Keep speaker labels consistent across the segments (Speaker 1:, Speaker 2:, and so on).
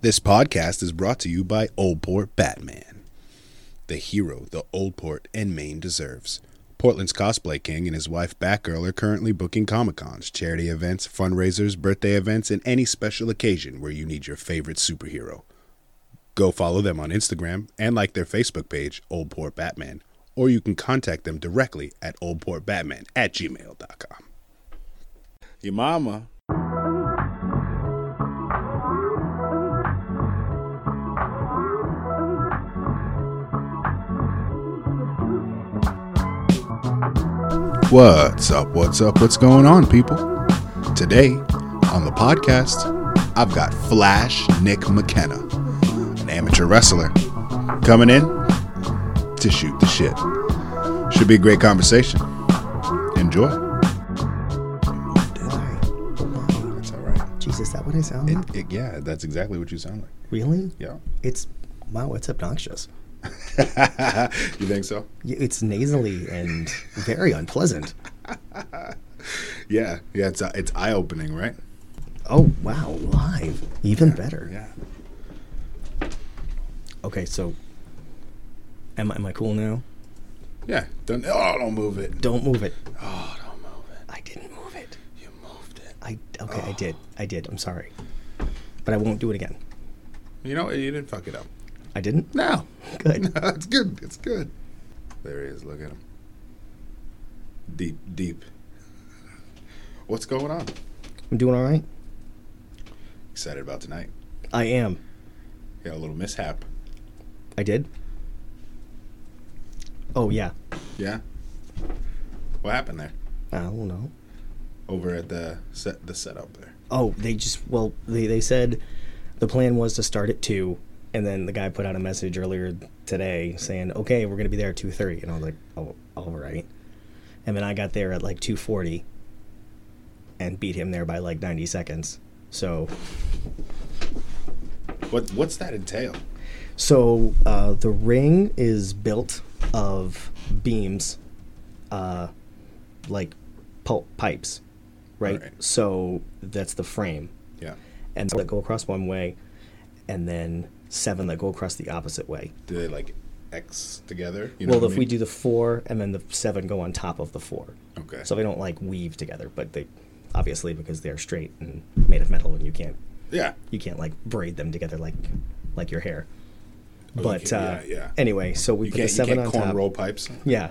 Speaker 1: This podcast is brought to you by Old Port Batman, the hero the Old Port and Maine deserves. Portland's cosplay king and his wife Batgirl are currently booking Comic Cons, charity events, fundraisers, birthday events, and any special occasion where you need your favorite superhero. Go follow them on Instagram and like their Facebook page, Old Port Batman, or you can contact them directly at oldportbatman at gmail.com.
Speaker 2: Your mama.
Speaker 1: What's up? What's up? What's going on, people? Today on the podcast, I've got Flash Nick McKenna, an amateur wrestler, coming in to shoot the shit. Should be a great conversation. Enjoy.
Speaker 3: Did I?
Speaker 1: That's all right.
Speaker 3: Jesus, is that what I sound like?
Speaker 1: It, it, yeah, that's exactly what you sound like.
Speaker 3: Really?
Speaker 1: Yeah.
Speaker 3: It's wow, it's obnoxious.
Speaker 1: you think so?
Speaker 3: Y- It's nasally and very unpleasant.
Speaker 1: Yeah. Yeah. It's uh, it's eye opening, right?
Speaker 3: Oh wow, live. Even better.
Speaker 1: Yeah.
Speaker 3: Okay, so am I, am I cool now?
Speaker 1: Yeah. Don't, oh, don't move it.
Speaker 3: Don't move it.
Speaker 1: Oh, don't move it. Oh.
Speaker 3: I didn't move it.
Speaker 1: You moved it.
Speaker 3: I okay, I did. I did. I'm sorry. But I won't do it again.
Speaker 1: You know, you didn't fuck it up.
Speaker 3: I didn't?
Speaker 1: No.
Speaker 3: Good.
Speaker 1: it's good. It's good. There he is. Look at him. Deep, deep. What's going on?
Speaker 3: I'm doing all right.
Speaker 1: Excited about tonight.
Speaker 3: I am.
Speaker 1: Got a little mishap.
Speaker 3: I did. Oh yeah.
Speaker 1: Yeah. What happened there?
Speaker 3: I don't know.
Speaker 1: Over at the set, the setup there.
Speaker 3: Oh, they just well, they they said the plan was to start at two, and then the guy put out a message earlier today saying, "Okay, we're gonna be there at two 30. and I was like, "Oh, all right." And then I got there at like two forty, and beat him there by like ninety seconds. So,
Speaker 1: What What's that entail?
Speaker 3: so uh, the ring is built of beams, uh, like pulp pipes, right?
Speaker 1: Right.
Speaker 3: So that's the frame.
Speaker 1: Yeah.
Speaker 3: and so that go across one way, and then seven that go across the opposite way.
Speaker 1: Do they like X together? You
Speaker 3: Well,
Speaker 1: what
Speaker 3: if
Speaker 1: I
Speaker 3: we
Speaker 1: mean?
Speaker 3: do the four and then the seven go on top of the four,
Speaker 1: Okay.
Speaker 3: so they don't like weave together, but they obviously because they're straight and made of metal, and you can't
Speaker 1: Yeah.
Speaker 3: you can't like braid them together like like your hair.
Speaker 1: Oh, you
Speaker 3: But uh,
Speaker 1: can't- yeah, yeah.
Speaker 3: anyway, so we
Speaker 1: You
Speaker 3: put the
Speaker 1: can't, you
Speaker 3: seven
Speaker 1: can't
Speaker 3: on
Speaker 1: corn
Speaker 3: top.
Speaker 1: roll pipes.
Speaker 3: Yeah.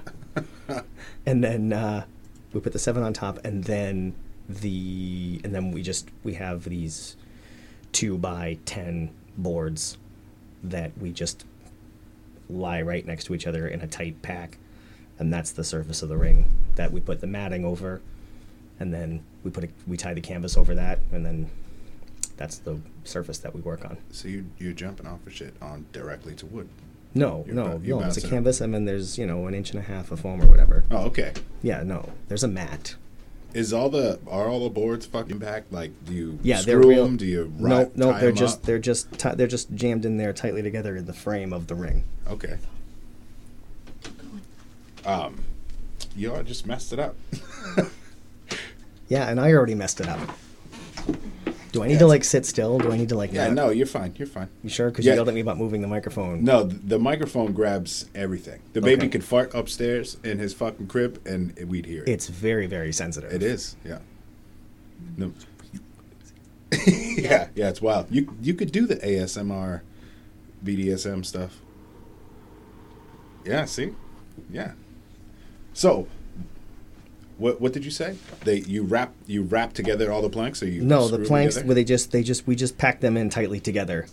Speaker 3: and then uh, we put the seven on top, and then the and then we just we have these two by ten boards that we just lie right next to each other in a tight pack, and that's the surface of the ring that we put the matting over, and then we put a, we tie the canvas over that, and then that's the surface that we work on.
Speaker 1: So you you're jumping off of shit on directly to wood.
Speaker 3: No,
Speaker 1: You're
Speaker 3: no,
Speaker 1: ba- you're
Speaker 3: no. It's a
Speaker 1: bouncing.
Speaker 3: canvas, and then there's you know an inch and a half of foam or whatever.
Speaker 1: Oh, okay.
Speaker 3: Yeah, no. There's a mat.
Speaker 1: Is all the are all the boards fucking back? Like, do you
Speaker 3: Yeah,
Speaker 1: screw
Speaker 3: they're real.
Speaker 1: them? Do you ri-
Speaker 3: no, no,
Speaker 1: tie
Speaker 3: they're
Speaker 1: 'em
Speaker 3: just
Speaker 1: up?
Speaker 3: they're just ti- they're just jammed in there tightly together in the frame of the ring.
Speaker 1: okay. Um, y'all just messed it up.
Speaker 3: Yeah, and I already messed it up. Do I need to
Speaker 1: it's-
Speaker 3: like sit still? Do I need to like?
Speaker 1: yeah,
Speaker 3: not-
Speaker 1: no, you're fine. You're fine.
Speaker 3: You sure? Because
Speaker 1: Yeah.
Speaker 3: you yelled at me about moving the microphone.
Speaker 1: No, th- the microphone grabs everything. The baby
Speaker 3: Okay.
Speaker 1: could fart upstairs in his fucking crib, and it- we'd hear it.
Speaker 3: It's very very sensitive.
Speaker 1: It is, yeah. No. yeah, yeah, it's wild. You you could do the ASMR, BDSM stuff. Yeah, see, yeah. So, what what did you say? They you wrap you wrap together all the planks, or you
Speaker 3: No,
Speaker 1: screw
Speaker 3: the
Speaker 1: 'em
Speaker 3: planks
Speaker 1: together?
Speaker 3: where they just they just we just pack them in tightly together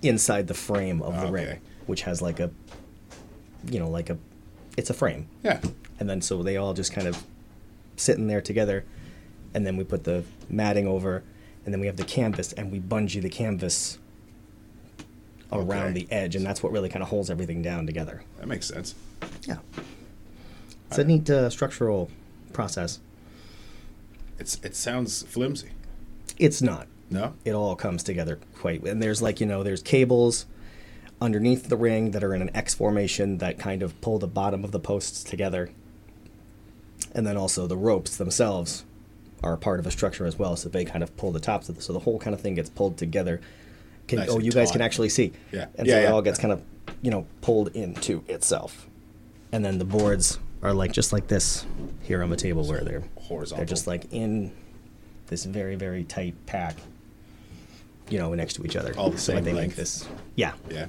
Speaker 3: inside the frame of the
Speaker 1: Ah, Okay.
Speaker 3: ring, which has like a you know like a it's a frame.
Speaker 1: yeah,
Speaker 3: and then so they all just kind of sit in there together and then we put the matting over and then we have the canvas and we bungee the canvas around
Speaker 1: Okay.
Speaker 3: the edge and that's what really kind of holds everything down together
Speaker 1: that makes sense.
Speaker 3: yeah it's a neat uh, structural process
Speaker 1: It's it sounds flimsy.
Speaker 3: it's not
Speaker 1: No,
Speaker 3: it all comes together quite and there's like you know there's cables underneath the ring that are in an x formation that kind of pull the bottom of the posts together and then also the ropes themselves are a part of a structure as well so they kind of pull the tops of the so the whole kind of thing gets pulled together Can,
Speaker 1: Nice
Speaker 3: oh,
Speaker 1: and
Speaker 3: you guys
Speaker 1: taut.
Speaker 3: can actually see.
Speaker 1: Yeah.
Speaker 3: And
Speaker 1: Yeah,
Speaker 3: so
Speaker 1: yeah.
Speaker 3: it all gets kind of, you know, pulled into itself. And then the boards are like just like this here on the table where they're
Speaker 1: horizontal.
Speaker 3: They're just like in this very very tight pack. You know, next to each other.
Speaker 1: All the
Speaker 3: So, like,
Speaker 1: same
Speaker 3: they make
Speaker 1: length.
Speaker 3: this. Yeah.
Speaker 1: Yeah.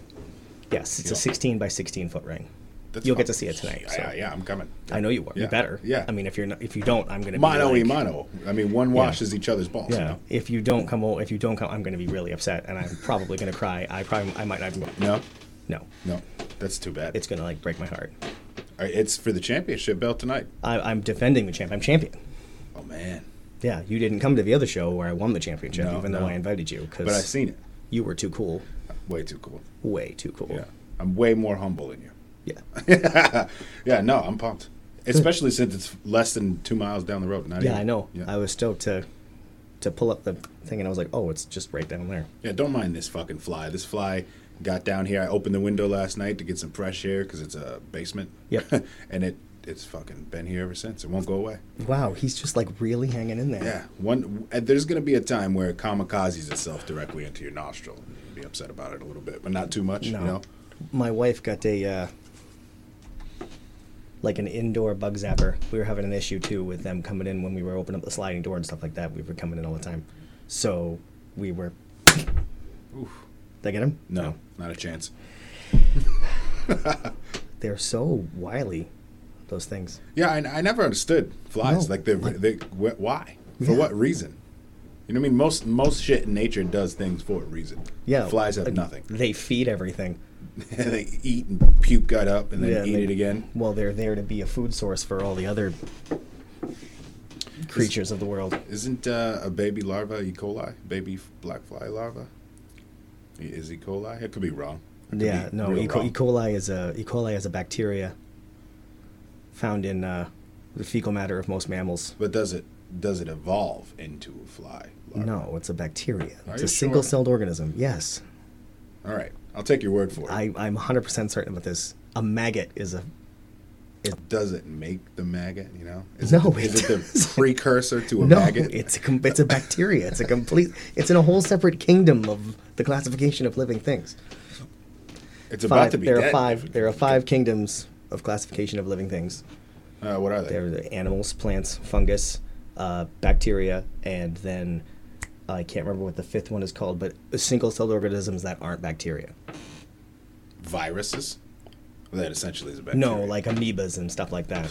Speaker 3: Yes, it's
Speaker 1: Yeah.
Speaker 3: a 16 by 16 foot ring.
Speaker 1: That's
Speaker 3: You'll
Speaker 1: fine.
Speaker 3: get to see it tonight.
Speaker 1: Yeah,
Speaker 3: so.
Speaker 1: yeah, yeah, I'm coming.
Speaker 3: I know you are.
Speaker 1: Yeah.
Speaker 3: You better.
Speaker 1: Yeah.
Speaker 3: I mean, if you're not, if you don't, I'm gonna
Speaker 1: Mono
Speaker 3: be
Speaker 1: e
Speaker 3: like,
Speaker 1: mono. I mean, one washes each other's balls. you
Speaker 3: Yeah.
Speaker 1: know?
Speaker 3: If you don't come, o- if you don't come, I'm gonna be really upset, and I'm probably gonna cry. I probably, I might not even.
Speaker 1: No,
Speaker 3: No,
Speaker 1: no, that's too bad.
Speaker 3: it's gonna like break my heart.
Speaker 1: All right, it's for the championship belt tonight.
Speaker 3: I, I'm defending the champ. I'm champion.
Speaker 1: Oh man,
Speaker 3: Yeah, you didn't come to the other show where I won the championship,
Speaker 1: No,
Speaker 3: even
Speaker 1: no.
Speaker 3: though I invited you because
Speaker 1: but I've seen it.
Speaker 3: you were too cool,
Speaker 1: Way too cool.
Speaker 3: way too cool.
Speaker 1: Yeah, I'm way more humble than you.
Speaker 3: yeah.
Speaker 1: Yeah, no, I'm pumped. Especially since it's less than two miles down the road. Not
Speaker 3: Hmm. Yeah,
Speaker 1: even-
Speaker 3: I know.
Speaker 1: Yeah.
Speaker 3: I was stoked to to pull up the thing, and I was like, oh, it's just right down there.
Speaker 1: Yeah, don't mind this fucking fly. This fly got down here. I opened the window last night to get some fresh air because it's a basement.
Speaker 3: Yep.
Speaker 1: and it it's fucking been here ever since. It won't go away.
Speaker 3: Wow, he's just like really hanging in there.
Speaker 1: Yeah, one. And there's gonna be a time where it kamikazes itself directly into your nostril. You'll be upset about it a little bit, but not too much.
Speaker 3: No.
Speaker 1: You know.
Speaker 3: My wife got a uh, like an indoor bug zapper. We were having an issue too with them coming in when we were opening up the sliding door and stuff like that. We were coming in all the time, so we were. Did I get him?
Speaker 1: No, not a chance.
Speaker 3: They're so wily, those things.
Speaker 1: Yeah, I, I never understood flies.
Speaker 3: No,
Speaker 1: Like they,
Speaker 3: like-
Speaker 1: they, wh- why? For
Speaker 3: Yeah.
Speaker 1: what reason? You know what I mean? Most most shit in nature does things for a reason.
Speaker 3: Yeah,
Speaker 1: flies have
Speaker 3: like,
Speaker 1: nothing.
Speaker 3: They feed everything.
Speaker 1: they eat and puke it up, and then
Speaker 3: Yeah,
Speaker 1: eat
Speaker 3: they-
Speaker 1: it again.
Speaker 3: Well, they're there to be a food source for all the other creatures of the world.
Speaker 1: Isn't uh, a baby larva E. coli? Baby f- black fly larva? I- Is E. coli? It could be wrong. I could
Speaker 3: Yeah,
Speaker 1: be
Speaker 3: no.
Speaker 1: real
Speaker 3: E. co-
Speaker 1: wrong.
Speaker 3: e. coli is a E. coli is a bacteria found in uh, the fecal matter of most mammals.
Speaker 1: But does it does it evolve into a fly? Larva?
Speaker 3: No, it's a bacteria.
Speaker 1: Are
Speaker 3: it's
Speaker 1: you
Speaker 3: a single-celled organism. Yes,
Speaker 1: All right, I'll take your word for it.
Speaker 3: I, I'm 100% certain about this. A maggot is a
Speaker 1: does it make the maggot? You know, is
Speaker 3: No,
Speaker 1: it, is
Speaker 3: it
Speaker 1: it the
Speaker 3: doesn't.
Speaker 1: precursor to a
Speaker 3: no.
Speaker 1: maggot?
Speaker 3: It's a com- it's a bacteria. It's a complete. It's in a whole separate kingdom of the classification of living things.
Speaker 1: It's about
Speaker 3: Five,
Speaker 1: to be
Speaker 3: there
Speaker 1: dead.
Speaker 3: are five. There are five kingdoms of classification of living things.
Speaker 1: Uh, what are they?
Speaker 3: They're the animals, plants, fungus, uh, bacteria, and then uh, I can't remember what the fifth one is called, but single-celled organisms that aren't bacteria.
Speaker 1: Viruses. That essentially is a bacteria.
Speaker 3: No, like amoebas and stuff like that.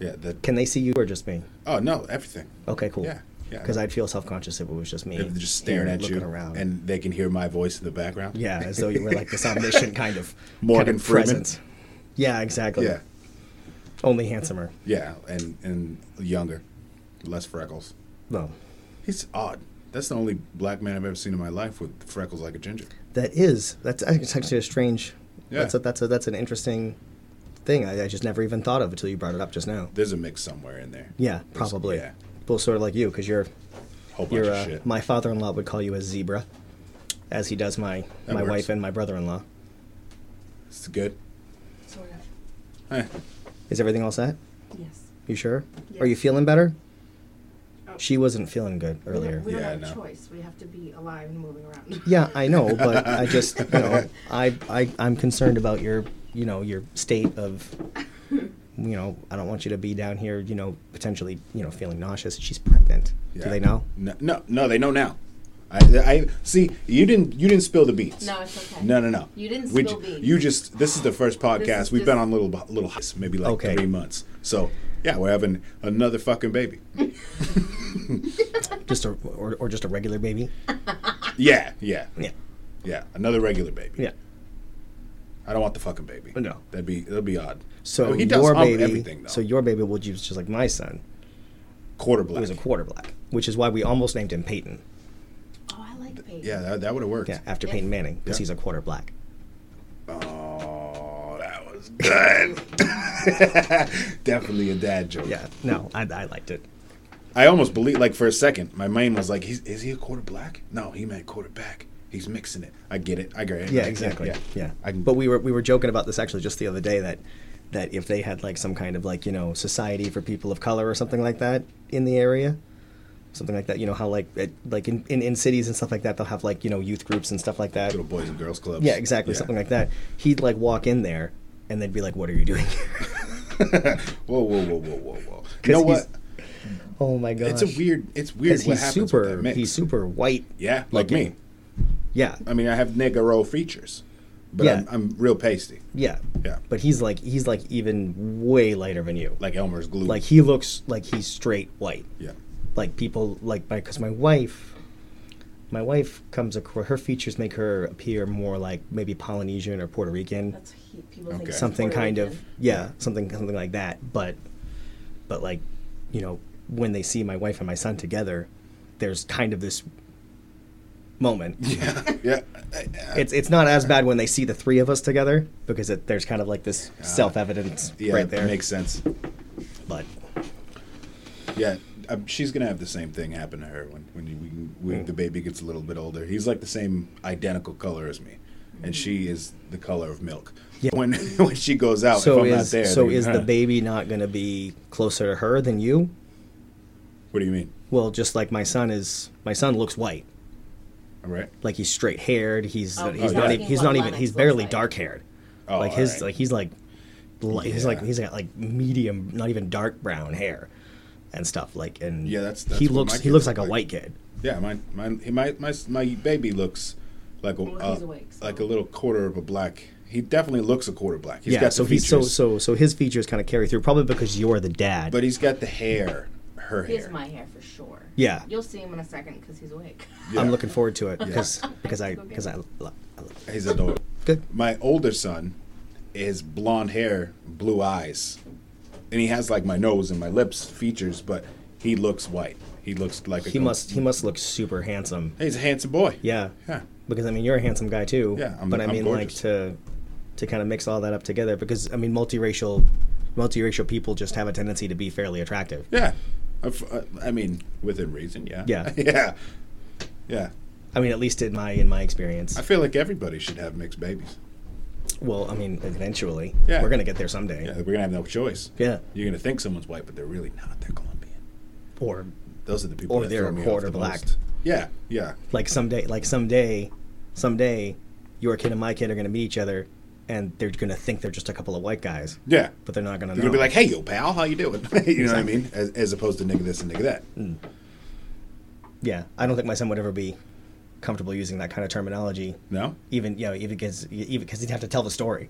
Speaker 1: yeah. That,
Speaker 3: Can they see you or just me?
Speaker 1: oh no, everything.
Speaker 3: Okay, cool.
Speaker 1: Yeah, yeah.
Speaker 3: Because I'd feel self-conscious if it was just me.
Speaker 1: They're just staring
Speaker 3: here
Speaker 1: at you,
Speaker 3: looking around.
Speaker 1: and they can hear my voice in the background.
Speaker 3: yeah, as though you were like this omniscient kind of
Speaker 1: Morgan
Speaker 3: kind of
Speaker 1: Freeman.
Speaker 3: presence. Yeah, exactly.
Speaker 1: yeah,
Speaker 3: Only handsomer.
Speaker 1: yeah, and and younger, less freckles.
Speaker 3: Well,
Speaker 1: He's odd. That's the only black man I've ever seen in my life with freckles like a ginger.
Speaker 3: that is that's it's actually a strange.
Speaker 1: Yeah.
Speaker 3: That's a, that's a, that's an interesting thing. I, I just never even thought of until you brought it up just now.
Speaker 1: There's a mix somewhere in there.
Speaker 3: Yeah, probably.
Speaker 1: yeah.
Speaker 3: Well, sort of like you, because you're,
Speaker 1: whole bunch
Speaker 3: you're
Speaker 1: of
Speaker 3: uh,
Speaker 1: shit.
Speaker 3: my father-in-law would call you a zebra, as he does my
Speaker 1: That
Speaker 3: my
Speaker 1: works.
Speaker 3: wife and my brother-in-law.
Speaker 1: it's good.
Speaker 4: Sort of.
Speaker 1: Eh,
Speaker 3: Is everything all set?
Speaker 4: Yes.
Speaker 3: You sure?
Speaker 4: Yeah.
Speaker 3: Are you feeling better?
Speaker 4: Oh.
Speaker 3: She wasn't feeling good
Speaker 4: We don't-
Speaker 3: earlier.
Speaker 4: We don't
Speaker 1: Yeah,
Speaker 4: have
Speaker 1: I know.
Speaker 4: a choice. We have to be alive and moving around.
Speaker 3: Yeah, I know, but I just you know I I I'm concerned about your you know your state of you know I don't want you to be down here you know potentially you know feeling nauseous. She's pregnant.
Speaker 1: yeah.
Speaker 3: Do they know?
Speaker 1: No, no, no, they know now. I, I see. You didn't. You didn't spill the beans.
Speaker 4: No, it's okay.
Speaker 1: No, no, no.
Speaker 4: You didn't
Speaker 1: We
Speaker 4: spill
Speaker 1: ju-
Speaker 4: beans.
Speaker 1: You just. This is the first podcast
Speaker 4: is
Speaker 1: we've been
Speaker 4: just-
Speaker 1: on. Little bu- little highs, maybe like
Speaker 3: Okay.
Speaker 1: three months. So yeah, we're having another fucking baby.
Speaker 3: Just a or, or just a regular baby?
Speaker 1: yeah, yeah,
Speaker 3: Yeah.
Speaker 1: yeah. Another regular baby.
Speaker 3: Yeah.
Speaker 1: I don't want the fucking baby.
Speaker 3: No.
Speaker 1: that'd be that'd be odd.
Speaker 3: So
Speaker 1: Oh, he does
Speaker 3: your
Speaker 1: hump
Speaker 3: baby,
Speaker 1: everything though.
Speaker 3: so your baby will use just like my son.
Speaker 1: quarter black.
Speaker 3: He was a quarter black, which is why we almost named him Peyton.
Speaker 4: Oh, I like Peyton.
Speaker 1: yeah, that, that would have worked.
Speaker 3: Yeah, after
Speaker 4: Yeah.
Speaker 3: Peyton Manning, because
Speaker 1: Yeah.
Speaker 3: he's a quarter black.
Speaker 1: Oh, that was good. Definitely a dad joke.
Speaker 3: Yeah, no, I, I liked it.
Speaker 1: I almost believe, like for a second, my mind was like, He's, "Is he a quarter black? No, he meant quarterback. He's mixing it. I get it. I get it.
Speaker 3: Yeah, exactly. Yeah,
Speaker 1: I can,
Speaker 3: but we were we were joking about this actually just the other day that that if they had like some kind of like you know society for people of color or something like that in the area, something like that. You know how like it, like in, in in cities and stuff like that, they'll have like you know youth groups and stuff like that.
Speaker 1: Little boys and girls clubs.
Speaker 3: Yeah, exactly, something like that. He'd like walk in there, and they'd be like, "What are you doing?" here?"
Speaker 1: Whoa, whoa, whoa, whoa, whoa, whoa. You know
Speaker 3: he's-
Speaker 1: what?
Speaker 3: oh my god,
Speaker 1: It's a weird. It's weird
Speaker 3: Because
Speaker 1: what
Speaker 3: he's
Speaker 1: happens with
Speaker 3: super.
Speaker 1: that mix.
Speaker 3: He's super white.
Speaker 1: Yeah, like me.
Speaker 3: Yeah,
Speaker 1: I mean, I have negro features, but
Speaker 3: Yeah.
Speaker 1: I'm, I'm real pasty,
Speaker 3: yeah,
Speaker 1: Yeah.
Speaker 3: But he's like he's like even way lighter than you.
Speaker 1: like Elmer's glue.
Speaker 3: Like he looks like he's straight white.
Speaker 1: yeah,
Speaker 3: like people like my because my wife my wife comes across her features make her appear more like maybe polynesian or puerto rican
Speaker 4: That's he, people think
Speaker 1: Okay.
Speaker 4: it's
Speaker 3: something
Speaker 4: Puerto
Speaker 3: kind of
Speaker 4: Rican.
Speaker 3: yeah something something like that but but like you know when they see my wife and my son together there's kind of this moment
Speaker 1: yeah.
Speaker 3: it's it's not as bad when they see the three of us together because it, there's kind of like this self-evidence
Speaker 1: Yeah,
Speaker 3: right
Speaker 1: that
Speaker 3: there
Speaker 1: makes sense.
Speaker 3: but
Speaker 1: Yeah, um, she's gonna have the same thing happen to her when when, you, when, when
Speaker 4: Hmm.
Speaker 1: the baby gets a little bit older. He's like the same identical color as me,
Speaker 4: Hmm.
Speaker 1: and she is the color of milk.
Speaker 3: Yeah.
Speaker 1: When when she goes out,
Speaker 3: so
Speaker 1: if I'm
Speaker 3: is
Speaker 1: not there,
Speaker 3: so
Speaker 1: then-
Speaker 3: is the baby not going to be closer to her than you
Speaker 1: What do you mean?
Speaker 3: Well, just like my son is, my son looks white.
Speaker 1: All right.
Speaker 3: Like he's straight haired. He's
Speaker 4: Oh,
Speaker 3: he's
Speaker 1: he's
Speaker 3: not
Speaker 1: asking
Speaker 3: even he's
Speaker 4: what
Speaker 3: not even
Speaker 4: Lennox
Speaker 3: he's
Speaker 4: looks
Speaker 3: barely
Speaker 4: like.
Speaker 3: dark haired.
Speaker 1: Oh,
Speaker 3: like his
Speaker 1: alright.
Speaker 3: like he's like li- he's
Speaker 1: Yeah.
Speaker 3: like he's got like medium, not even dark brown hair and stuff. Like and
Speaker 1: Yeah, that's- that's
Speaker 3: he
Speaker 1: what
Speaker 3: looks
Speaker 1: my
Speaker 3: he
Speaker 1: kid
Speaker 3: looks
Speaker 1: look
Speaker 3: like a
Speaker 1: like.
Speaker 3: white kid.
Speaker 1: Yeah, my my he- my my, my baby looks like a
Speaker 4: Well, he's
Speaker 1: uh,
Speaker 4: awake, so-
Speaker 1: like a little quarter of a black. He definitely looks a quarter black. He's
Speaker 3: yeah,
Speaker 1: got
Speaker 3: so
Speaker 1: the
Speaker 3: he's so
Speaker 1: features,
Speaker 3: so so his features kind of carry through probably because you're the dad.
Speaker 1: but he's got the hair, her
Speaker 4: He has
Speaker 1: hair.
Speaker 4: my hair for sure.
Speaker 3: Yeah.
Speaker 4: You'll see him in a second because he's awake.
Speaker 3: I'm
Speaker 1: Yeah.
Speaker 3: looking forward to it because because I because I, lo- I lo-
Speaker 1: He's adorable.
Speaker 3: good.
Speaker 1: My older son is blonde hair, blue eyes, and he has like my nose and my lips features, but he looks white. He looks like a
Speaker 3: He must he must look super handsome.
Speaker 1: He's a handsome boy.
Speaker 3: Yeah.
Speaker 1: Yeah.
Speaker 3: Because I mean, you're a handsome guy too.
Speaker 1: Yeah, I'm-
Speaker 3: but I
Speaker 1: I'm
Speaker 3: mean, like
Speaker 1: gorgeous.
Speaker 3: to to kind of mix all that up together because I mean, multiracial multiracial people just have a tendency to be fairly attractive.
Speaker 1: Yeah. I f- I- I mean, within reason. Yeah.
Speaker 3: Yeah.
Speaker 1: yeah. Yeah.
Speaker 3: I mean, at least in my in my experience.
Speaker 1: I feel like everybody should have mixed babies.
Speaker 3: well, I mean, eventually,
Speaker 1: Yeah.
Speaker 3: we're gonna get there someday.
Speaker 1: Yeah, we're gonna have no choice.
Speaker 3: Yeah.
Speaker 1: You're gonna think someone's white, but they're really not. They're Colombian.
Speaker 3: Or
Speaker 1: Those are the people.
Speaker 3: Or
Speaker 1: that
Speaker 3: they're
Speaker 1: throw me
Speaker 3: quarter
Speaker 1: off the
Speaker 3: black.
Speaker 1: most. Yeah. Yeah.
Speaker 3: like someday, like someday, someday, your kid and my kid are gonna meet each other, and they're gonna think they're just a couple of white guys.
Speaker 1: Yeah.
Speaker 3: But they're not gonna.
Speaker 1: You're
Speaker 3: know.
Speaker 1: gonna be like, "Hey, yo, pal, how you doing?" you know what I mean? As, as opposed to nigga this and nigga that.
Speaker 3: Hmm. yeah, I don't think my son would ever be comfortable using that kind of terminology.
Speaker 1: No.
Speaker 3: even you know even because even because he'd have to tell the story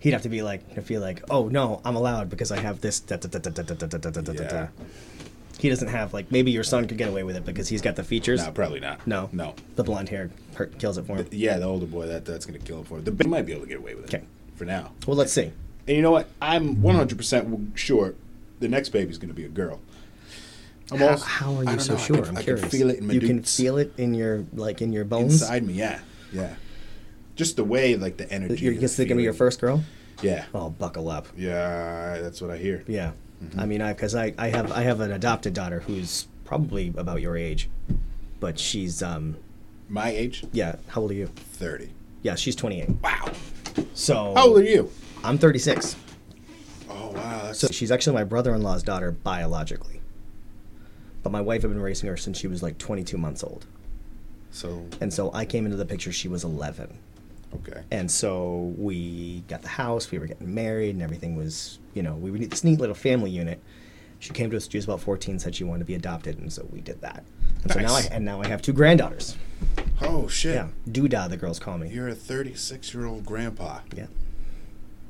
Speaker 3: he'd have to be like he'd feel like oh no i'm allowed because i have this da, da, da, da, da, da, da, da, da, da, da, da.
Speaker 1: Yeah.
Speaker 3: he doesn't have like maybe your son could get away with it because he's got the features
Speaker 1: No, probably not.
Speaker 3: no
Speaker 1: No.
Speaker 3: the blonde hair hurt, kills it for him
Speaker 1: Yeah, the older boy that that's gonna kill him for it. The big might be able to get away with it.
Speaker 3: Okay.
Speaker 1: For now.
Speaker 3: well let's see
Speaker 1: And you know what? I'm 100 percent sure the next baby's gonna be a girl. I'm
Speaker 3: how,
Speaker 1: also-
Speaker 3: how are
Speaker 1: I
Speaker 3: you
Speaker 1: don't
Speaker 3: so
Speaker 1: know,
Speaker 3: sure
Speaker 1: I can,
Speaker 3: i'm
Speaker 1: I
Speaker 3: curious
Speaker 1: Can feel it in my
Speaker 3: you can
Speaker 1: dudes.
Speaker 3: feel it in your like in your bones
Speaker 1: inside me. Yeah, yeah. Just the way, like the energy.
Speaker 3: you're
Speaker 1: and
Speaker 3: just
Speaker 1: the
Speaker 3: thinking of your
Speaker 1: feeling.
Speaker 3: first girl
Speaker 1: Yeah.
Speaker 3: oh buckle up
Speaker 1: Yeah, that's what I hear.
Speaker 3: yeah i mean i because I, I have i have an adopted daughter who's probably about your age but she's um
Speaker 1: My age,
Speaker 3: yeah how old are you
Speaker 1: 30.
Speaker 3: Yeah, she's 28.
Speaker 1: Wow.
Speaker 3: So
Speaker 1: How old are you?
Speaker 3: I'm 36.
Speaker 1: Oh wow. That's,
Speaker 3: So she's actually my brother-in-law's daughter biologically. But my wife had been raising her since she was like 22 months old.
Speaker 1: so
Speaker 3: And so I came into the picture she was 11.
Speaker 1: okay.
Speaker 3: And so we got the house, we were getting married, and everything was, you know, we were this neat little family unit. She came to us, she was about 14, said she wanted to be adopted, and so we did that. And so now I
Speaker 1: Nice.
Speaker 3: and now I have two granddaughters.
Speaker 1: Oh shit.
Speaker 3: Yeah, Doodah the girls call me.
Speaker 1: You're a 36 year old grandpa.
Speaker 3: yeah.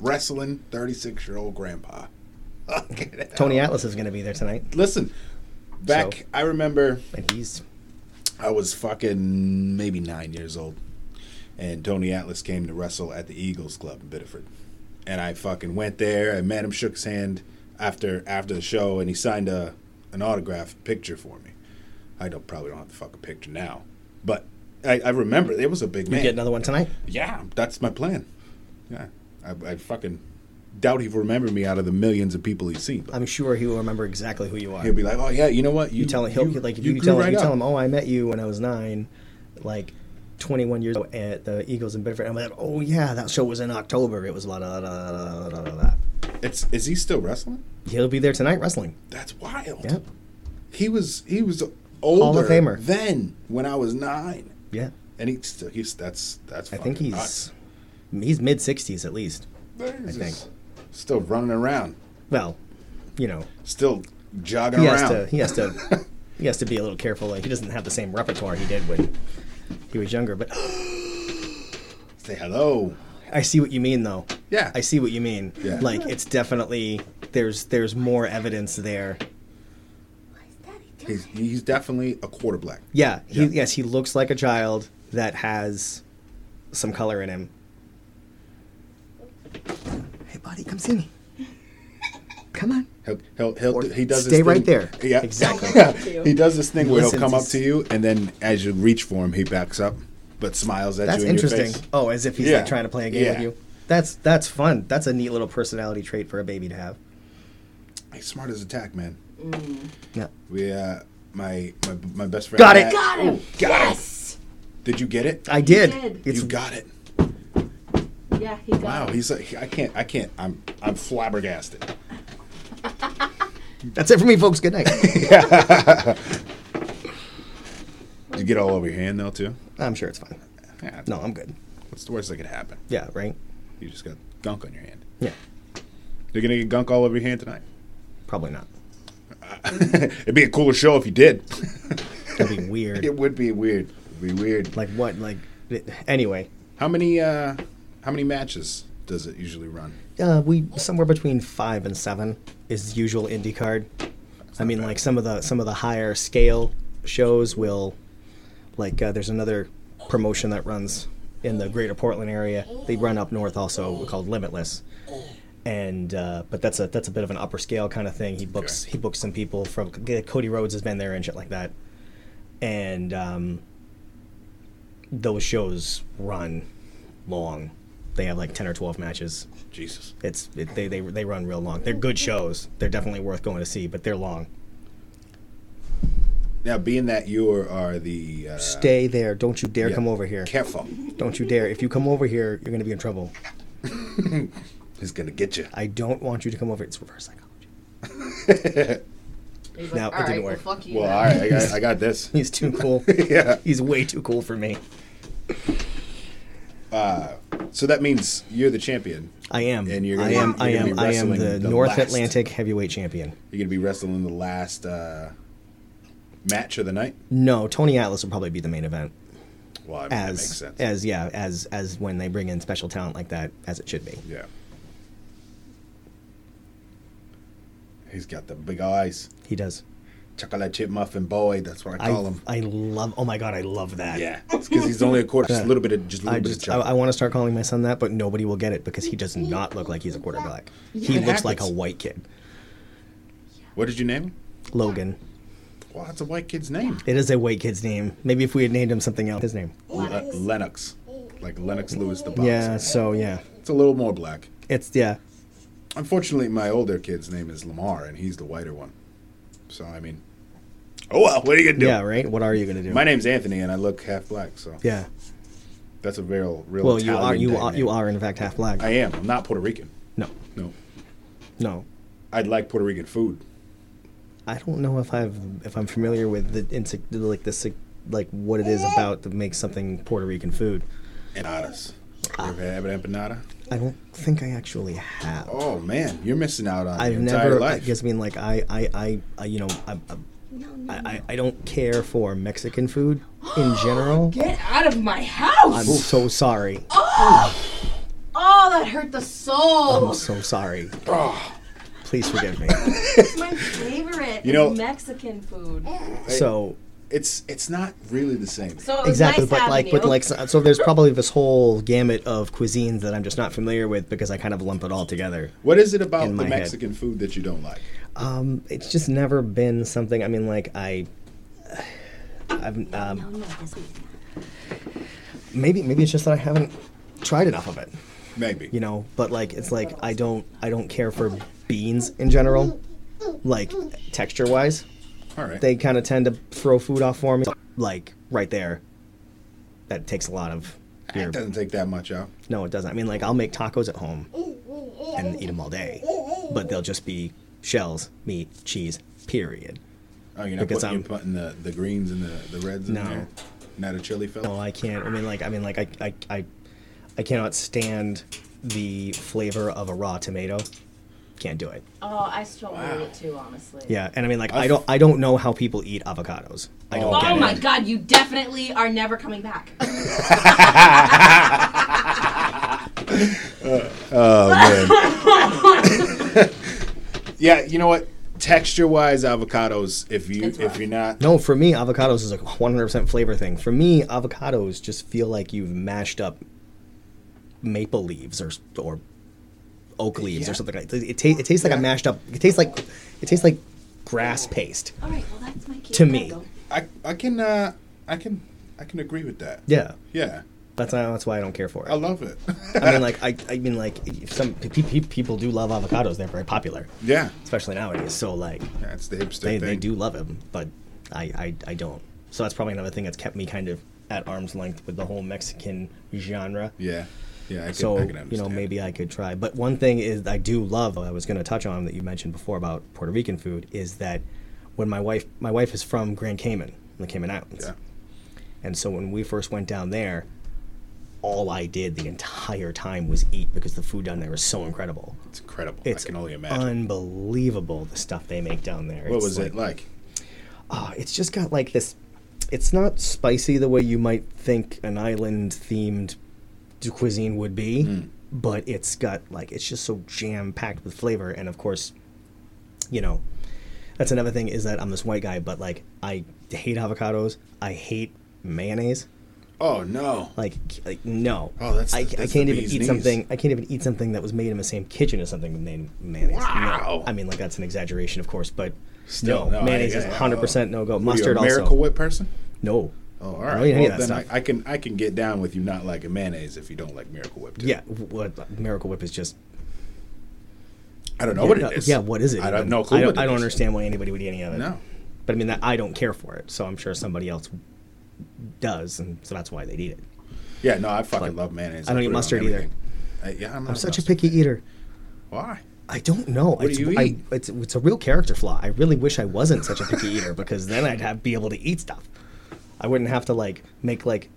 Speaker 1: Wrestling 36 year old grandpa. Look at that.
Speaker 3: Tony Atlas is going to be there tonight,
Speaker 1: Listen, back,
Speaker 3: So-
Speaker 1: I remember
Speaker 3: and he's
Speaker 1: I was fucking maybe nine years old, and Tony Atlas came to wrestle at the Eagles Club in Biddeford, and I fucking went there. I met him, shook his hand after after the show, and he signed a an autograph picture for me. I don't probably don't have the fucking picture now, but I, I remember it was a big
Speaker 3: you
Speaker 1: man.
Speaker 3: get another one tonight.
Speaker 1: yeah, that's my plan. Yeah, I, I fucking doubt he'll remember me out of the millions of people he's seen. But
Speaker 3: I'm sure he will remember exactly who you are.
Speaker 1: he'll be like, oh yeah, you know what?
Speaker 3: you tell him, he'll, like if you,
Speaker 1: grew
Speaker 3: tell him,
Speaker 1: right
Speaker 3: you tell
Speaker 1: up."
Speaker 3: him, oh, I met you when I was nine, like 21 years ago at the Eagles in Bedford. I'm like, oh yeah, that show was in October. It was blah blah blah blah blah blah. blah.
Speaker 1: It's is he still wrestling?
Speaker 3: He'll be there tonight wrestling.
Speaker 1: That's wild.
Speaker 3: Yeah,
Speaker 1: He was he was older
Speaker 3: Famer.
Speaker 1: then when I was nine,
Speaker 3: Yeah,
Speaker 1: and he's still he's that's that's.
Speaker 3: I think
Speaker 1: fucking
Speaker 3: he's
Speaker 1: nuts.
Speaker 3: he's mid sixties at least.
Speaker 1: He's
Speaker 3: think.
Speaker 1: just still running around,
Speaker 3: Well, you know,
Speaker 1: still jogging
Speaker 3: he has
Speaker 1: around.
Speaker 3: to he has to he has to be a little careful. Like he doesn't have the same repertoire he did when he was younger. But
Speaker 1: Say hello.
Speaker 3: I see what you mean, though.
Speaker 1: Yeah.
Speaker 3: I see what you mean.
Speaker 1: Yeah.
Speaker 3: Like it's definitely there's there's more evidence there.
Speaker 4: Why is Daddy doing
Speaker 1: He's he's definitely a quarter black.
Speaker 3: Yeah, he,
Speaker 1: Yeah.
Speaker 3: yes, he looks like a child that has some color in him. Hey, buddy, come see me. Come on.
Speaker 1: He'll, he'll, he'll,
Speaker 3: Or
Speaker 1: he does
Speaker 3: stay
Speaker 1: this
Speaker 3: right
Speaker 1: thing-
Speaker 3: there.
Speaker 1: Yeah,
Speaker 3: Exactly.
Speaker 1: Yeah. He does this thing where he'll
Speaker 3: Listen,
Speaker 1: come up
Speaker 3: he's-
Speaker 1: to you, and then as you reach for him, he backs up, but smiles at
Speaker 3: That's
Speaker 1: you. in your
Speaker 3: interesting.
Speaker 1: face.
Speaker 3: Oh, as if he's
Speaker 1: Yeah.
Speaker 3: like trying to play a game
Speaker 1: Yeah.
Speaker 3: with you. That's that's fun. That's a neat little personality trait for a baby to have.
Speaker 1: He's smart as a tack, man.
Speaker 3: Yeah.
Speaker 1: We, uh, my, my, my best friend.
Speaker 3: Got it.
Speaker 1: Matt-
Speaker 4: Got him!
Speaker 1: Ooh, Oh, got it.
Speaker 4: yes!
Speaker 1: Did you get it?
Speaker 3: I did.
Speaker 4: did.
Speaker 3: It's
Speaker 1: you got it.
Speaker 4: Yeah, he got
Speaker 1: Wow.
Speaker 4: it.
Speaker 1: He's like, I can't, I can't. I'm, I'm flabbergasted.
Speaker 3: that's it for me, folks. Good night.
Speaker 1: Did you get all over your hand though, too?
Speaker 3: I'm sure it's fine.
Speaker 1: Yeah.
Speaker 3: No, I'm good.
Speaker 1: What's the worst that could happen?
Speaker 3: Yeah, right?
Speaker 1: You just got gunk on your hand.
Speaker 3: Yeah.
Speaker 1: You're gonna get gunk all over your hand tonight.
Speaker 3: Probably not.
Speaker 1: It'd be a cooler show if you did.
Speaker 3: That'd be weird.
Speaker 1: it would be weird. It'd be weird.
Speaker 3: like what? Like it- anyway,
Speaker 1: How many uh how many matches does it usually run?
Speaker 3: uh, we somewhere between five and seven is the usual indie card. I mean, like some of the some of the higher scale shows will, like uh, there's another promotion that runs in the greater Portland area. They run up north also called Limitless, and uh, but that's a that's a bit of an upper scale kind of thing. He books
Speaker 1: Okay.
Speaker 3: he books some people from Cody Rhodes has been there and shit like that, and um, those shows run long. They have like ten or twelve matches
Speaker 1: Jesus.
Speaker 3: it's it, they, they they run real long. They're good shows. They're definitely worth going to see, but they're long.
Speaker 1: Now being that you are, are the uh,
Speaker 3: Stay there. Don't you dare
Speaker 1: yeah,
Speaker 3: come over here.
Speaker 1: Careful.
Speaker 3: Don't you dare. If you come over here, you're going to be in trouble.
Speaker 1: He's gonna get you.
Speaker 3: I don't want you to come over. It's reverse psychology.
Speaker 4: He's
Speaker 3: No, it
Speaker 4: "All right,
Speaker 3: didn't
Speaker 4: well,
Speaker 3: work."
Speaker 4: fuck you
Speaker 1: Well,
Speaker 4: then."
Speaker 1: all right, I got, I got this.
Speaker 3: He's too cool.
Speaker 1: Yeah.
Speaker 3: He's way too cool for me.
Speaker 1: So that means you're the champion.
Speaker 3: I am.
Speaker 1: And you're
Speaker 3: I
Speaker 1: gonna-
Speaker 3: am. I
Speaker 1: you're gonna
Speaker 3: am.
Speaker 1: be
Speaker 3: I am
Speaker 1: wrestling
Speaker 3: the,
Speaker 1: the
Speaker 3: North
Speaker 1: last.
Speaker 3: Atlantic heavyweight champion.
Speaker 1: You're gonna be wrestling the last uh, match of the night.
Speaker 3: No, Tony Atlas will probably be the main event.
Speaker 1: Well, I mean, that
Speaker 3: As
Speaker 1: makes sense.
Speaker 3: as yeah, as as when they bring in special talent like that, as it should be.
Speaker 1: yeah. He's got the big eyes.
Speaker 3: He does.
Speaker 1: Chocolate chip muffin boy. That's what I call
Speaker 3: I
Speaker 1: him.
Speaker 3: I love. Oh my god, I love that.
Speaker 1: yeah, it's because he's only a quarter. Just a little bit of just a
Speaker 3: I
Speaker 1: little bit of
Speaker 3: just I,
Speaker 1: chocolate.
Speaker 3: I want to start calling my son that, but nobody will get it because he does not look like he's a quarterback. He
Speaker 1: It
Speaker 3: looks like a
Speaker 1: happens.
Speaker 3: white kid.
Speaker 1: what did you name him?
Speaker 3: Logan.
Speaker 1: Well, that's a white kid's name.
Speaker 3: It is a white kid's name. Maybe if we had named him something else, his name.
Speaker 1: Le- uh, Lennox, like Lennox Lewis the boxer.
Speaker 3: Yeah. So yeah,
Speaker 1: It's a little more black.
Speaker 3: it's yeah.
Speaker 1: Unfortunately, my older kid's name is Lamar, and he's the whiter one. So I mean, oh well, what are you gonna do?
Speaker 3: Yeah. Right. What are you gonna do?
Speaker 1: My name's Anthony, and I look half black, so
Speaker 3: yeah.
Speaker 1: that's a real, real.
Speaker 3: Well, you are
Speaker 1: Italian
Speaker 3: you
Speaker 1: type
Speaker 3: are
Speaker 1: name.
Speaker 3: you are in fact half black.
Speaker 1: I am. I'm not Puerto Rican.
Speaker 3: no.
Speaker 1: No,
Speaker 3: No.
Speaker 1: I'd like Puerto Rican food.
Speaker 3: I don't know if I've if I'm familiar with the insec- like the sig- like what it is about that makes something Puerto Rican food.
Speaker 1: Empanadas. You ever had an empanada?
Speaker 3: I don't think I actually have.
Speaker 1: Oh man, you're missing out on
Speaker 3: I've
Speaker 1: your entire
Speaker 3: never. I
Speaker 1: life.
Speaker 3: guess I mean like I I I, I you know I, I, I I- I don't care for Mexican food in general.
Speaker 4: Get out of my
Speaker 3: I'm
Speaker 4: house!
Speaker 3: so sorry.
Speaker 4: oh, that hurt the soul!
Speaker 3: I'm so sorry.
Speaker 4: Oh.
Speaker 3: Please forgive me.
Speaker 4: It's my favorite.
Speaker 1: You know- Eh.
Speaker 4: it's Mexican food.
Speaker 3: So
Speaker 1: It's it's not really the same.
Speaker 4: So it was
Speaker 3: exactly,
Speaker 4: nice
Speaker 3: but
Speaker 4: having
Speaker 3: like, but
Speaker 4: you.
Speaker 3: like, so so there's probably this whole gamut of cuisines that I'm just not familiar with because I kind of lump it all together.
Speaker 1: What is it about
Speaker 3: In
Speaker 1: the
Speaker 3: my head.
Speaker 1: Mexican food that you don't like?
Speaker 3: Um, it's just never been something. I mean, like I, I've um,
Speaker 4: No, no, that's not.
Speaker 3: maybe maybe it's just that I haven't tried enough of it.
Speaker 1: Maybe.
Speaker 3: you know but like it's like i don't i don't care for beans in general like texture wise
Speaker 1: All right.
Speaker 3: they kind of tend to throw food off for me like right there that takes a lot of your
Speaker 1: it doesn't take that much out.
Speaker 3: no it doesn't i mean like i'll make tacos at home and eat them all day but they'll just be shells meat cheese period
Speaker 1: Oh, you're not
Speaker 3: Because
Speaker 1: putting, you're
Speaker 3: I'm-
Speaker 1: putting the, the greens and the, the reds in
Speaker 3: No.
Speaker 1: there? Not a chili fella?
Speaker 3: No, I can't. I mean, like, I mean, like, I, I, I, I cannot stand the flavor of a raw tomato. Can't do it.
Speaker 4: Oh, I struggle with
Speaker 1: Wow.
Speaker 4: it too, honestly.
Speaker 3: Yeah, and I mean, like, I don't, I don't know how people eat avocados. I don't
Speaker 1: Oh.
Speaker 3: get
Speaker 4: Oh
Speaker 3: it.
Speaker 4: my god, you definitely are never coming back.
Speaker 1: Yeah, you know what? Texture wise, avocados. If you
Speaker 4: It's
Speaker 1: if
Speaker 4: rough.
Speaker 1: you're not
Speaker 3: No, for me, avocados is a 100% flavor thing. For me, avocados just feel like you've mashed up maple leaves or or oak leaves or something like that. It, ta- it tastes like a mashed up. It tastes like it tastes like grass paste.
Speaker 4: All right, well that's my key.
Speaker 3: To me.
Speaker 1: I I can uh, I can I can agree with that.
Speaker 3: Yeah,
Speaker 1: Yeah.
Speaker 3: that's uh, that's why I don't care for it.
Speaker 1: I love it.
Speaker 3: I mean, like I, I mean, like if some pe- pe- people do love avocados. They're very popular,
Speaker 1: yeah.
Speaker 3: especially nowadays. So like
Speaker 1: That's the hipster
Speaker 3: they,
Speaker 1: thing.
Speaker 3: they do love him, but I, I I don't. So that's probably another thing that's kept me kind of at arm's length with the whole Mexican genre.
Speaker 1: Yeah. Yeah. I can,
Speaker 3: so
Speaker 1: I can understand.
Speaker 3: you know maybe I could try. But one thing is I do love. I was going to touch on that you mentioned before about Puerto Rican food is that when my wife my wife is from Grand Cayman, the Cayman Islands,
Speaker 1: Yeah.
Speaker 3: and so when we first went down there, all I did the entire time was eat because the food down there is so incredible.
Speaker 1: It's incredible. I
Speaker 3: It's
Speaker 1: can only imagine.
Speaker 3: unbelievable the stuff they make down there.
Speaker 1: what
Speaker 3: It's
Speaker 1: was
Speaker 3: like,
Speaker 1: it like?
Speaker 3: Ah, it's just got like this. It's not spicy the way you might think an island themed cuisine would be, but it's got like it's just so jam packed with flavor. And of course, you know, that's another thing is that I'm this white guy, but like I hate avocados. I hate mayonnaise.
Speaker 1: Oh no.
Speaker 3: Like, like no,
Speaker 1: Oh, that's the-
Speaker 3: I, I
Speaker 1: that's the
Speaker 3: can't even
Speaker 1: bee's
Speaker 3: eat
Speaker 1: knees.
Speaker 3: something. I can't even eat something that was made in the same kitchen as something made with mayonnaise.
Speaker 1: Wow.
Speaker 3: No. I mean, like that's an exaggeration, of course, but
Speaker 1: Still,
Speaker 3: no,
Speaker 1: no,
Speaker 3: mayonnaise
Speaker 1: I-
Speaker 3: is
Speaker 1: I-
Speaker 3: 100 percent no
Speaker 1: What, are
Speaker 3: go.
Speaker 1: you
Speaker 3: Mustard
Speaker 1: a Miracle
Speaker 3: also
Speaker 1: Whip person?
Speaker 3: no.
Speaker 1: Oh, all
Speaker 3: I
Speaker 1: right.
Speaker 3: don't eat any
Speaker 1: Well,
Speaker 3: of that
Speaker 1: then
Speaker 3: stuff.
Speaker 1: I, I can I can get down with you not liking mayonnaise if you don't like Miracle Whip. Too.
Speaker 3: yeah, what Miracle Whip is just
Speaker 1: I don't know Oh, what
Speaker 3: yeah,
Speaker 1: it is.
Speaker 3: yeah. What is it?
Speaker 1: I don't
Speaker 3: even?
Speaker 1: no clue.
Speaker 3: I
Speaker 1: what
Speaker 3: don't,
Speaker 1: it
Speaker 3: I don't
Speaker 1: is.
Speaker 3: understand why anybody would eat any of it.
Speaker 1: No.
Speaker 3: but I mean that I don't care for it, so I'm sure somebody else does, and so that's why they eat it.
Speaker 1: Oh, Yeah, no, I fucking
Speaker 3: Like,
Speaker 1: love mayonnaise.
Speaker 3: I don't
Speaker 1: put it
Speaker 3: eat
Speaker 1: on
Speaker 3: mustard either.
Speaker 1: everything. I, yeah, I'm, not
Speaker 3: I'm such a
Speaker 1: mustard.
Speaker 3: picky eater.
Speaker 1: Why?
Speaker 3: I don't know.
Speaker 1: do
Speaker 3: it's,
Speaker 1: you
Speaker 3: I-
Speaker 1: eat?
Speaker 3: it's, it's a real character flaw. I really wish I wasn't such a picky eater because then I'd have, be able to eat stuff. I wouldn't have to like make like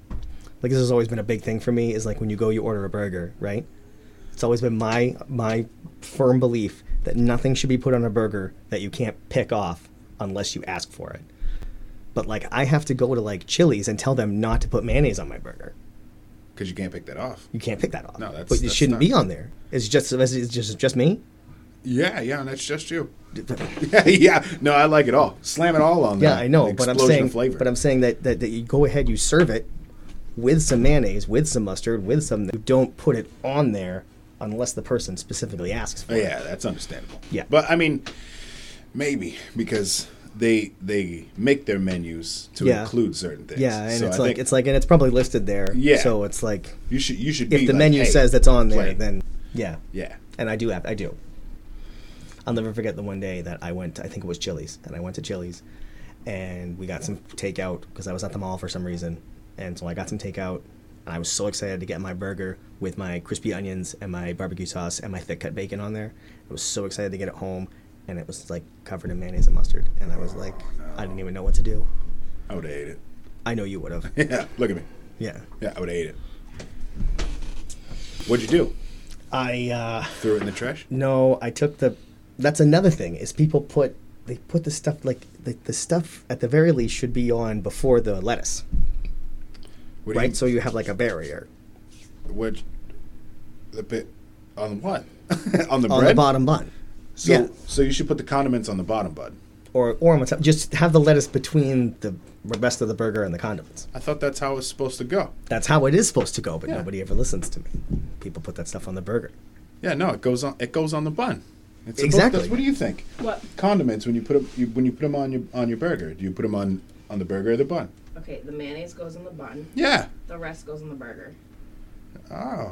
Speaker 3: like this has always been a big thing for me is like when you go you order a burger, right? It's always been my my firm belief that nothing should be put on a burger that you can't pick off unless you ask for it. But like I have to go to like Chili's and tell them not to put mayonnaise on my burger.
Speaker 1: Because you can't pick that off.
Speaker 3: You can't pick that off.
Speaker 1: No, that's-
Speaker 3: but it
Speaker 1: that's
Speaker 3: shouldn't
Speaker 1: not-
Speaker 3: be on there. It's just it's just just me.
Speaker 1: Yeah, yeah, and that's just you. yeah, no, I like it all. Slam it all on
Speaker 3: Yeah,
Speaker 1: there.
Speaker 3: I know,
Speaker 1: An
Speaker 3: but I'm
Speaker 1: explosion
Speaker 3: saying,
Speaker 1: of flavor.
Speaker 3: but I'm saying that, that that you go ahead, you serve it with some mayonnaise, with some mustard, with some. You don't put it on there unless the person specifically asks for
Speaker 1: Oh,
Speaker 3: it.
Speaker 1: yeah, that's understandable.
Speaker 3: Yeah.
Speaker 1: but I mean, maybe because they they make their menus to
Speaker 3: Yeah.
Speaker 1: include certain things.
Speaker 3: Yeah, and
Speaker 1: So
Speaker 3: it's
Speaker 1: I
Speaker 3: like
Speaker 1: think
Speaker 3: it's like, and it's probably listed there.
Speaker 1: Yeah.
Speaker 3: So it's like,
Speaker 1: you should you should
Speaker 3: if
Speaker 1: be
Speaker 3: the
Speaker 1: like,
Speaker 3: menu
Speaker 1: hey,
Speaker 3: says that's on there,
Speaker 1: play.
Speaker 3: then yeah,
Speaker 1: yeah,
Speaker 3: And I do have, I do. I'll never forget the one day that I went. I think it was Chili's, and I went to Chili's, and we got some takeout because I was at the mall for some reason, and so I got some takeout, and I was so excited to get my burger with my crispy onions and my barbecue sauce and my thick cut bacon on there. I was so excited to get it home, and it was like covered in mayonnaise and mustard, and I was like, I didn't even know what to do.
Speaker 1: I would have ate it.
Speaker 3: I know you would have.
Speaker 1: Yeah, look at me.
Speaker 3: yeah.
Speaker 1: Yeah, I would have ate it. What'd you do?
Speaker 3: I. uh...
Speaker 1: Threw it in the trash?
Speaker 3: No, I took the. That's another thing is people put they put the stuff like the, the stuff at the very least should be on before the lettuce,
Speaker 1: What do
Speaker 3: right?
Speaker 1: You,
Speaker 3: so you have like a barrier
Speaker 1: what? The bit on what? on the
Speaker 3: on
Speaker 1: bread.
Speaker 3: the bottom bun,
Speaker 1: So,
Speaker 3: yeah.
Speaker 1: so you should put the condiments on the bottom bud.
Speaker 3: or or on the top. Just have the lettuce between the rest of the burger and the condiments.
Speaker 1: I thought that's how it's supposed to go.
Speaker 3: That's how it is supposed to go, but
Speaker 1: Yeah.
Speaker 3: nobody ever listens to me. People put that stuff on the burger.
Speaker 1: Yeah, no, it goes on. It goes on the bun. It's supposed-
Speaker 3: Exactly.
Speaker 1: that's- what do you think?
Speaker 4: What?
Speaker 1: condiments when you put them you, when you put 'em on your on your burger? Do you put them on on the burger or the bun?
Speaker 4: Okay, the mayonnaise goes in the bun.
Speaker 1: Yeah.
Speaker 4: The rest goes in the burger.
Speaker 1: Oh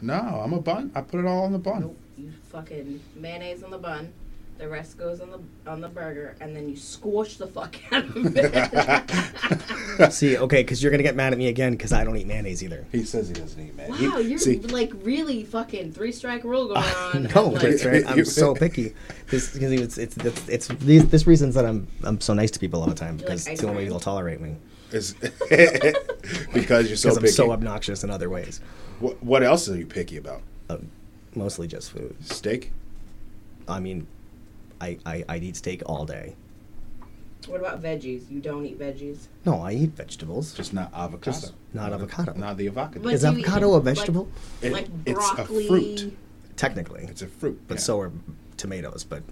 Speaker 1: no, I'm a bun. I put it all on the bun.
Speaker 4: Nope. You fucking mayonnaise in the bun. The rest goes on the on the burger, and then you squash the fuck out of it.
Speaker 3: See, okay, because you're gonna get mad at me again because I don't eat mayonnaise either.
Speaker 1: He says he doesn't eat mayonnaise.
Speaker 4: wow,
Speaker 1: He-
Speaker 4: you're
Speaker 1: see,
Speaker 4: like really fucking three strike rule going on.
Speaker 3: no,
Speaker 4: and, like,
Speaker 3: that's right. I'm so picky. This because it's it's it's, it's these, this reason's that I'm I'm so nice to people all the time
Speaker 4: You're like,
Speaker 3: because
Speaker 4: I
Speaker 3: it's the only way
Speaker 4: tried.
Speaker 3: they'll tolerate me
Speaker 1: is- because you're so
Speaker 3: because I'm
Speaker 1: picky.
Speaker 3: so obnoxious in other ways.
Speaker 1: Wh- what else are you picky about?
Speaker 3: Um, mostly just food.
Speaker 1: Steak?
Speaker 3: I mean, I, I I'd eat steak all day.
Speaker 4: What about veggies? You don't eat veggies.
Speaker 3: No, I eat vegetables.
Speaker 1: Just not avocado.
Speaker 3: Just not avocado.
Speaker 1: Not the avocado.
Speaker 4: But
Speaker 3: Is
Speaker 4: do you
Speaker 3: avocado a
Speaker 4: eat, like-
Speaker 3: vegetable?
Speaker 1: It-
Speaker 4: like
Speaker 1: it's a
Speaker 4: broccoli.
Speaker 1: fruit.
Speaker 3: Technically,
Speaker 1: it's a fruit.
Speaker 3: but
Speaker 1: yeah.
Speaker 3: so are tomatoes. But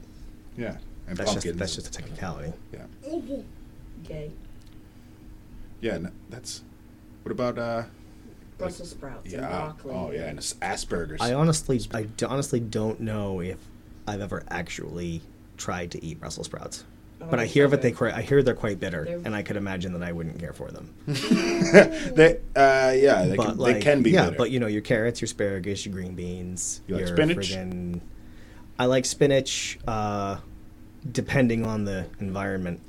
Speaker 1: yeah, and
Speaker 3: that's
Speaker 1: pumpkins.
Speaker 3: just that's just a technicality.
Speaker 1: yeah,
Speaker 4: Okay.
Speaker 1: yeah. n that's what about uh
Speaker 4: Brussels sprouts and
Speaker 1: yeah
Speaker 4: broccoli.
Speaker 1: oh yeah and it's Asperger's.
Speaker 3: I honestly, I d- honestly don't know if I've ever actually tried to eat Brussels sprouts.
Speaker 4: Oh,
Speaker 3: But I
Speaker 4: they're
Speaker 3: hear
Speaker 4: so
Speaker 3: that they,
Speaker 4: good.
Speaker 3: cri- I hear they're quite bitter,
Speaker 4: They're-
Speaker 3: and I could imagine that I wouldn't care for them.
Speaker 1: they uh yeah they,
Speaker 3: but
Speaker 1: can,
Speaker 3: like,
Speaker 1: they can be
Speaker 3: yeah,
Speaker 1: bitter.
Speaker 3: but you know, your carrots, your asparagus, your green beans,
Speaker 1: You like
Speaker 3: your
Speaker 1: spinach?
Speaker 3: friggin- I like spinach, uh, depending on the environment.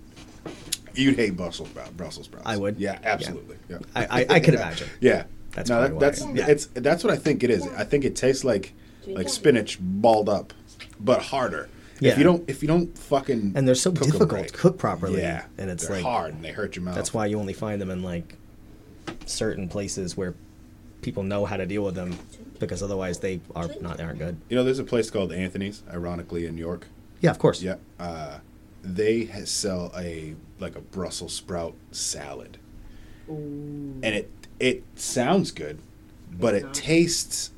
Speaker 1: You'd hate Brussels sprouts. Brussels sprouts.
Speaker 3: I would.
Speaker 1: Yeah,
Speaker 3: Yeah.
Speaker 1: absolutely. Yeah.
Speaker 3: I- I- I could imagine.
Speaker 1: Yeah.
Speaker 3: That's
Speaker 1: no,
Speaker 3: probably
Speaker 1: that,
Speaker 3: why.
Speaker 1: that's
Speaker 3: Yeah.
Speaker 1: it's that's what I think it is. I think it tastes like like spinach balled up, but harder.
Speaker 3: Yeah.
Speaker 1: If you don't if you don't fucking
Speaker 3: And they're so
Speaker 1: 'em
Speaker 3: difficult
Speaker 1: right.
Speaker 3: to cook properly,
Speaker 1: Yeah.
Speaker 3: and it's
Speaker 1: they're
Speaker 3: like
Speaker 1: hard and they hurt your mouth.
Speaker 3: that's why you only find them in like certain places where people know how to deal with them, because otherwise they are not they aren't good.
Speaker 1: you know there's a place called Anthony's, ironically in New York.
Speaker 3: Yeah, of course.
Speaker 1: Yeah. Uh, they ha- sell a like a Brussels sprout salad, and it it sounds good, but it tastes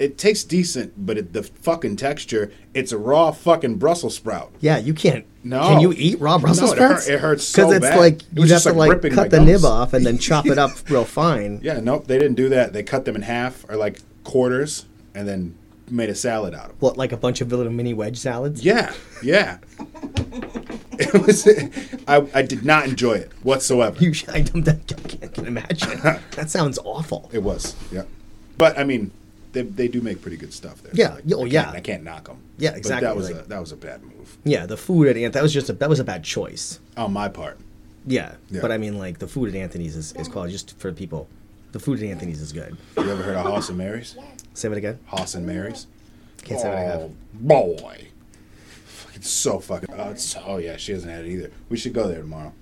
Speaker 1: it tastes decent. But it, the fucking texture, it's a raw fucking Brussels sprout.
Speaker 3: Yeah, you can't.
Speaker 1: No.
Speaker 3: Can you eat raw Brussels
Speaker 1: No, it hurt-
Speaker 3: sprouts?
Speaker 1: it hurts so
Speaker 3: it's
Speaker 1: bad.
Speaker 3: like
Speaker 1: It
Speaker 3: you
Speaker 1: was
Speaker 3: have
Speaker 1: just
Speaker 3: to
Speaker 1: like
Speaker 3: like
Speaker 1: ripping my
Speaker 3: cut the nib
Speaker 1: gums.
Speaker 3: off and then chop it up real fine.
Speaker 1: Yeah. Nope. They didn't do that. They cut them in half or like quarters, and then made a salad out of them.
Speaker 3: What, like a bunch of little mini wedge salads?
Speaker 1: Yeah. Yeah. it was. I, I did not enjoy it whatsoever.
Speaker 3: You, I, don't, I can't can imagine. that sounds awful.
Speaker 1: It was, yeah. But I mean, they, they do make pretty good stuff there.
Speaker 3: Yeah, yeah, oh,
Speaker 1: I can't-
Speaker 3: yeah.
Speaker 1: I can't knock them.
Speaker 3: Yeah, exactly,
Speaker 1: But that was
Speaker 3: like-
Speaker 1: a that was a bad move
Speaker 3: Yeah, the food at Ant that was just a, that was a bad choice.
Speaker 1: on my part.
Speaker 3: Yeah.
Speaker 1: Yeah.
Speaker 3: but I mean, like the food at Anthony's is, is called just for people. The food at Anthony's is good.
Speaker 1: You ever heard of Hoss and Mary's?
Speaker 3: Say it again.
Speaker 1: Hoss and Mary's.
Speaker 3: Can't say that I
Speaker 1: Oh.
Speaker 3: have.
Speaker 1: boy, Fuck, it's so fucking. Oh, it's- oh yeah, she hasn't had it either. We should go there tomorrow.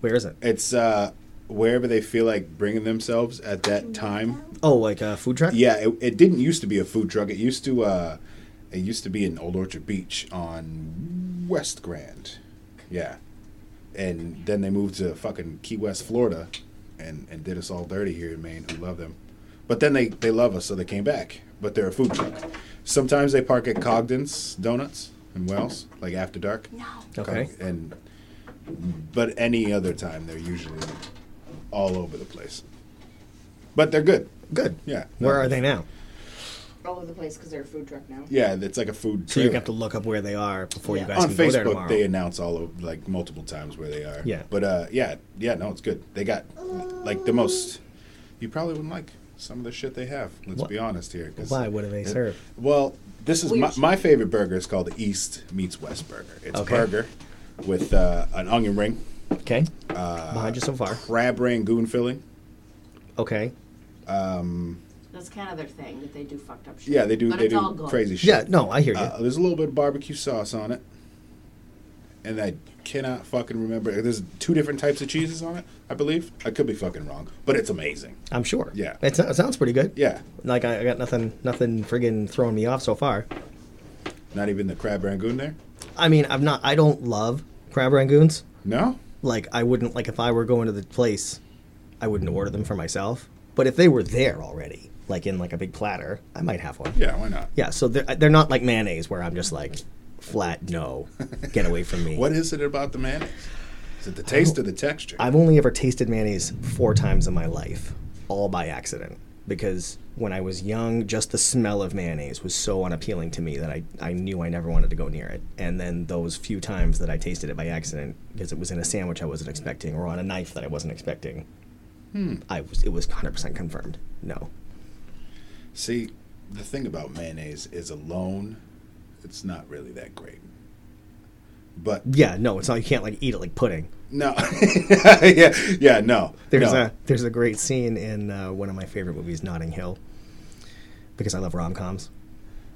Speaker 3: Where is it?
Speaker 1: It's uh wherever they feel like bringing themselves at that time.
Speaker 3: Oh, like a food truck.
Speaker 1: Yeah, it, it didn't used to be a food truck. It used to uh it used to be in Old Orchard Beach on West Grand. Yeah. And then they moved to fucking Key West, Florida and and did us all dirty here in Maine who love them. But then they they love us so they came back, but they're a food truck. Sometimes they park at Cogden's Donuts in Wells, like after dark.
Speaker 3: Okay.
Speaker 1: Cog- And but any other time they're usually all over the place. But they're good.
Speaker 3: Good.
Speaker 1: Yeah.
Speaker 3: Where are they now?
Speaker 4: all over the place because they're a food truck now.
Speaker 1: Yeah, it's like a food.
Speaker 3: So you
Speaker 1: trailer.
Speaker 3: have to look up where they are before you
Speaker 4: Yeah.
Speaker 3: guys
Speaker 1: on
Speaker 3: can go there
Speaker 1: Facebook.
Speaker 3: tomorrow.
Speaker 1: They announce all of like multiple times where they are.
Speaker 3: Yeah.
Speaker 1: But uh, yeah, yeah, no, it's good. They got like the most. You probably wouldn't like some of the shit they have. Let's
Speaker 3: What-
Speaker 1: be honest here. 'cause-
Speaker 3: Why? What do they serve?
Speaker 1: Well, this is my,
Speaker 4: Weird.
Speaker 1: my favorite burger. is called the East meets West burger. It's
Speaker 3: Okay.
Speaker 1: a burger with uh, an onion ring,
Speaker 3: Okay. Uh, Behind you so far.
Speaker 1: crab rangoon filling.
Speaker 3: Okay.
Speaker 4: That's kind of their thing that they do fucked up shit.
Speaker 1: Yeah, they do.
Speaker 4: But
Speaker 1: they
Speaker 4: it's all
Speaker 1: do
Speaker 4: good.
Speaker 1: crazy shit.
Speaker 3: Yeah. No, I hear you.
Speaker 1: Uh, there's a little bit of barbecue sauce on it, and I cannot fucking remember. There's two different types of cheeses on it, I believe. I could be fucking wrong, but it's amazing.
Speaker 3: I'm sure.
Speaker 1: yeah.
Speaker 3: It, so- it sounds pretty good.
Speaker 1: Yeah,
Speaker 3: Like I, I got nothing, nothing friggin' throwing me off so far.
Speaker 1: not even the crab rangoon there.
Speaker 3: I mean, I'm not. I don't love crab rangoons.
Speaker 1: No,
Speaker 3: Like I wouldn't like if I were going to the place, I wouldn't order them for myself. But if they were there already, like in like a big platter, I might have one.
Speaker 1: yeah, why not?
Speaker 3: Yeah. So they're they're not like mayonnaise where I'm just like flat no, get away from me.
Speaker 1: What is it about the mayonnaise? Is it the taste or the texture?
Speaker 3: I've only ever tasted mayonnaise four times in my life, all by accident. Because when I was young, just the smell of mayonnaise was so unappealing to me that I, I knew I never wanted to go near it. And then those few times that I tasted it by accident, because it was in a sandwich I wasn't expecting or on a knife that I wasn't expecting, I was it was 100% confirmed. No.
Speaker 1: See, the thing about mayonnaise is alone it's not really that great. But
Speaker 3: Yeah, no, it's not. You can't like eat it like pudding.
Speaker 1: no, yeah, yeah, no.
Speaker 3: There's
Speaker 1: no.
Speaker 3: a there's a great scene in uh, one of my favorite movies, Notting Hill, because I love rom coms.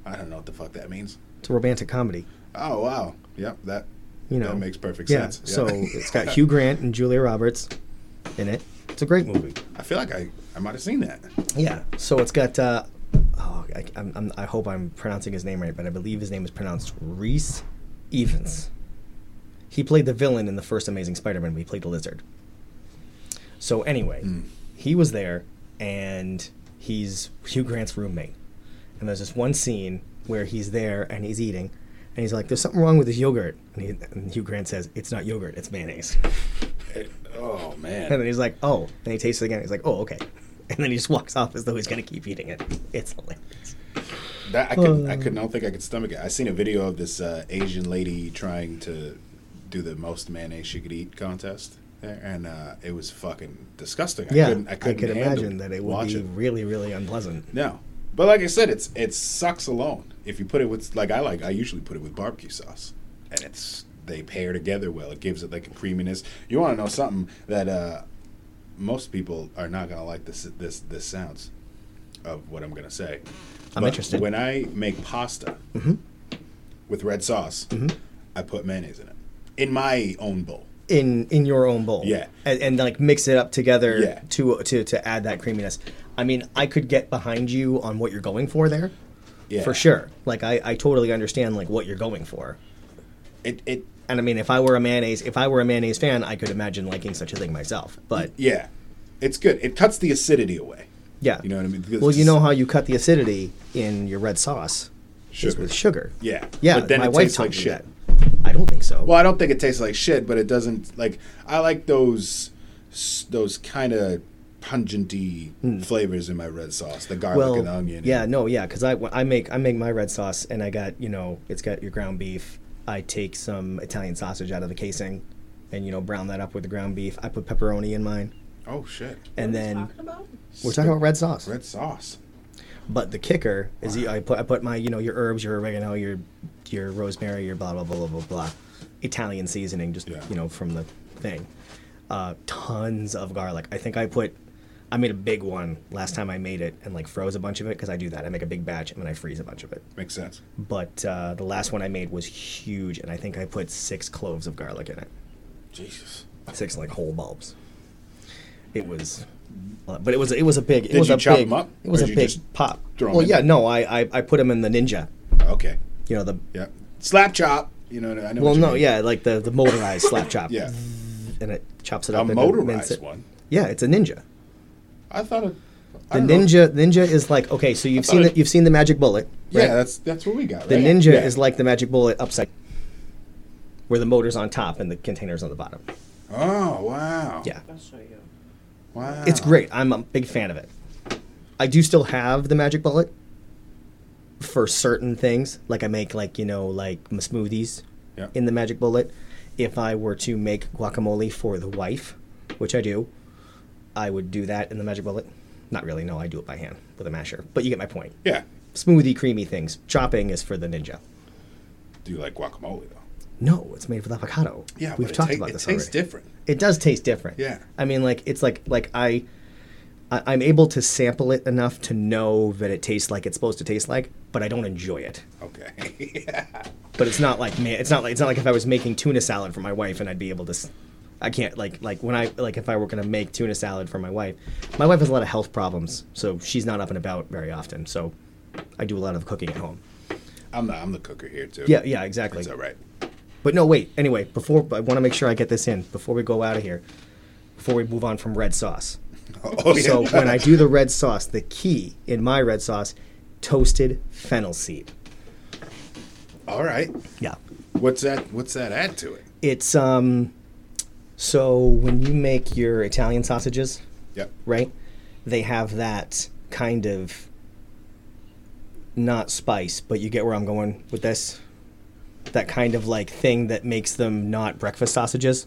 Speaker 1: I don't know what the fuck that means.
Speaker 3: It's a romantic comedy.
Speaker 1: Oh wow, yep, that
Speaker 3: You know,
Speaker 1: that makes perfect
Speaker 3: yeah.
Speaker 1: sense.
Speaker 3: So it's got Hugh Grant and Julia Roberts in it. It's a great movie.
Speaker 1: I feel like I I might have seen that.
Speaker 3: Yeah. So it's got. Uh, oh, I, I'm, I'm, I hope I'm pronouncing his name right, but I believe his name is pronounced Reese Evans. He played the villain in the first Amazing Spider-Man. He played the lizard. So anyway,
Speaker 1: Hmm.
Speaker 3: he was there, and he's Hugh Grant's roommate. And there's this one scene where he's there and he's eating, and he's like, "There's something wrong with this yogurt." And, he, and Hugh Grant says, "It's not yogurt. It's mayonnaise."
Speaker 1: Oh
Speaker 3: And
Speaker 1: man,
Speaker 3: then he's like, oh. And he tastes it again. He's like, oh, okay. And then he just walks off as though he's going to keep eating it. It's hilarious.
Speaker 1: that, I could
Speaker 3: Oh.
Speaker 1: I could I don't think I could stomach it. I seen a video of this uh, Asian lady trying to do the most mayonnaise she could eat contest, there, and uh, it was fucking disgusting.
Speaker 3: Yeah,
Speaker 1: I couldn't, I couldn't
Speaker 3: could
Speaker 1: handle
Speaker 3: imagine that it would be
Speaker 1: watching.
Speaker 3: really, really unpleasant.
Speaker 1: No. But like I said, it's it sucks alone. If you put it with like I like, I usually put it with barbecue sauce, and it's they pair together well. It gives it like a creaminess. You want to know something that uh, most people are not gonna like this this this sounds of what I'm gonna say.
Speaker 3: I'm interested. Mm-hmm.
Speaker 1: When I make pasta with red sauce, I put mayonnaise in it in my own bowl.
Speaker 3: In in your own bowl.
Speaker 1: Yeah.
Speaker 3: And, and like mix it up together
Speaker 1: Yeah.
Speaker 3: to, to, to add that creaminess. I mean, I could get behind you on what you're going for there.
Speaker 1: Yeah,
Speaker 3: For sure. Like, I, I totally understand, like, what you're going for.
Speaker 1: It it
Speaker 3: And I mean, if I were a mayonnaise, if I were a mayonnaise fan, I could imagine liking such a thing myself. But
Speaker 1: yeah, it's good. It cuts the acidity away.
Speaker 3: Yeah.
Speaker 1: You know what I mean?
Speaker 3: Well, you know how you cut the acidity in your red sauce is
Speaker 1: Sugar.
Speaker 3: with sugar.
Speaker 1: Yeah.
Speaker 3: Yeah.
Speaker 1: But then
Speaker 3: my
Speaker 1: it
Speaker 3: wife
Speaker 1: tastes
Speaker 3: taught
Speaker 1: like
Speaker 3: me
Speaker 1: shit.
Speaker 3: that. I don't think so.
Speaker 1: Well, I don't think it tastes like shit, but it doesn't like I like those s- those kind of pungenty flavors in my red sauce, the garlic
Speaker 3: Hmm. Well,
Speaker 1: and the onion.
Speaker 3: yeah, no, yeah, because I, I make I make my red sauce, and I got you know it's got your ground beef. I take some Italian sausage out of the casing, and you know brown that up with the ground beef. I put pepperoni in mine,
Speaker 1: Oh shit.
Speaker 3: and
Speaker 4: What are we
Speaker 3: then
Speaker 4: talking about?
Speaker 3: we're talking about red sauce.
Speaker 1: Red sauce.
Speaker 3: But the kicker is you- I put I put my you know your herbs, your oregano, your your rosemary, your blah blah blah blah blah blah, Italian seasoning, just
Speaker 1: Yeah.
Speaker 3: you know from the thing. Uh, tons of garlic. I think I put. I made a big one last time I made it and like froze a bunch of it because I do that. I make a big batch and then I freeze a bunch of it.
Speaker 1: Makes sense.
Speaker 3: But uh, the last one I made was huge and I think I put six cloves of garlic in it,
Speaker 1: Jesus.
Speaker 3: six like whole bulbs. It was, uh, but it was it was a big. It
Speaker 1: Did
Speaker 3: was
Speaker 1: you
Speaker 3: a
Speaker 1: chop
Speaker 3: big,
Speaker 1: 'em up,
Speaker 3: It was
Speaker 1: or
Speaker 3: a
Speaker 1: did you
Speaker 3: big
Speaker 1: just
Speaker 3: pop.
Speaker 1: throw 'em
Speaker 3: well,
Speaker 1: in
Speaker 3: yeah,
Speaker 1: there?
Speaker 3: no, I, I I put them in the ninja.
Speaker 1: Okay.
Speaker 3: You know the.
Speaker 1: Yeah. Slap chop. You know. I know.
Speaker 3: Well,
Speaker 1: what you
Speaker 3: no,
Speaker 1: mean.
Speaker 3: yeah, like the the motorized slap chop.
Speaker 1: Yeah.
Speaker 3: And it chops it
Speaker 1: A
Speaker 3: up. into mince
Speaker 1: motorized
Speaker 3: it.
Speaker 1: one.
Speaker 3: Yeah, it's a ninja.
Speaker 1: I thought it. I
Speaker 3: The
Speaker 1: don't know.
Speaker 3: ninja ninja is like okay, so you've
Speaker 1: thought
Speaker 3: seen
Speaker 1: it-
Speaker 3: it, you've seen the magic bullet.
Speaker 1: Yeah,
Speaker 3: right?
Speaker 1: that's that's what we got. Right?
Speaker 3: the ninja
Speaker 1: Yeah.
Speaker 3: is like the magic bullet upside, where the motor's on top and the container's on the bottom.
Speaker 1: Oh wow.
Speaker 3: Yeah,
Speaker 4: I'll show you.
Speaker 1: Wow.
Speaker 3: it's great. I'm a big fan of it. I do still have the magic bullet for certain things, like I make like you know like m- smoothies
Speaker 1: Yeah.
Speaker 3: in the magic bullet. If I were to make guacamole for the wife, which I do, I would do that in the magic bullet. Not really, no, I do it by hand with a masher. But you get my point.
Speaker 1: Yeah.
Speaker 3: Smoothie, creamy things. Chopping is for the ninja.
Speaker 1: Do you like guacamole though?
Speaker 3: No, it's made with avocado.
Speaker 1: Yeah.
Speaker 3: we've
Speaker 1: but
Speaker 3: talked
Speaker 1: it ta-
Speaker 3: about
Speaker 1: it
Speaker 3: this
Speaker 1: tastes
Speaker 3: already.
Speaker 1: different.
Speaker 3: It does taste different.
Speaker 1: Yeah.
Speaker 3: I mean, like it's like like I, I I'm able to sample it enough to know that it tastes like it's supposed to taste like, but I don't enjoy it.
Speaker 1: Okay.
Speaker 3: But it's not like man, it's not like it's not like if I was making tuna salad for my wife and I'd be able to. s- I can't like like when I like if I were gonna make tuna salad for my wife, my wife has a lot of health problems, so she's not up and about very often. So, I do a lot of cooking at home.
Speaker 1: I'm the I'm the cooker here too.
Speaker 3: Yeah, yeah, exactly.
Speaker 1: It's all right.
Speaker 3: But no, wait. Anyway, before I want to make sure I get this in before we go out of here, before we move on from red sauce.
Speaker 1: Oh, yeah.
Speaker 3: So when I do the red sauce, the key in my red sauce, toasted fennel seed.
Speaker 1: All right.
Speaker 3: Yeah.
Speaker 1: What's that? What's that add to it?
Speaker 3: It's um so when you make your Italian sausages,
Speaker 1: Yep.
Speaker 3: right? They have that kind of not spice, but you get where I'm going with this. That kind of like thing that makes them not breakfast sausages.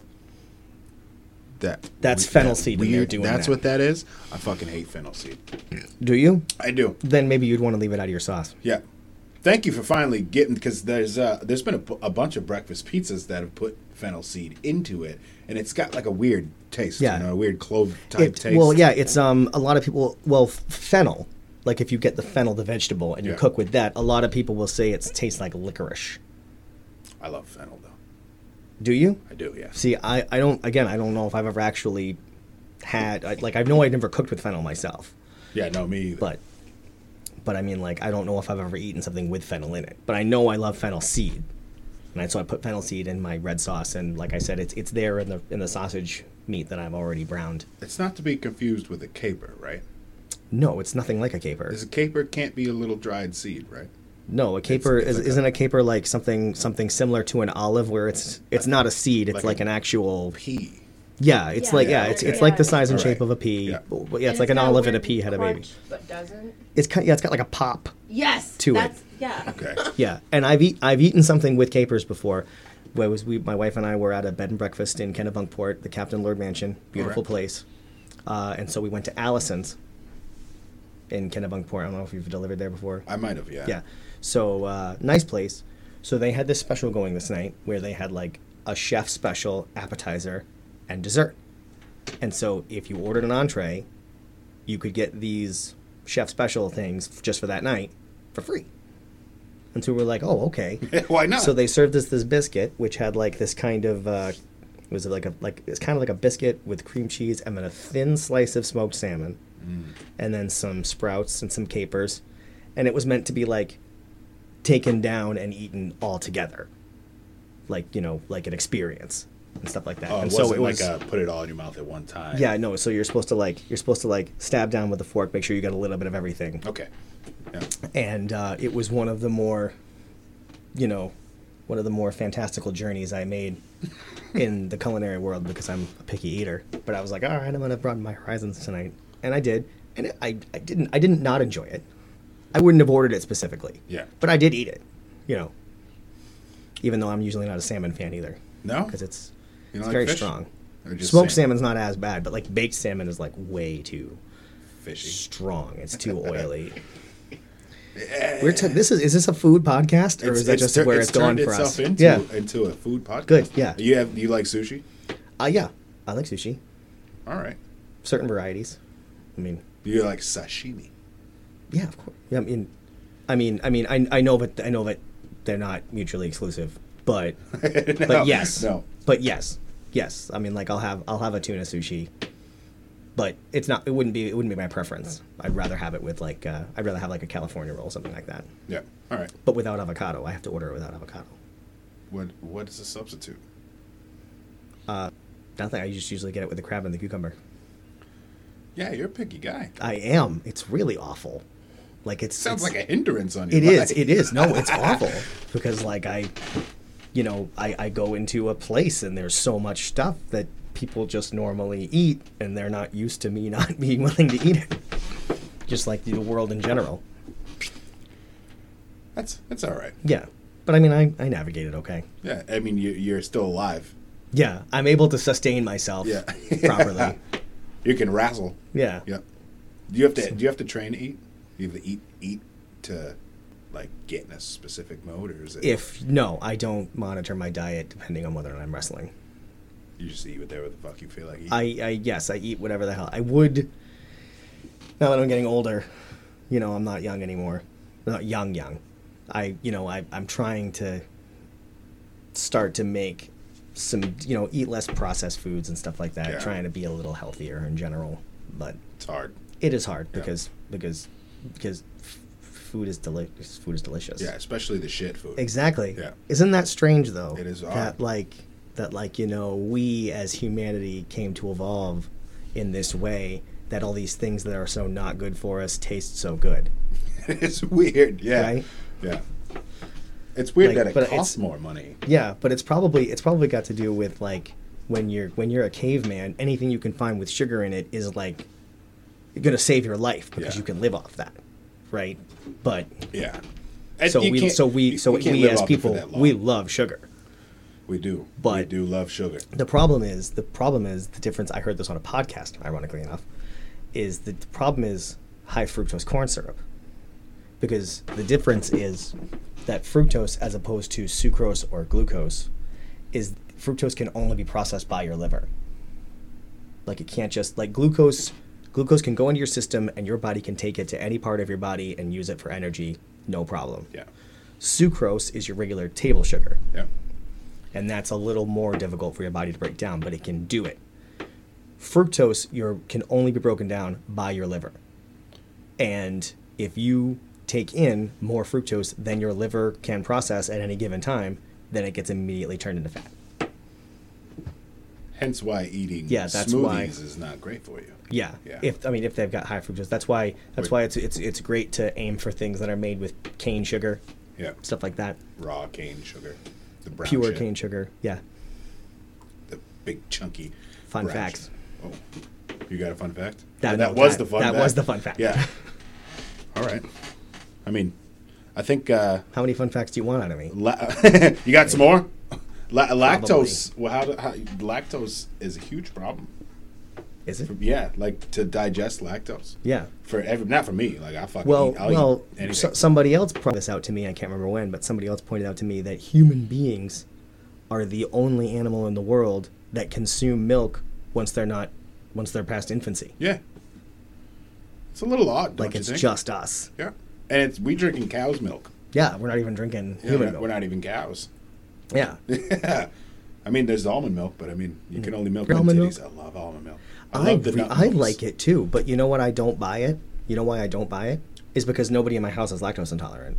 Speaker 1: That
Speaker 3: That's
Speaker 1: we-
Speaker 3: fennel
Speaker 1: that
Speaker 3: seed when they're
Speaker 1: weird-
Speaker 3: doing
Speaker 1: That's
Speaker 3: that.
Speaker 1: what that is. I fucking hate fennel seed.
Speaker 3: Do you?
Speaker 1: I do.
Speaker 3: Then maybe you'd want to leave it out of your sauce.
Speaker 1: Yeah. thank you for finally getting because there's uh, there's been a, bu- a bunch of breakfast pizzas that have put fennel seed into it, and it's got like a weird taste,
Speaker 3: Yeah.
Speaker 1: you know, a weird clove type
Speaker 3: It-
Speaker 1: taste.
Speaker 3: Well, yeah, it's um a lot of people. Well, f- fennel, like if you get the fennel, the vegetable, and you
Speaker 1: Yeah.
Speaker 3: cook with that, a lot of people will say it tastes like licorice.
Speaker 1: I love fennel though.
Speaker 3: Do you?
Speaker 1: I do, yeah.
Speaker 3: See, I I don't. Again, I don't know if I've ever actually had. I, like I know I never cooked with fennel myself,
Speaker 1: yeah, no, me. Either.
Speaker 3: but but I mean, like I don't know if I've ever eaten something with fennel in it. But I know I love fennel seed, and I, so I put fennel seed in my red sauce. And like I said, it's it's there in the in the sausage meat that I've already browned.
Speaker 1: it's not to be confused with a caper, right?
Speaker 3: No, it's nothing like a caper.
Speaker 1: Because a caper can't be a little dried seed, right?
Speaker 3: No, a caper
Speaker 1: it's
Speaker 3: is,
Speaker 1: like a-
Speaker 3: isn't a caper like something something similar to an olive where it's it's not a seed, it's
Speaker 1: Like
Speaker 3: like,
Speaker 1: a-
Speaker 3: an actual
Speaker 1: Pea.
Speaker 3: yeah, it's
Speaker 4: Yeah,
Speaker 3: like
Speaker 4: yeah,
Speaker 3: yeah, it's
Speaker 4: okay.
Speaker 3: it's like the
Speaker 4: yeah.
Speaker 3: size and
Speaker 1: All
Speaker 3: shape
Speaker 1: right.
Speaker 3: of a pea.
Speaker 1: Yeah.
Speaker 3: But- but yeah, it's
Speaker 4: And
Speaker 3: like an
Speaker 4: got
Speaker 3: olive and a
Speaker 4: weird
Speaker 3: pea had a baby.
Speaker 4: crunch, But doesn't.
Speaker 3: It's kind yeah, it's got like a pop.
Speaker 4: Yes.
Speaker 3: To it.
Speaker 4: that's, Yeah.
Speaker 1: Okay.
Speaker 3: Yeah, and I've eat, I've eaten something with capers before. Where was we? My wife and I were at a bed and breakfast in Kennebunkport, the Captain Lord Mansion, beautiful
Speaker 1: Alright.
Speaker 3: place. Uh, and so we went to Allison's in Kennebunkport. I don't know if you've delivered there before.
Speaker 1: I might have, yeah.
Speaker 3: Yeah. So uh, nice place. So they had this special going this night where they had like a chef special appetizer and dessert. And so if you ordered an entree, you could get these chef special things f- just for that night for free. And so we were like, oh, okay.
Speaker 1: Why not?
Speaker 3: so they served us this biscuit, which had like this kind of, uh, was it like a, like, it's kind of like a biscuit with cream cheese and then a thin slice of smoked salmon
Speaker 1: Mm.
Speaker 3: and then some sprouts and some capers. And it was meant to be like taken down and eaten all together. Like, you know, like an experience and stuff like that.
Speaker 1: Oh, it
Speaker 3: and
Speaker 1: wasn't like a put it all in your mouth at one time.
Speaker 3: yeah, no. So you're supposed to like you're supposed to like stab down with a fork, make sure you got a little bit of everything.
Speaker 1: Okay. Yeah.
Speaker 3: And uh, it was one of the more, you know, one of the more fantastical journeys I made in the culinary world because I'm a picky eater. But I was like, all right, I'm gonna broaden my horizons tonight, and I did. And it, I I didn't I didn't not enjoy it. I wouldn't have ordered it specifically.
Speaker 1: Yeah.
Speaker 3: But I did eat it, you know. Even though I'm usually not a salmon fan either,
Speaker 1: No?
Speaker 3: because it's
Speaker 1: You
Speaker 3: it's
Speaker 1: don't like
Speaker 3: very
Speaker 1: fish?
Speaker 3: strong.
Speaker 1: Or just
Speaker 3: Smoked
Speaker 1: salmon?
Speaker 3: salmon's not as bad, but like baked salmon is like way too
Speaker 1: Fishy.
Speaker 3: strong. It's too oily. We're t- this is is this a food podcast or
Speaker 1: It's-
Speaker 3: is that
Speaker 1: it's
Speaker 3: just
Speaker 1: tur-
Speaker 3: where it's,
Speaker 1: turned
Speaker 3: going for
Speaker 1: itself
Speaker 3: us?
Speaker 1: Into,
Speaker 3: yeah,
Speaker 1: into a food podcast.
Speaker 3: Good, yeah.
Speaker 1: You have you like sushi?
Speaker 3: uh, yeah. I like sushi,
Speaker 1: All right.
Speaker 3: certain varieties. I mean,
Speaker 1: You like sashimi?
Speaker 3: yeah, of course. Yeah, I mean, I mean, I mean, I, I know, but I know that they're not mutually exclusive. But
Speaker 1: No,
Speaker 3: but yes,
Speaker 1: No.
Speaker 3: but yes, yes. I mean, like I'll have I'll have a tuna sushi, but it's not. It wouldn't be. It wouldn't be my preference. I'd rather have it with like. Uh, I'd rather have like a California roll, something like that,
Speaker 1: Yeah. All right.
Speaker 3: but without avocado. I have to order it without avocado.
Speaker 1: What what is a substitute?
Speaker 3: Nothing. I just usually get it with the crab and the cucumber.
Speaker 1: Yeah, you're a picky guy.
Speaker 3: I am. It's really awful. Like it's
Speaker 1: Sounds
Speaker 3: it's-
Speaker 1: like a hindrance on your
Speaker 3: It is.
Speaker 1: life.
Speaker 3: It is. No, it's awful because like I, you know, I, I go into a place and there's so much stuff that people just normally eat and they're not used to me not being willing to eat it. Just like the world in general.
Speaker 1: That's that's all right.
Speaker 3: Yeah, but I mean, I I navigate it okay.
Speaker 1: Yeah. I mean, you, you're still alive.
Speaker 3: Yeah, I'm able to sustain myself
Speaker 1: Yeah.
Speaker 3: properly.
Speaker 1: You can wrestle.
Speaker 3: Yeah.
Speaker 1: Yep. Do you have to do you have to train to eat? Do you have to eat eat to like get in a specific mode, or is it
Speaker 3: If no, I don't monitor my diet depending on whether or not I'm wrestling.
Speaker 1: you just eat whatever the fuck you feel like eating?
Speaker 3: I, I yes, I eat whatever the hell I would. Now that I'm getting older, you know, I'm not young anymore. I'm not young, young. I, you know, I, I'm trying to start to make some, you know, eat less processed foods and stuff like that.
Speaker 1: Yeah.
Speaker 3: Trying to be a little healthier in general, but
Speaker 1: it's hard.
Speaker 3: it is hard
Speaker 1: Yeah.
Speaker 3: because because because f- food is delicious. Food is delicious.
Speaker 1: Yeah, especially the shit food.
Speaker 3: Exactly.
Speaker 1: Yeah.
Speaker 3: Isn't that strange though?
Speaker 1: It is odd.
Speaker 3: That like that like you know we as humanity came to evolve in this way that all these things that are so not good for us taste so good.
Speaker 1: it's weird. Yeah.
Speaker 3: Right?
Speaker 1: Yeah. It's weird
Speaker 3: Like,
Speaker 1: that it
Speaker 3: but
Speaker 1: costs
Speaker 3: it's-
Speaker 1: more money.
Speaker 3: Yeah, but it's probably it's probably got to do with like when you're when you're a caveman, anything you can find with sugar in it is like you're gonna save your life because
Speaker 1: Yeah.
Speaker 3: you can live off that, right? But
Speaker 1: Yeah. And
Speaker 3: so
Speaker 1: you
Speaker 3: we
Speaker 1: can't-
Speaker 3: so we
Speaker 1: you-
Speaker 3: so
Speaker 1: you can't
Speaker 3: we
Speaker 1: live
Speaker 3: as
Speaker 1: off it for
Speaker 3: people
Speaker 1: that long.
Speaker 3: we love sugar.
Speaker 1: we do. we
Speaker 3: but-
Speaker 1: do love sugar.
Speaker 3: The problem is the problem is the difference. I heard this on a podcast, ironically enough, is that the problem is high fructose corn syrup, because the difference is that fructose, as opposed to sucrose or glucose, is fructose can only be processed by your liver. Like it can't just like glucose. Glucose can go into your system, and your body can take it to any part of your body and use it for energy, no problem.
Speaker 1: Yeah.
Speaker 3: Sucrose is your regular table sugar,
Speaker 1: Yeah.
Speaker 3: and that's a little more difficult for your body to break down, but it can do it. Fructose your can only be broken down by your liver. And if you take in more fructose than your liver can process at any given time, then it gets immediately turned into fat.
Speaker 1: Hence why eating
Speaker 3: Yeah, that's
Speaker 1: smoothies
Speaker 3: why-
Speaker 1: is not great for you.
Speaker 3: Yeah.
Speaker 1: Yeah.
Speaker 3: If I mean if they've got high fructose, that's why that's
Speaker 1: Wait.
Speaker 3: why it's it's it's great to aim for things that are made with cane sugar,
Speaker 1: Yeah.
Speaker 3: stuff like that.
Speaker 1: Raw cane sugar. The brown
Speaker 3: Pure
Speaker 1: shit,
Speaker 3: cane sugar. Yeah.
Speaker 1: The big chunky.
Speaker 3: Fun
Speaker 1: brown
Speaker 3: facts.
Speaker 1: shit. Oh. You got a fun fact? Oh,
Speaker 3: That- no,
Speaker 1: that was
Speaker 3: that-
Speaker 1: the fun
Speaker 3: that
Speaker 1: fact.
Speaker 3: was the fun fact.
Speaker 1: Yeah. All right. I mean, I think uh,
Speaker 3: How many fun facts do you want out of me?
Speaker 1: La- you got some more? La- lactose. Well, how, do, how lactose is a huge problem.
Speaker 3: Is it?
Speaker 1: Yeah, like to digest lactose.
Speaker 3: Yeah.
Speaker 1: For every, not for me. Like I fucking
Speaker 3: Well,
Speaker 1: eat, I'll
Speaker 3: well,
Speaker 1: eat oh, anything.
Speaker 3: so, somebody else pointed this out to me. I can't remember when, but somebody else pointed out to me that human beings are the only animal in the world that consume milk once they're not once they're past infancy.
Speaker 1: yeah, it's a little odd. Don't
Speaker 3: like
Speaker 1: you
Speaker 3: it's
Speaker 1: think?
Speaker 3: just us.
Speaker 1: yeah, and it's we drinking cow's milk.
Speaker 3: Yeah, we're not even drinking
Speaker 1: Yeah,
Speaker 3: human
Speaker 1: we're, not,
Speaker 3: milk.
Speaker 1: we're not even cows.
Speaker 3: Yeah.
Speaker 1: I mean, there's almond milk, but I mean, you can only milk
Speaker 3: Mm. Your
Speaker 1: almond
Speaker 3: almond
Speaker 1: titties.
Speaker 3: milk?
Speaker 1: I love almond milk. I,
Speaker 3: I,
Speaker 1: love the
Speaker 3: re-
Speaker 1: nut
Speaker 3: I
Speaker 1: milks.
Speaker 3: like it too, but you know what? I don't buy it. You know why I don't buy it is because nobody in my house is lactose intolerant,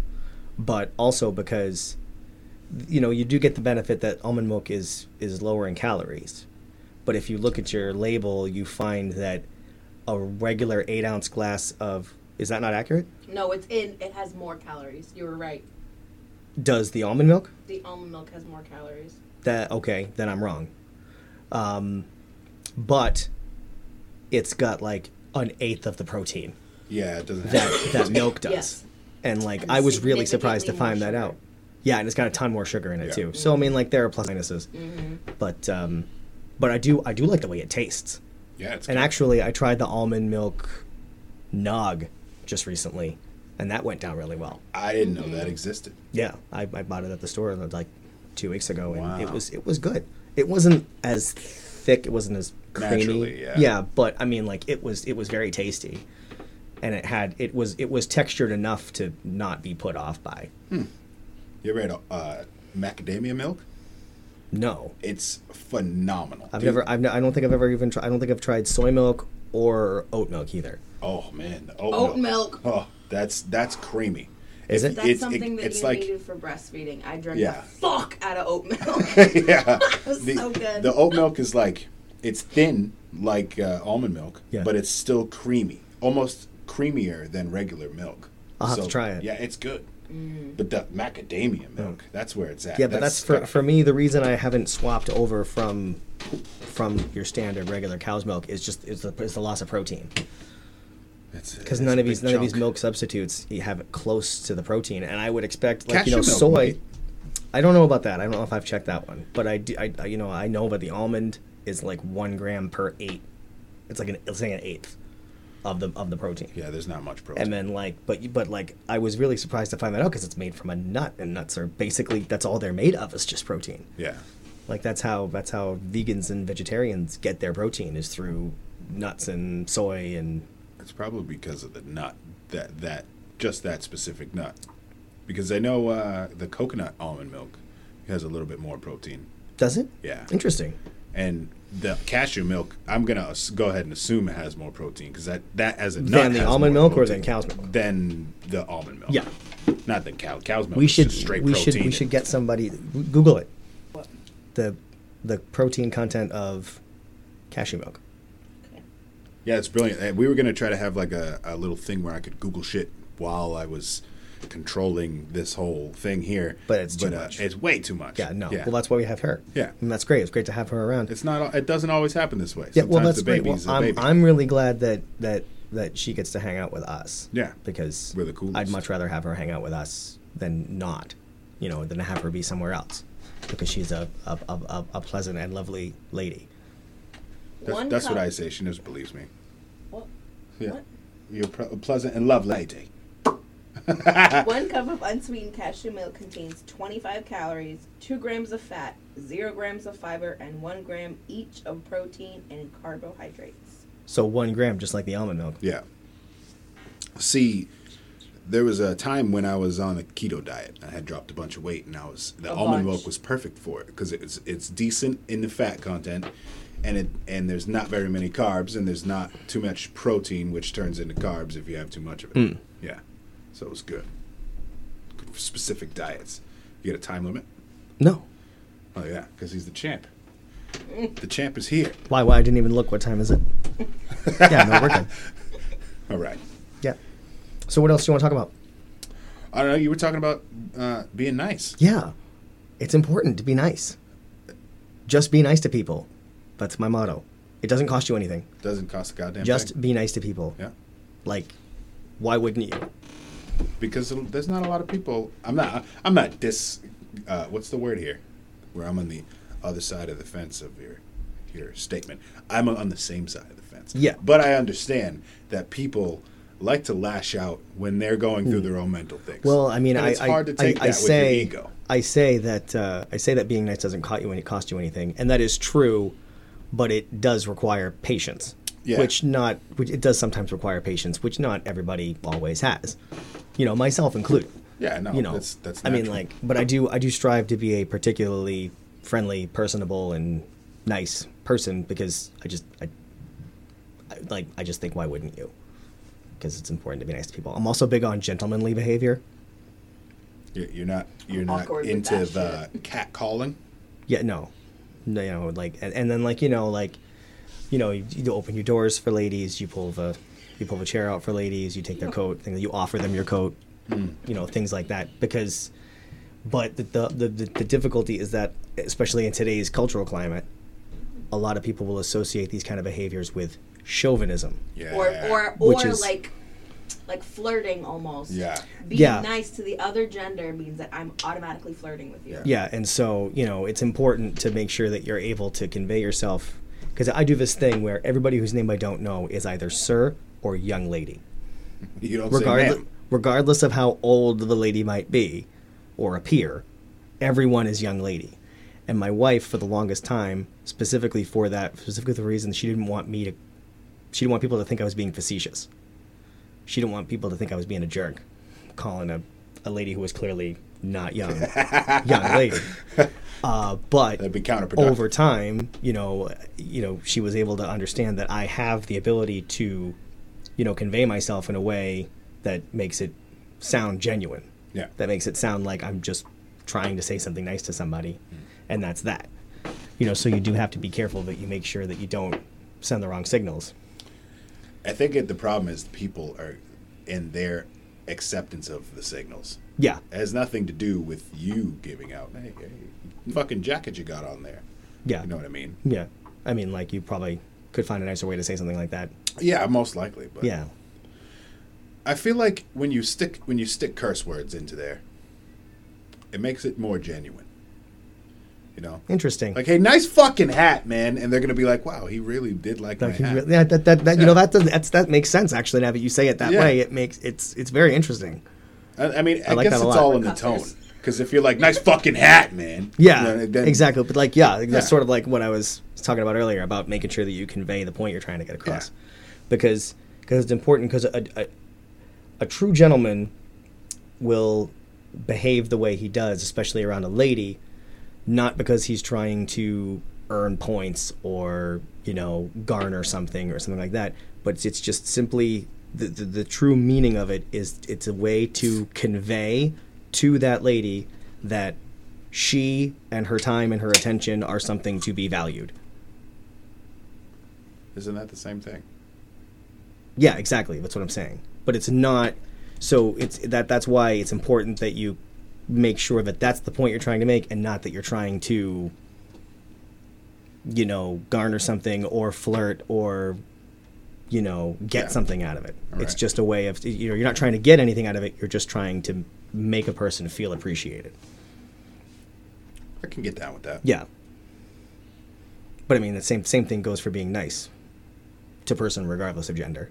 Speaker 3: but also because, you know, you do get the benefit that almond milk is is lower in calories, but if you look at your label, you find that a regular eight ounce glass of is that not accurate?
Speaker 4: No, it's in. It has more calories. You were right.
Speaker 3: Does the almond milk?
Speaker 4: The almond milk has more calories.
Speaker 3: That okay? Then I'm wrong. Um, but it's got like an eighth of the protein.
Speaker 1: Yeah, it doesn't.
Speaker 3: that,
Speaker 1: Have
Speaker 3: that milk does.
Speaker 4: Yes.
Speaker 3: And like
Speaker 4: And
Speaker 3: I was really surprised to
Speaker 4: significantly
Speaker 3: find
Speaker 4: more
Speaker 3: that
Speaker 4: sugar.
Speaker 3: out. Yeah, and it's got a ton more sugar in it
Speaker 1: Yeah.
Speaker 3: too. So I mean like there are plus minuses.
Speaker 4: Mm-hmm.
Speaker 3: But um but I do I do like the way it tastes.
Speaker 1: yeah, it's
Speaker 3: And
Speaker 1: good.
Speaker 3: actually I tried the almond milk nog just recently and that went down really well.
Speaker 1: I didn't know that existed.
Speaker 3: Yeah, I, I bought it at the store uh, like 2 weeks ago and it
Speaker 1: Wow.
Speaker 3: was it was good. It wasn't as thick, it wasn't as creamy.
Speaker 1: Naturally, yeah.
Speaker 3: yeah, but I mean like it was it was very tasty. And it had it was it was textured enough to not be put off by.
Speaker 1: You ever had uh, macadamia milk?
Speaker 3: No.
Speaker 1: It's phenomenal.
Speaker 3: I've
Speaker 1: dude.
Speaker 3: never. I've. n- I don't think I've ever even. Tried, I don't think I've tried soy milk or oat milk either.
Speaker 1: Oh man, the oat,
Speaker 4: Oat milk.
Speaker 1: Oh, that's that's creamy.
Speaker 3: Is it?
Speaker 4: That's
Speaker 1: it's,
Speaker 4: something that
Speaker 1: it's
Speaker 4: you
Speaker 1: like
Speaker 4: needed for breastfeeding. I drank
Speaker 1: Yeah.
Speaker 4: the fuck out of oat milk.
Speaker 1: yeah.
Speaker 4: was
Speaker 1: the,
Speaker 4: so good.
Speaker 1: the oat milk is like it's thin like uh, almond milk,
Speaker 3: Yeah.
Speaker 1: but it's still creamy, almost creamier than regular milk.
Speaker 3: I'll have to try it. Oh.
Speaker 1: Yeah, it's good.
Speaker 4: Mm.
Speaker 1: But the macadamia milk, that's where it's at.
Speaker 3: Yeah, but that's, for
Speaker 1: gotta-
Speaker 3: for me. The reason I haven't swapped over from from your standard regular cow's milk is just is the, is the loss of protein
Speaker 1: it's-
Speaker 3: because
Speaker 1: it's
Speaker 3: none
Speaker 1: a
Speaker 3: of these
Speaker 1: big
Speaker 3: none of these
Speaker 1: chunk.
Speaker 3: milk substitutes you have it close to the protein, and I would expect like
Speaker 1: Cashew
Speaker 3: you know
Speaker 1: milk,
Speaker 3: soy.
Speaker 1: right?
Speaker 3: I don't know about that. I don't know if I've checked that one, but I do. I, I- you know I know about the almond is like one gram per eight. It's like an it's like an eighth of the of the protein.
Speaker 1: Yeah, there's not much protein.
Speaker 3: and then like but but like i was really surprised to find that out because it's made from a nut and nuts are basically that's all they're made of is just protein
Speaker 1: yeah.
Speaker 3: like that's how that's how vegans and vegetarians get their protein is through nuts and soy and
Speaker 1: It's probably because of the nut that that just that specific nut, because I know uh, the coconut almond milk has a little bit more protein,
Speaker 3: does it
Speaker 1: Yeah.
Speaker 3: interesting
Speaker 1: and the cashew milk I'm gonna ass- go ahead and assume it has more protein because that that as a nut
Speaker 3: than the
Speaker 1: has
Speaker 3: almond
Speaker 1: more
Speaker 3: milk or
Speaker 1: protein
Speaker 3: than cow's milk
Speaker 1: than the almond milk.
Speaker 3: Yeah.
Speaker 1: not the cow cow's milk.
Speaker 3: we
Speaker 1: is
Speaker 3: should
Speaker 1: just straight
Speaker 3: we
Speaker 1: protein.
Speaker 3: should we should get somebody google it the the protein content of cashew milk
Speaker 1: Yeah, it's brilliant. And We were gonna try to have like a, a little thing where I could Google shit while I was controlling this whole thing here, uh,
Speaker 3: But it's too much.
Speaker 1: it's way too much.
Speaker 3: yeah no well that's why we have her
Speaker 1: Yeah.
Speaker 3: and that's great it's great to have her around
Speaker 1: It's not. al- It doesn't always happen this way.
Speaker 3: Yeah, well,
Speaker 1: Sometimes
Speaker 3: that's
Speaker 1: the
Speaker 3: great. Well,
Speaker 1: baby's a
Speaker 3: I'm,
Speaker 1: baby.
Speaker 3: I'm really glad that that that she gets to hang out with us.
Speaker 1: Yeah,
Speaker 3: because
Speaker 1: we're the coolest.
Speaker 3: I'd much rather have her hang out with us than not, you know, than have her be somewhere else, because she's a a, a, a, a pleasant and lovely lady.
Speaker 1: that's that's what I say. She never believes me.
Speaker 4: What?
Speaker 1: Yeah,
Speaker 4: What?
Speaker 1: you're pre- pleasant and lovely lady.
Speaker 4: One cup of unsweetened cashew milk contains 25 calories, 2 grams of fat, 0 grams of fiber, and 1 gram each of protein and carbohydrates.
Speaker 3: So one gram, just like the almond milk.
Speaker 1: Yeah. See, there was a time when I was on a keto diet. I had dropped a bunch of weight, and I was the
Speaker 4: A
Speaker 1: almond
Speaker 4: bunch.
Speaker 1: milk was perfect for it because it's it's decent in the fat content, and it and there's not very many carbs, and there's not too much protein, which turns into carbs if you have too much of it. Yeah, so it was good. Good for specific diets. You get a time limit.
Speaker 3: No.
Speaker 1: Oh yeah, because he's the champ. The champ is here.
Speaker 3: Why? Why? I didn't even look. What time is it? yeah, no, we're good.
Speaker 1: All right.
Speaker 3: Yeah. So what else do you want to talk about?
Speaker 1: I don't know. You were talking about uh, being nice.
Speaker 3: Yeah, it's important to be nice. Just be nice to people. That's my motto. It doesn't cost you anything.
Speaker 1: Doesn't cost a goddamn
Speaker 3: Just
Speaker 1: thing.
Speaker 3: be nice to people.
Speaker 1: Yeah.
Speaker 3: Like, why wouldn't you?
Speaker 1: because there's not a lot of people. I'm not. I'm not dis. Uh, what's the word here? Where I'm on the other side of the fence of your your statement. I'm on the same side of the fence.
Speaker 3: Yeah.
Speaker 1: But I understand that people like to lash out when they're going through their own mental things.
Speaker 3: Hmm. Well, I mean,
Speaker 1: And
Speaker 3: I,
Speaker 1: it's
Speaker 3: I,
Speaker 1: hard to take
Speaker 3: I,
Speaker 1: that
Speaker 3: I
Speaker 1: with
Speaker 3: say,
Speaker 1: your ego.
Speaker 3: I say that uh, I say that being nice doesn't cost you any, cost you anything, and that is true, but it does require patience,
Speaker 1: Yeah.
Speaker 3: which not which it does sometimes require patience, which not everybody always has, you know, myself included.
Speaker 1: Yeah, no,
Speaker 3: you know,
Speaker 1: that's- that's
Speaker 3: I mean,
Speaker 1: natural.
Speaker 3: like, but I do I do strive to be a particularly friendly, personable, and nice person because I just I, I like I just think why wouldn't you? Because it's important to be nice to people. I'm also big on gentlemanly behavior.
Speaker 1: You're, you're not. You're not
Speaker 4: Awkward with
Speaker 1: into
Speaker 4: that
Speaker 1: the cat calling.
Speaker 3: Yeah, no, no, you know, like, and, and then like you know, like, you know, you, you open your doors for ladies. You pull the, you pull the chair out for ladies. You take their coat. Thing you offer them your coat. You know, things like that. Because, but the the, the the the difficulty is that, especially in today's cultural climate, a lot of people will associate these kind of behaviors with chauvinism.
Speaker 1: Yeah.
Speaker 4: Or or or
Speaker 3: Which is-
Speaker 4: like like flirting almost.
Speaker 1: Yeah.
Speaker 4: Being
Speaker 3: Yeah.
Speaker 4: nice to the other gender means that I'm automatically flirting with you.
Speaker 1: Yeah.
Speaker 3: Yeah, and so you know it's important to make sure that you're able to convey yourself because I do this thing where everybody whose name I don't know is either sir or young lady.
Speaker 1: you don't say
Speaker 3: regardless,
Speaker 1: ma'am.
Speaker 3: regardless of how old the lady might be or appear, everyone is young lady. And my wife, for the longest time, specifically for that, specifically for the reason she didn't want me to, she didn't want people to think I was being facetious. She didn't want people to think I was being a jerk, calling a, a lady who was clearly not young, young lady. Uh, but
Speaker 1: That'd be counterproductive.
Speaker 3: over time, you know, you know, she was able to understand that I have the ability to, you know, convey myself in a way that makes it sound genuine.
Speaker 1: Yeah.
Speaker 3: That makes it sound like I'm just trying to say something nice to somebody, and that's that. You know, so you do have to be careful that you make sure that you don't send the wrong signals.
Speaker 1: I think it, the problem is people are in their acceptance of the signals.
Speaker 3: Yeah.
Speaker 1: It has nothing to do with you giving out. Hey, hey, fucking jacket you got on there.
Speaker 3: Yeah.
Speaker 1: You know what I mean?
Speaker 3: Yeah. I mean, like you probably could find a nicer way to say something like that.
Speaker 1: Yeah, most likely. But
Speaker 3: Yeah.
Speaker 1: I feel like when you stick when you stick curse words into there, it makes it more genuine. You know,
Speaker 3: Interesting.
Speaker 1: like hey, nice fucking hat, man, and they're gonna be like, wow, he really did like
Speaker 3: Like,
Speaker 1: my
Speaker 3: he
Speaker 1: hat.
Speaker 3: really- yeah, that, that, that, you know that doesn't, that's, that makes sense actually. Now that you say it that
Speaker 1: Yeah.
Speaker 3: way, it makes it's it's very interesting.
Speaker 1: I, I mean, I,
Speaker 3: like
Speaker 1: guess
Speaker 3: that
Speaker 1: it's
Speaker 3: a lot.
Speaker 1: all in the tone.
Speaker 4: Cussers.
Speaker 1: Because if you're like, nice fucking hat, man.
Speaker 3: Yeah,
Speaker 1: you know, then-
Speaker 3: exactly. But like, yeah, that's
Speaker 1: Yeah.
Speaker 3: sort of like what I was talking about earlier about making sure that you convey the point you're trying to get across, because because it's important because a, a a true gentleman will behave the way he does, especially around a lady, not because he's trying to earn points or you know garner something or something like that, but it's, it's just simply the, the the true meaning of it is it's a way to convey to that lady that she and her time and her attention are something to be valued.
Speaker 1: Isn't that the same thing?
Speaker 3: Yeah, exactly. That's what I'm saying. But it's not. So it's that. That's why it's important that you make sure that that's the point you're trying to make, and not that you're trying to, you know, garner something or flirt or, you know, get
Speaker 1: Yeah.
Speaker 3: something out of it. It's
Speaker 1: right.
Speaker 3: just a way of you know you're not trying to get anything out of it. You're just trying to make a person feel appreciated.
Speaker 1: I can get down with that.
Speaker 3: Yeah. But I mean, the same same thing goes for being nice to person, regardless of gender.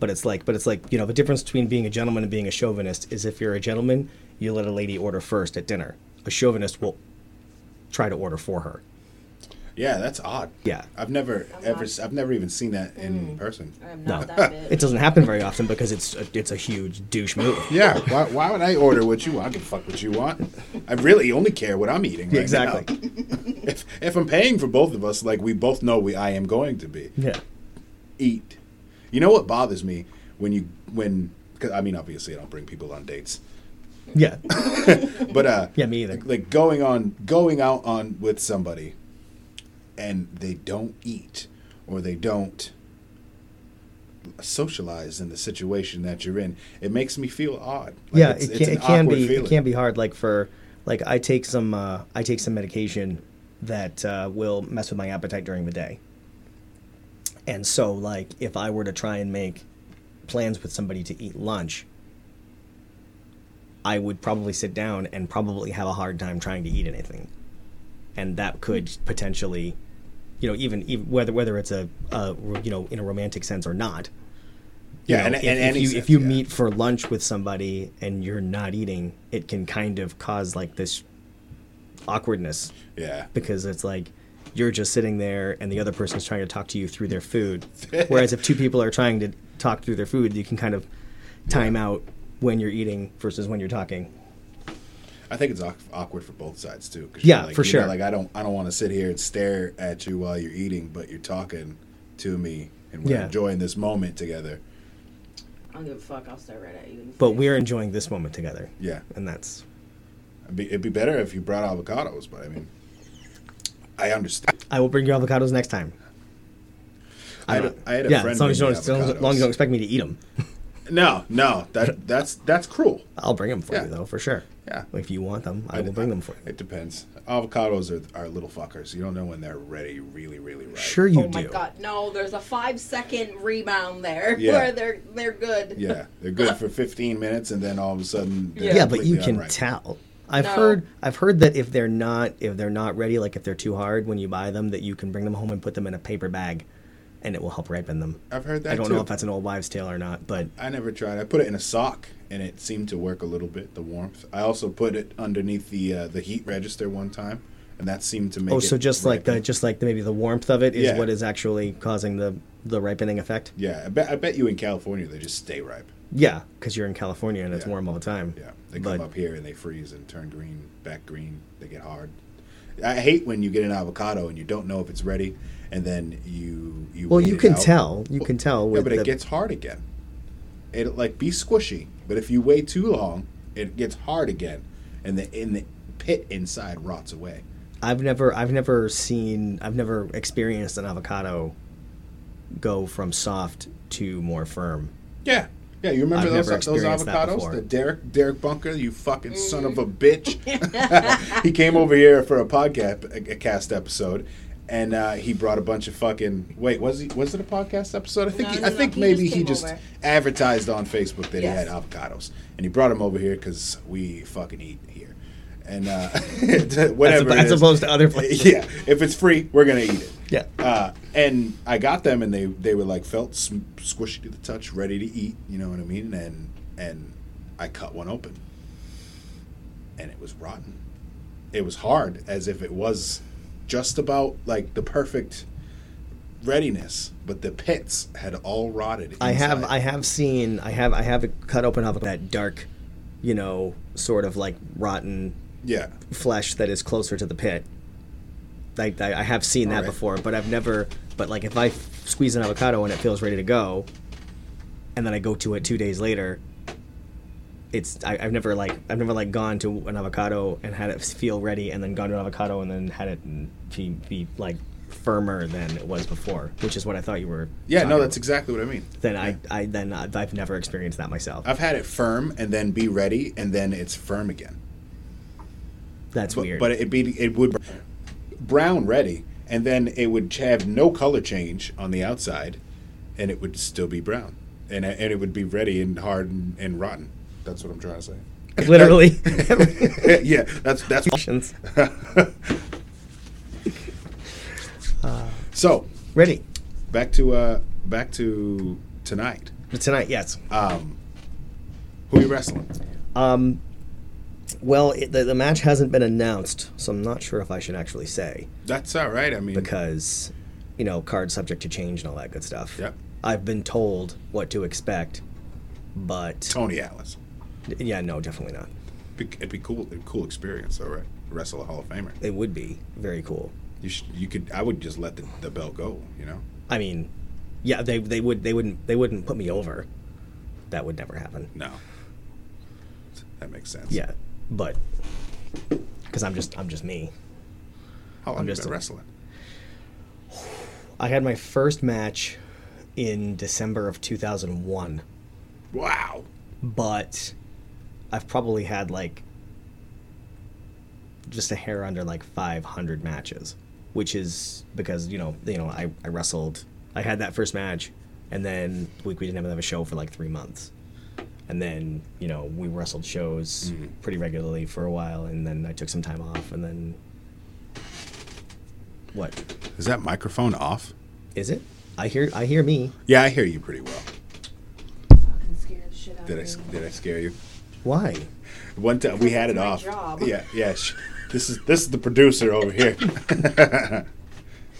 Speaker 3: But it's like, but it's like, you know, the difference between being a gentleman and being a chauvinist is if you're a gentleman, you let a lady order first at dinner. A chauvinist will try to order for her.
Speaker 1: Yeah, that's odd.
Speaker 3: Yeah.
Speaker 1: I've never
Speaker 4: I'm
Speaker 1: ever
Speaker 4: not- Mm.
Speaker 1: s- I've never even seen that in person.
Speaker 4: I'm
Speaker 3: No.
Speaker 4: not that bitch.
Speaker 3: It doesn't happen very often because it's a, it's a huge douche move.
Speaker 1: Yeah, why, why would I order what you want? I can fuck what you want. I really only care what I'm eating. Right
Speaker 3: exactly.
Speaker 1: now. If if I'm paying for both of us, like we both know we I am going to be
Speaker 3: Yeah.
Speaker 1: eat. You know what bothers me when you when cause, I mean obviously I don't bring people on dates,
Speaker 3: Yeah.
Speaker 1: but uh
Speaker 3: Yeah, me either.
Speaker 1: like, like going on going out on with somebody and they don't eat or they don't socialize in the situation that you're in it makes me feel odd Like,
Speaker 3: yeah,
Speaker 1: it's- it's
Speaker 3: it can,
Speaker 1: an
Speaker 3: it can
Speaker 1: awkward
Speaker 3: be
Speaker 1: feeling.
Speaker 3: it can be hard. Like for like I take some uh, I take some medication that uh, will mess with my appetite during the day. And so, like, if I were to try and make plans with somebody to eat lunch, I would probably sit down and probably have a hard time trying to eat anything, and that could potentially, you know, even, even whether whether it's a, a you know in a romantic sense or not, you
Speaker 1: yeah
Speaker 3: know,
Speaker 1: and,
Speaker 3: if,
Speaker 1: and
Speaker 3: if
Speaker 1: any
Speaker 3: you,
Speaker 1: sense,
Speaker 3: if you
Speaker 1: yeah.
Speaker 3: meet for lunch with somebody and you're not eating, it can kind of cause like this awkwardness
Speaker 1: yeah
Speaker 3: because it's like you're just sitting there and the other person's trying to talk to you through their food. Whereas if two people are trying to talk through their food, you can kind of time out when you're eating versus when you're talking.
Speaker 1: I think it's awk- awkward for both sides too. 'cause
Speaker 3: Yeah,
Speaker 1: you're like,
Speaker 3: for
Speaker 1: you know,
Speaker 3: sure.
Speaker 1: like I don't, I don't want to sit here and stare at you while you're eating, but you're talking to me, and we're
Speaker 3: Yeah.
Speaker 1: enjoying this moment together.
Speaker 4: I don't give a fuck. I'll stare right at you. in the
Speaker 3: But
Speaker 4: face.
Speaker 3: we're enjoying this moment together.
Speaker 1: Yeah,
Speaker 3: And that's
Speaker 1: it'd be, it'd be better if you brought avocados, but I mean, I understand.
Speaker 3: I will bring you avocados next time. Uh,
Speaker 1: I had a, I had a
Speaker 3: yeah,
Speaker 1: friend.
Speaker 3: as long as, you
Speaker 1: bring
Speaker 3: don't,
Speaker 1: me
Speaker 3: as long as- as long as
Speaker 1: avocados.
Speaker 3: you don't expect me to eat them.
Speaker 1: No, no, that that's that's cruel.
Speaker 3: I'll bring them for
Speaker 1: Yeah.
Speaker 3: you though, for sure.
Speaker 1: Yeah.
Speaker 3: If you want them, I, will bring them for you.
Speaker 1: It depends. Avocados are, are little fuckers. You don't know when they're ready, really, really ripe.
Speaker 3: Sure you
Speaker 4: oh
Speaker 3: do.
Speaker 4: my god, no! There's a five second rebound there
Speaker 1: Yeah.
Speaker 4: where they're they're good.
Speaker 1: Yeah, they're good for 15 minutes, and then all of a sudden, they're
Speaker 4: Yeah.
Speaker 3: Yeah, but
Speaker 1: completely
Speaker 3: you can
Speaker 1: unripe.
Speaker 3: tell. I've
Speaker 4: No.
Speaker 3: heard I've heard that if they're not if they're not ready, like if they're too hard when you buy them, that you can bring them home and put them in a paper bag, and it will help ripen them.
Speaker 1: I've heard that
Speaker 3: I don't
Speaker 1: too.
Speaker 3: know if that's an old wives' tale or not, but
Speaker 1: I never tried. I put it in a sock, and it seemed to work a little bit. The warmth. I also put it underneath the uh, the heat register one time, and that seemed to make.
Speaker 3: oh,
Speaker 1: it
Speaker 3: so just like the
Speaker 1: ripen.
Speaker 3: just like the, maybe the warmth of it is
Speaker 1: Yeah.
Speaker 3: what is actually causing the the ripening effect.
Speaker 1: Yeah, I bet. I bet you in California they just stay ripe.
Speaker 3: Yeah, because you're in California and it's
Speaker 1: Yeah.
Speaker 3: warm all the time.
Speaker 1: Yeah, they
Speaker 3: but
Speaker 1: come up here and they freeze and turn green, back green. They get hard. I hate when you get an avocado and you don't know if it's ready, and then you you.
Speaker 3: well,
Speaker 1: wait
Speaker 3: you
Speaker 1: it
Speaker 3: can
Speaker 1: out.
Speaker 3: tell. You can tell.
Speaker 1: Yeah,
Speaker 3: With
Speaker 1: but it
Speaker 3: the-
Speaker 1: gets hard again. It like be squishy, but if you wait too long, it gets hard again, and the in the pit inside rots away.
Speaker 3: I've never I've never seen I've never experienced an avocado go from soft to more firm.
Speaker 1: Yeah, yeah. You remember
Speaker 3: I've
Speaker 1: those uh,
Speaker 3: never
Speaker 1: those
Speaker 3: experienced that
Speaker 1: avocados?
Speaker 3: before.
Speaker 1: the Derek Derek Bunker, you fucking son of a
Speaker 4: Mm.
Speaker 1: bitch. he came over here for a podcast a, a cast episode. And uh, he brought a bunch of fucking wait was he was it a podcast episode? I think
Speaker 4: No,
Speaker 1: he,
Speaker 4: no,
Speaker 1: I
Speaker 4: no,
Speaker 1: think
Speaker 4: he
Speaker 1: maybe
Speaker 4: just
Speaker 1: he
Speaker 4: came
Speaker 1: just
Speaker 4: over.
Speaker 1: advertised on Facebook that
Speaker 4: Yes.
Speaker 1: he had avocados, and he brought them over here because we fucking eat here, and uh,
Speaker 3: As,
Speaker 1: whatever. it
Speaker 3: as
Speaker 1: is.
Speaker 3: opposed to other places.
Speaker 1: yeah, if it's free, we're gonna eat it.
Speaker 3: Yeah.
Speaker 1: Uh, and I got them, and they they were like felt s- squishy to the touch, ready to eat. You know what I mean? And and I cut one open, and it was rotten. It was hard, as if it was just about like the perfect readiness, but the pits had all rotted.
Speaker 3: I have
Speaker 1: inside.
Speaker 3: I have seen I have I have a cut open avocado that dark, you know, sort of like rotten
Speaker 1: yeah.
Speaker 3: flesh that is closer to the pit. I, I, I have seen that
Speaker 1: Alright.
Speaker 3: before, but I've never. But like, if I f- squeeze an avocado and it feels ready to go, and then I go to it two days later, it's I, I've never like I've never like gone to an avocado and had it feel ready, and then gone to an avocado and then had it be, be like firmer than it was before, which is what I thought you were.
Speaker 1: Yeah, no,
Speaker 3: talking
Speaker 1: that's
Speaker 3: about.
Speaker 1: exactly what I mean.
Speaker 3: Then I, I then I've, I've never experienced that myself.
Speaker 1: I've had it firm and then be ready and then it's firm again.
Speaker 3: that's
Speaker 1: but,
Speaker 3: weird.
Speaker 1: But it be it would brown ready, and then it would ch- have no color change on the outside, and it would still be brown, and and it would be ready and hard and, and rotten. That's what I'm trying to say.
Speaker 3: literally.
Speaker 1: yeah, that's that's so.
Speaker 3: ready.
Speaker 1: Back to uh, back to tonight.
Speaker 3: But tonight, yes.
Speaker 1: Um, who you wrestling?
Speaker 3: Um, well, it, the, the match hasn't been announced, so I'm not sure if I should actually say
Speaker 1: That's all right. I mean,
Speaker 3: because, you know, card subject to change and all that good stuff.
Speaker 1: Yep.
Speaker 3: I've been told what to expect, but
Speaker 1: Tony Atlas.
Speaker 3: yeah, no, definitely not.
Speaker 1: Be- It'd be cool. It'd be a cool experience, though, right? Wrestle a Hall of Famer.
Speaker 3: It would be very cool.
Speaker 1: You should, you could. I would just let the, the belt go. You know.
Speaker 3: I mean, yeah, they they would they wouldn't they wouldn't put me over. That would never happen.
Speaker 1: No. That makes sense.
Speaker 3: Yeah, but because I'm just I'm just me.
Speaker 1: How long have
Speaker 3: I'm
Speaker 1: you
Speaker 3: just
Speaker 1: been
Speaker 3: a-
Speaker 1: wrestling?
Speaker 3: I had my first match in December of 2001,
Speaker 1: Wow.
Speaker 3: but I've probably had like just a hair under like 500 matches, which is because you know you know I, I wrestled. I had that first match, and then we, we didn't have a show for like three months, and then you know we wrestled shows pretty regularly for a while, and then I took some time off, and then what
Speaker 1: Is that microphone off?
Speaker 3: is it? I hear I hear me.
Speaker 1: Yeah, I hear you pretty well.
Speaker 4: Fucking scared the shit out
Speaker 1: Did I
Speaker 4: of me.
Speaker 1: did I scare you?
Speaker 3: Why?
Speaker 1: One time we had it
Speaker 4: My
Speaker 1: off.
Speaker 4: job.
Speaker 1: Yeah, yeah. Sh- this is this is the producer over here, the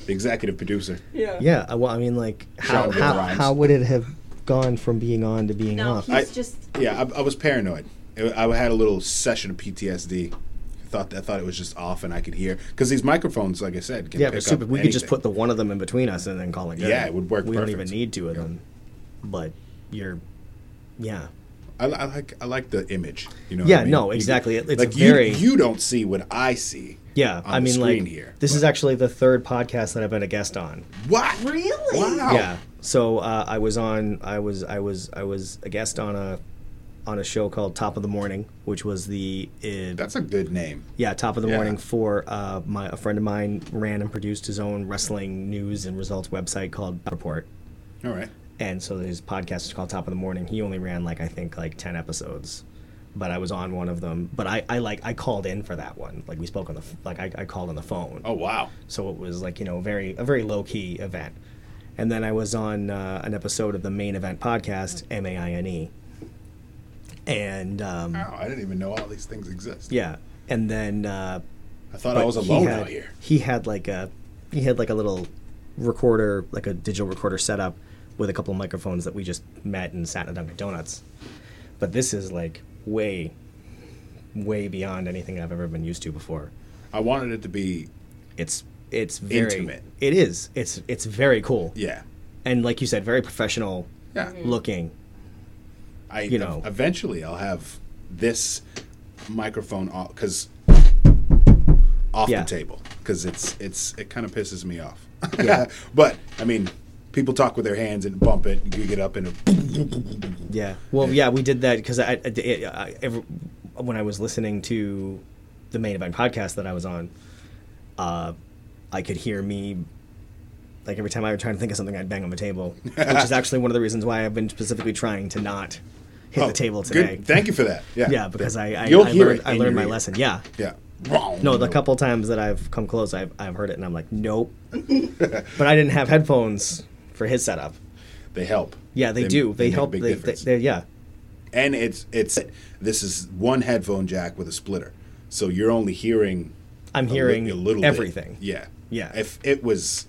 Speaker 1: executive producer.
Speaker 4: Yeah.
Speaker 3: Yeah, I- well, I mean, like, how
Speaker 1: Shout out
Speaker 3: how,
Speaker 1: to Grimes.
Speaker 3: how would it have gone from being on to being
Speaker 4: No,
Speaker 3: off?
Speaker 4: he's just.
Speaker 1: Yeah, I, I was paranoid. It- I had a little session of PTSD. Thought I thought it was just off, and I could hear because these microphones, like I said, can
Speaker 3: yeah,
Speaker 1: pick
Speaker 3: but super.
Speaker 1: up
Speaker 3: We could just
Speaker 1: anything.
Speaker 3: put the one of them in between us and then call it good.
Speaker 1: Yeah, it would work
Speaker 3: We don't even
Speaker 1: perfect.
Speaker 3: need two of
Speaker 1: Yeah.
Speaker 3: them. But you're, yeah,
Speaker 1: I, li- I like I like the image. You know. what
Speaker 3: Yeah,
Speaker 1: I mean?
Speaker 3: no,
Speaker 1: You-
Speaker 3: exactly. It- it's
Speaker 1: like
Speaker 3: very-
Speaker 1: you, you don't see what I see.
Speaker 3: yeah.
Speaker 1: on
Speaker 3: I
Speaker 1: the
Speaker 3: mean,
Speaker 1: screen
Speaker 3: like,
Speaker 1: here,
Speaker 3: this is
Speaker 1: but-
Speaker 3: actually the third podcast that I've been a guest on.
Speaker 1: What?
Speaker 4: Really?
Speaker 1: Wow.
Speaker 3: Yeah. So uh, I was on. I was. I was. I was a guest on a, on a show called Top of the Morning, which was the uh,
Speaker 1: That's a good name.
Speaker 3: Yeah, top of the
Speaker 1: Yeah.
Speaker 3: morning for uh, my a friend of mine ran and produced his own wrestling news and results website called Report,
Speaker 1: All right.
Speaker 3: and so his podcast is called Top of the Morning. He only ran like I think like ten episodes, but I was on one of them. But I, I like I called in for that one. Like we spoke on the f- like I, I called on the phone.
Speaker 1: Oh wow.
Speaker 3: so it was like you know very a very low key event. And then I was on uh, an episode of the main event podcast M A I N E, and um,
Speaker 1: Wow, I didn't even know all these things exist.
Speaker 3: yeah, and then. Uh,
Speaker 1: I thought
Speaker 3: but
Speaker 1: I was
Speaker 3: he
Speaker 1: alone
Speaker 3: had-
Speaker 1: out here.
Speaker 3: He had like a he had like a little recorder, like a digital recorder setup with a couple of microphones that we just met and sat in a Dunkin' Donuts. But this is like way, way beyond anything I've ever been used to before.
Speaker 1: I wanted it to be
Speaker 3: It's it's very
Speaker 1: Intimate.
Speaker 3: It is. It's it's very cool.
Speaker 1: yeah.
Speaker 3: And like you said, very professional
Speaker 1: Yeah.
Speaker 3: looking.
Speaker 1: I
Speaker 3: Mm-hmm. you know.
Speaker 1: eventually I'll have this microphone off cuz off
Speaker 3: Yeah.
Speaker 1: the table cuz it's it's it kind of pisses me off.
Speaker 3: Yeah.
Speaker 1: but I mean, people talk with their hands and bump it, you get up and a
Speaker 3: Yeah. Well, yeah, we did that because I, I, it- I every, when I was listening to the main event podcast that I was on, uh, I could hear me. Like every time I would try to think of something, I'd bang on the table, which is actually one of the reasons why I've been specifically trying to not hit
Speaker 1: Oh,
Speaker 3: the table
Speaker 1: good.
Speaker 3: today.
Speaker 1: Thank you for that. Yeah.
Speaker 3: Yeah, because I I,
Speaker 1: You'll
Speaker 3: I
Speaker 1: hear
Speaker 3: learned,
Speaker 1: it
Speaker 3: I
Speaker 1: in
Speaker 3: learned
Speaker 1: your
Speaker 3: my
Speaker 1: ear.
Speaker 3: lesson. Yeah.
Speaker 1: Yeah.
Speaker 3: No, the couple times that I've come close, I've I've heard it, and I'm like, nope. but I didn't have headphones for his setup.
Speaker 1: they help.
Speaker 3: Yeah, they, do. They
Speaker 1: make a
Speaker 3: help.
Speaker 1: big
Speaker 3: They, they,
Speaker 1: difference.
Speaker 3: they, yeah.
Speaker 1: and it's it's this is one headphone jack with a splitter, so you're only hearing.
Speaker 3: I'm
Speaker 1: a li-
Speaker 3: hearing
Speaker 1: a little bit.
Speaker 3: everything.
Speaker 1: Yeah,
Speaker 3: Yeah.
Speaker 1: If it was,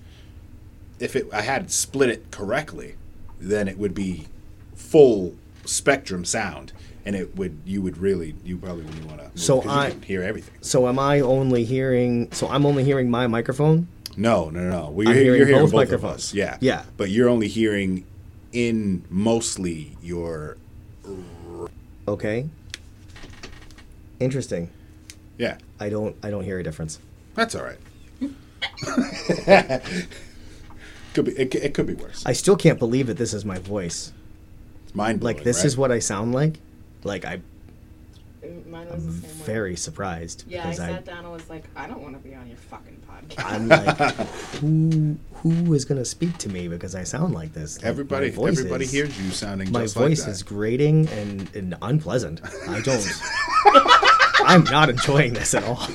Speaker 1: if it I had split it correctly, then it would be full spectrum sound, and it would you would really you probably wouldn't want to.
Speaker 3: So I-
Speaker 1: hear everything.
Speaker 3: So am I only hearing? So I'm only hearing my microphone.
Speaker 1: No, no, no. Well,
Speaker 3: I'm
Speaker 1: you're,
Speaker 3: hearing
Speaker 1: you're hearing
Speaker 3: both
Speaker 1: both,
Speaker 3: microphones.
Speaker 1: of us. Yeah,
Speaker 3: Yeah.
Speaker 1: But you're only hearing in mostly your
Speaker 3: Okay. Interesting.
Speaker 1: yeah.
Speaker 3: I don't. I don't hear a difference.
Speaker 1: That's all right. could be. It, c- it could be worse.
Speaker 3: I still can't believe that this is my voice.
Speaker 1: Oh, It's mind blowing.
Speaker 3: Like this is what I sound like. Like I'm
Speaker 4: Mine was the same way.
Speaker 3: very surprised
Speaker 4: Oh Yeah, I sat down and was like, I don't want to be on your fucking podcast.
Speaker 3: I'm like, who who is gonna speak to me because I sound like this? Like, my
Speaker 1: everybody.
Speaker 3: voice
Speaker 1: Everybody
Speaker 3: is-
Speaker 1: hears you sounding
Speaker 3: My
Speaker 1: just
Speaker 3: voice
Speaker 1: like that.
Speaker 3: is grating and, and unpleasant. I don't. I'm not enjoying this at all.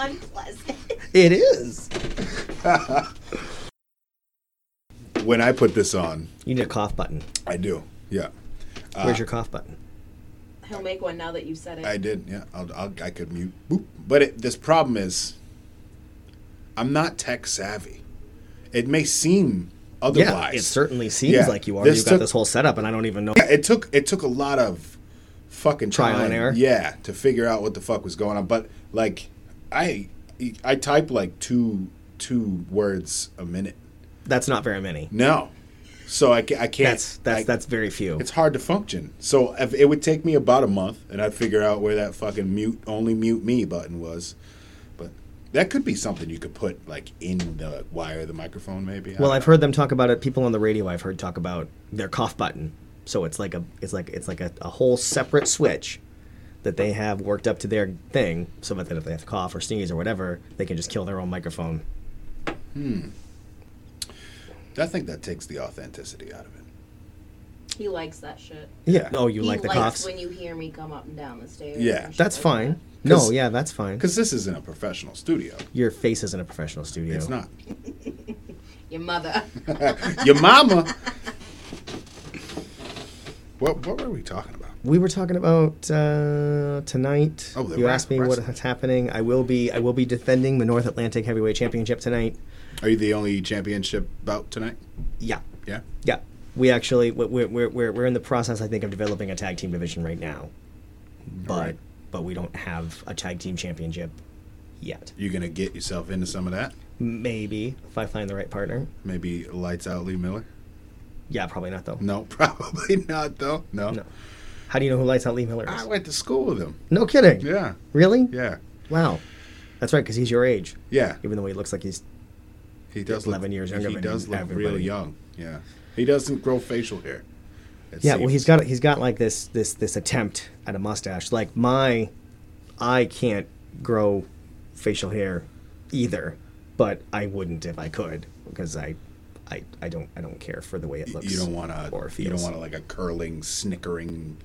Speaker 4: Unpleasant.
Speaker 3: It is.
Speaker 1: when I put this on,
Speaker 3: You need a cough button.
Speaker 1: I do. Yeah, Uh,
Speaker 3: Where's your cough button?
Speaker 4: He'll make one now that you've said it.
Speaker 1: I did. Yeah, I'll, I'll, I could mute. Boop. But it, this problem is, I'm not tech savvy. It may seem otherwise.
Speaker 3: Yeah, it certainly seems
Speaker 1: Yeah.
Speaker 3: like you are.
Speaker 1: This
Speaker 3: You've got
Speaker 1: took-
Speaker 3: this whole setup, and I don't even know.
Speaker 1: Yeah, it took it took a lot of fucking
Speaker 3: Trial
Speaker 1: time,
Speaker 3: and error?
Speaker 1: Yeah, to figure out what the fuck was going on. But like, I I type like two two words a minute.
Speaker 3: That's not very many.
Speaker 1: No, so I, ca- I can't.
Speaker 3: That's that's
Speaker 1: I-
Speaker 3: that's very few.
Speaker 1: It's hard to function. So if, it would take me about a month, and I'd figure out where that fucking mute only mute me button was. But that could be something you could put like in the wire of the microphone, maybe. I
Speaker 3: Well,
Speaker 1: don't
Speaker 3: I've
Speaker 1: know.
Speaker 3: heard them talk about it. People on the radio, I've heard talk about their cough button. So it's like a, it's like it's like a, a whole separate switch that they have worked up to their thing, so that if they have to cough or sneeze or whatever, they can just kill their own microphone.
Speaker 1: I think that takes the authenticity out of it.
Speaker 4: he likes that shit.
Speaker 3: Yeah. Oh, you
Speaker 4: he
Speaker 3: like the
Speaker 4: likes
Speaker 3: coughs?
Speaker 4: when you hear me come up and down the stairs.
Speaker 1: Yeah.
Speaker 4: and shit
Speaker 3: That's
Speaker 4: like
Speaker 3: fine.
Speaker 4: that.
Speaker 3: No,
Speaker 1: 'Cause-
Speaker 3: yeah, that's fine.
Speaker 1: Because this isn't a professional studio.
Speaker 3: Your face isn't a professional studio.
Speaker 1: It's not.
Speaker 4: Your mother.
Speaker 1: Your mama. What, what were we talking about?
Speaker 3: We were talking about uh, tonight.
Speaker 1: Oh, the
Speaker 3: you
Speaker 1: wrap-
Speaker 3: asked me
Speaker 1: wrestling.
Speaker 3: what's happening. I will be I will be defending the North Atlantic Heavyweight Championship tonight.
Speaker 1: Are you the only championship bout tonight?
Speaker 3: Yeah.
Speaker 1: Yeah.
Speaker 3: Yeah, we actually we're we're we're, we're in the process. I think of developing a tag team division right now, but
Speaker 1: Right.
Speaker 3: but we don't have a tag team championship yet.
Speaker 1: You gonna get yourself into some of that?
Speaker 3: Maybe if I find the right partner.
Speaker 1: Maybe lights out Lee Miller?
Speaker 3: Yeah, probably not though.
Speaker 1: No, probably not though. No.
Speaker 3: No. How do you know who lights out Lee Miller?
Speaker 1: I
Speaker 3: Is?
Speaker 1: went to school with him.
Speaker 3: No kidding.
Speaker 1: Yeah.
Speaker 3: Really?
Speaker 1: Yeah.
Speaker 3: Wow. That's right, because he's your age.
Speaker 1: Yeah.
Speaker 3: Even though he looks like he's
Speaker 1: He does
Speaker 3: 11 years younger
Speaker 1: He
Speaker 3: than
Speaker 1: does look really
Speaker 3: everybody.
Speaker 1: young. Yeah. He doesn't grow facial hair. It
Speaker 3: yeah. Well,
Speaker 1: seems.
Speaker 3: he's got he's got like this this this attempt at a mustache. Like my, I can't grow facial hair either, but I wouldn't if I could because I, I I don't I don't care for the way it looks.
Speaker 1: You don't want
Speaker 3: or
Speaker 1: to.
Speaker 3: feels.
Speaker 1: You don't want to like a curling, snickering.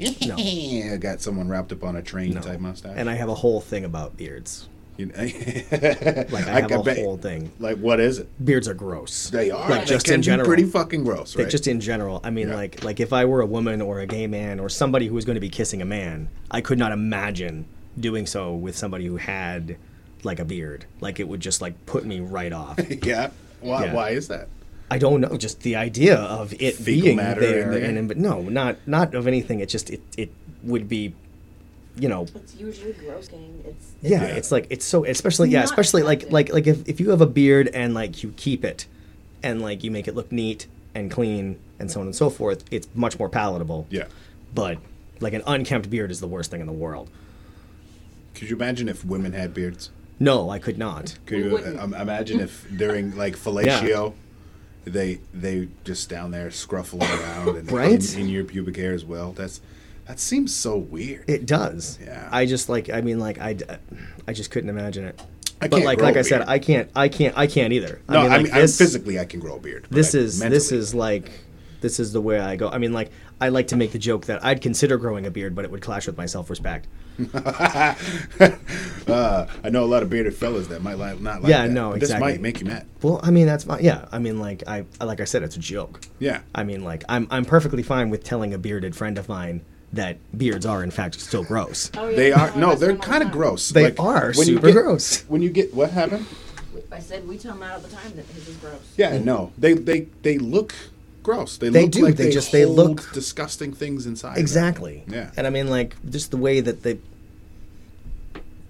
Speaker 3: No.
Speaker 1: I got someone wrapped up on a train
Speaker 3: No.
Speaker 1: type mustache.
Speaker 3: And I have a whole thing about beards.
Speaker 1: You know-
Speaker 3: Like I
Speaker 1: I
Speaker 3: have
Speaker 1: can
Speaker 3: a
Speaker 1: bet-
Speaker 3: whole thing.
Speaker 1: Like what is it?
Speaker 3: Beards are gross.
Speaker 1: They are.
Speaker 3: Like,
Speaker 1: they
Speaker 3: just
Speaker 1: can
Speaker 3: in
Speaker 1: be
Speaker 3: general.
Speaker 1: pretty fucking gross,
Speaker 3: But
Speaker 1: right?
Speaker 3: just in general, I mean,
Speaker 1: Yeah.
Speaker 3: like like if I were a woman or a gay man or somebody who was going to be kissing a man, I could not imagine doing so with somebody who had like a beard. Like it would just like put me right off.
Speaker 1: yeah. Why?
Speaker 3: Yeah.
Speaker 1: Why is that?
Speaker 3: I don't know, just the idea of it
Speaker 1: Fecal
Speaker 3: being
Speaker 1: matter
Speaker 3: there,
Speaker 1: in there?
Speaker 3: and but no, not not of anything. It just it it would be, you know,
Speaker 4: It's usually gross gang. It's, it's
Speaker 3: yeah,
Speaker 1: Yeah.
Speaker 3: it's like it's so especially yeah
Speaker 4: Not
Speaker 3: especially like
Speaker 4: attractive.
Speaker 3: like like if, if you have a beard and like you keep it and like you make it look neat and clean and so on and so forth it's much more palatable
Speaker 1: Yeah.
Speaker 3: but like an unkempt beard is the worst thing in the world
Speaker 1: Could you imagine if women had beards?
Speaker 3: no i could not
Speaker 1: Could
Speaker 4: We
Speaker 1: you
Speaker 4: wouldn't.
Speaker 1: um, imagine if during like fellatio, they they just down there scruffling around and
Speaker 3: Right?
Speaker 1: in, in your pubic hair as well? That's that seems so weird.
Speaker 3: it does
Speaker 1: Yeah.
Speaker 3: i just like i mean like i d- I just couldn't imagine it
Speaker 1: I
Speaker 3: but
Speaker 1: can't
Speaker 3: like
Speaker 1: grow
Speaker 3: like
Speaker 1: a
Speaker 3: i said
Speaker 1: beard.
Speaker 3: i can't i can't i can't either
Speaker 1: no, I mean, I
Speaker 3: like, this-
Speaker 1: physically I can grow a beard. but
Speaker 3: this
Speaker 1: I-
Speaker 3: is this
Speaker 1: mentally-
Speaker 3: is like this is the way I go. I mean, like I like to make the joke that I'd consider growing a beard, but it would clash with my self-respect.
Speaker 1: Uh, I know a lot of bearded fellas that might like, not like
Speaker 3: Yeah,
Speaker 1: that,
Speaker 3: no,
Speaker 1: but
Speaker 3: exactly.
Speaker 1: This might make you mad.
Speaker 3: Well, I mean that's fine. Yeah, I mean like I like I said, it's a joke.
Speaker 1: Yeah.
Speaker 3: I mean like I'm I'm perfectly fine with telling a bearded friend of mine that beards are in fact still gross.
Speaker 4: Oh, yeah,
Speaker 1: They
Speaker 4: we
Speaker 1: are
Speaker 4: tell him
Speaker 1: no,
Speaker 4: that
Speaker 1: they're
Speaker 4: all the
Speaker 1: kind of
Speaker 4: time.
Speaker 1: gross.
Speaker 3: They
Speaker 1: Like,
Speaker 3: are
Speaker 1: when you
Speaker 3: super
Speaker 1: get-
Speaker 3: gross.
Speaker 1: When you get what happened?
Speaker 4: I said we tell him that all the time that his is gross.
Speaker 1: Yeah, no, they they they look gross. They,
Speaker 3: Mm. They
Speaker 1: look
Speaker 3: do,
Speaker 1: Like
Speaker 3: they
Speaker 1: they,
Speaker 3: just- they
Speaker 1: hold
Speaker 3: look-
Speaker 1: disgusting things inside. of them.
Speaker 3: Exactly.
Speaker 1: Yeah.
Speaker 3: And I mean, like, just the way that they,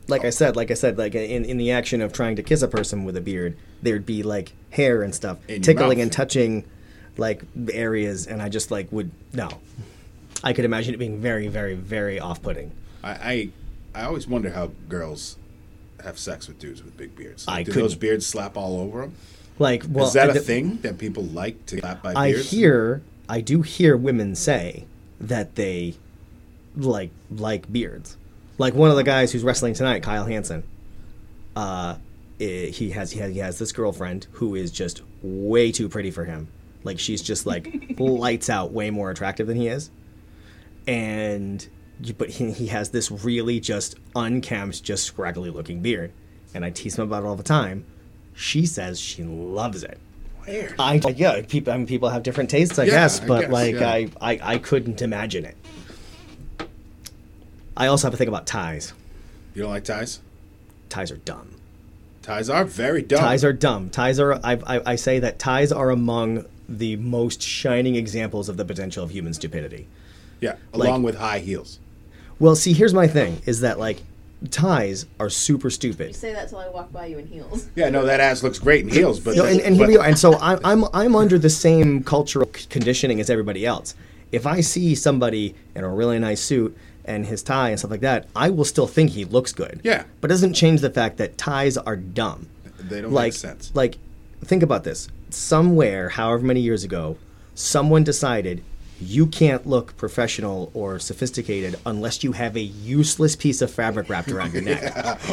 Speaker 3: like I said, like I said, like in, in the action of trying to kiss a person with a beard, there'd be like hair and stuff
Speaker 1: In your
Speaker 3: tickling
Speaker 1: mouth.
Speaker 3: and touching, like areas, and I just like would no, I could imagine it being very, very, very off-putting.
Speaker 1: I, I I always wonder how girls have sex with dudes with big beards. Like,
Speaker 3: I
Speaker 1: do
Speaker 3: couldn't-
Speaker 1: those beards slap all over them?
Speaker 3: Like, well,
Speaker 1: Is that
Speaker 3: I-
Speaker 1: a thing that people like to slap by
Speaker 3: I
Speaker 1: beards?
Speaker 3: hear, I do hear women say that they like like beards. Like one of the guys who's wrestling tonight, Kyle Hansen. Uh, eh, he has he has he has this girlfriend who is just way too pretty for him. Like she's just like lights out, way more attractive than he is. And you- but he, he has this really just unkempt, just scraggly looking beard. And I tease him about it all the time. She says she loves it.
Speaker 1: prepared.
Speaker 3: I yeah, people. I mean, people have different tastes, I
Speaker 1: Yeah,
Speaker 3: guess.
Speaker 1: I
Speaker 3: But
Speaker 1: guess,
Speaker 3: like,
Speaker 1: yeah.
Speaker 3: I, I I couldn't imagine it. I also have to think about ties.
Speaker 1: You don't like ties?
Speaker 3: Ties are dumb.
Speaker 1: Ties are very dumb.
Speaker 3: Ties are dumb. Ties are. I, I I say that ties are among the most shining examples of the potential of human stupidity.
Speaker 1: yeah,
Speaker 3: like-
Speaker 1: along with high heels.
Speaker 3: Well, see, here's my thing: is that like ties are super
Speaker 4: You
Speaker 3: stupid.
Speaker 4: say that till I walk by you in heels.
Speaker 1: Yeah, no, that ass looks great in heels, but
Speaker 3: You know, and, and here
Speaker 1: but-
Speaker 3: we are. And so I, I'm I'm under the same cultural c- conditioning as everybody else. If I see somebody in a really nice suit and his tie and stuff like that, I will still think he looks good.
Speaker 1: Yeah.
Speaker 3: but it doesn't change the fact that ties are dumb.
Speaker 1: They don't make
Speaker 3: like,
Speaker 1: sense.
Speaker 3: Like, think about this. Somewhere, however many years ago, someone decided you can't look professional or sophisticated unless you have a useless piece of fabric wrapped around your neck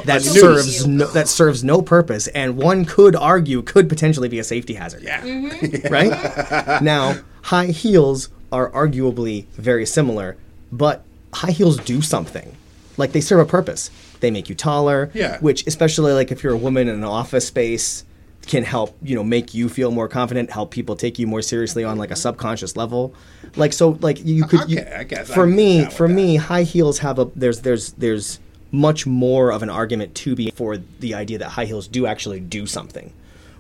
Speaker 3: that
Speaker 4: noose.
Speaker 3: serves no, that serves no purpose and one could argue could potentially be a safety hazard
Speaker 1: Yeah.
Speaker 4: Mm-hmm.
Speaker 3: right now high heels are arguably very similar but high heels do something like they serve a purpose they make you taller
Speaker 1: Yeah.
Speaker 3: which especially like if you're a woman in an office space can help you know make you feel more confident help people take you more seriously on like a subconscious level like so like you could you,
Speaker 1: Okay, I guess I
Speaker 3: for
Speaker 1: can get
Speaker 3: me
Speaker 1: down with
Speaker 3: for
Speaker 1: that.
Speaker 3: me high heels have a there's there's there's much more of an argument to be for the idea that high heels do actually do something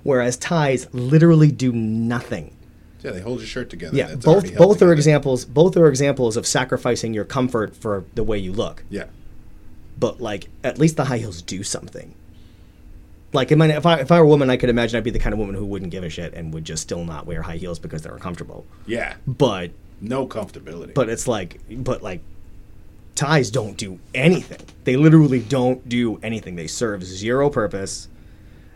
Speaker 3: whereas ties literally do nothing
Speaker 1: Yeah, they hold your shirt together.
Speaker 3: yeah,
Speaker 1: That's already
Speaker 3: both
Speaker 1: held
Speaker 3: both are
Speaker 1: together.
Speaker 3: examples. Both are examples of sacrificing your comfort for the way you look.
Speaker 1: Yeah.
Speaker 3: But like, at least the high heels do something. Like, I mean, if I if I were a woman, I could imagine I'd be the kind of woman who wouldn't give a shit and would just still not wear high heels because they're uncomfortable.
Speaker 1: Yeah.
Speaker 3: But
Speaker 1: No comfortability.
Speaker 3: but it's like, but like, ties don't do anything. They literally don't do anything. They serve zero purpose.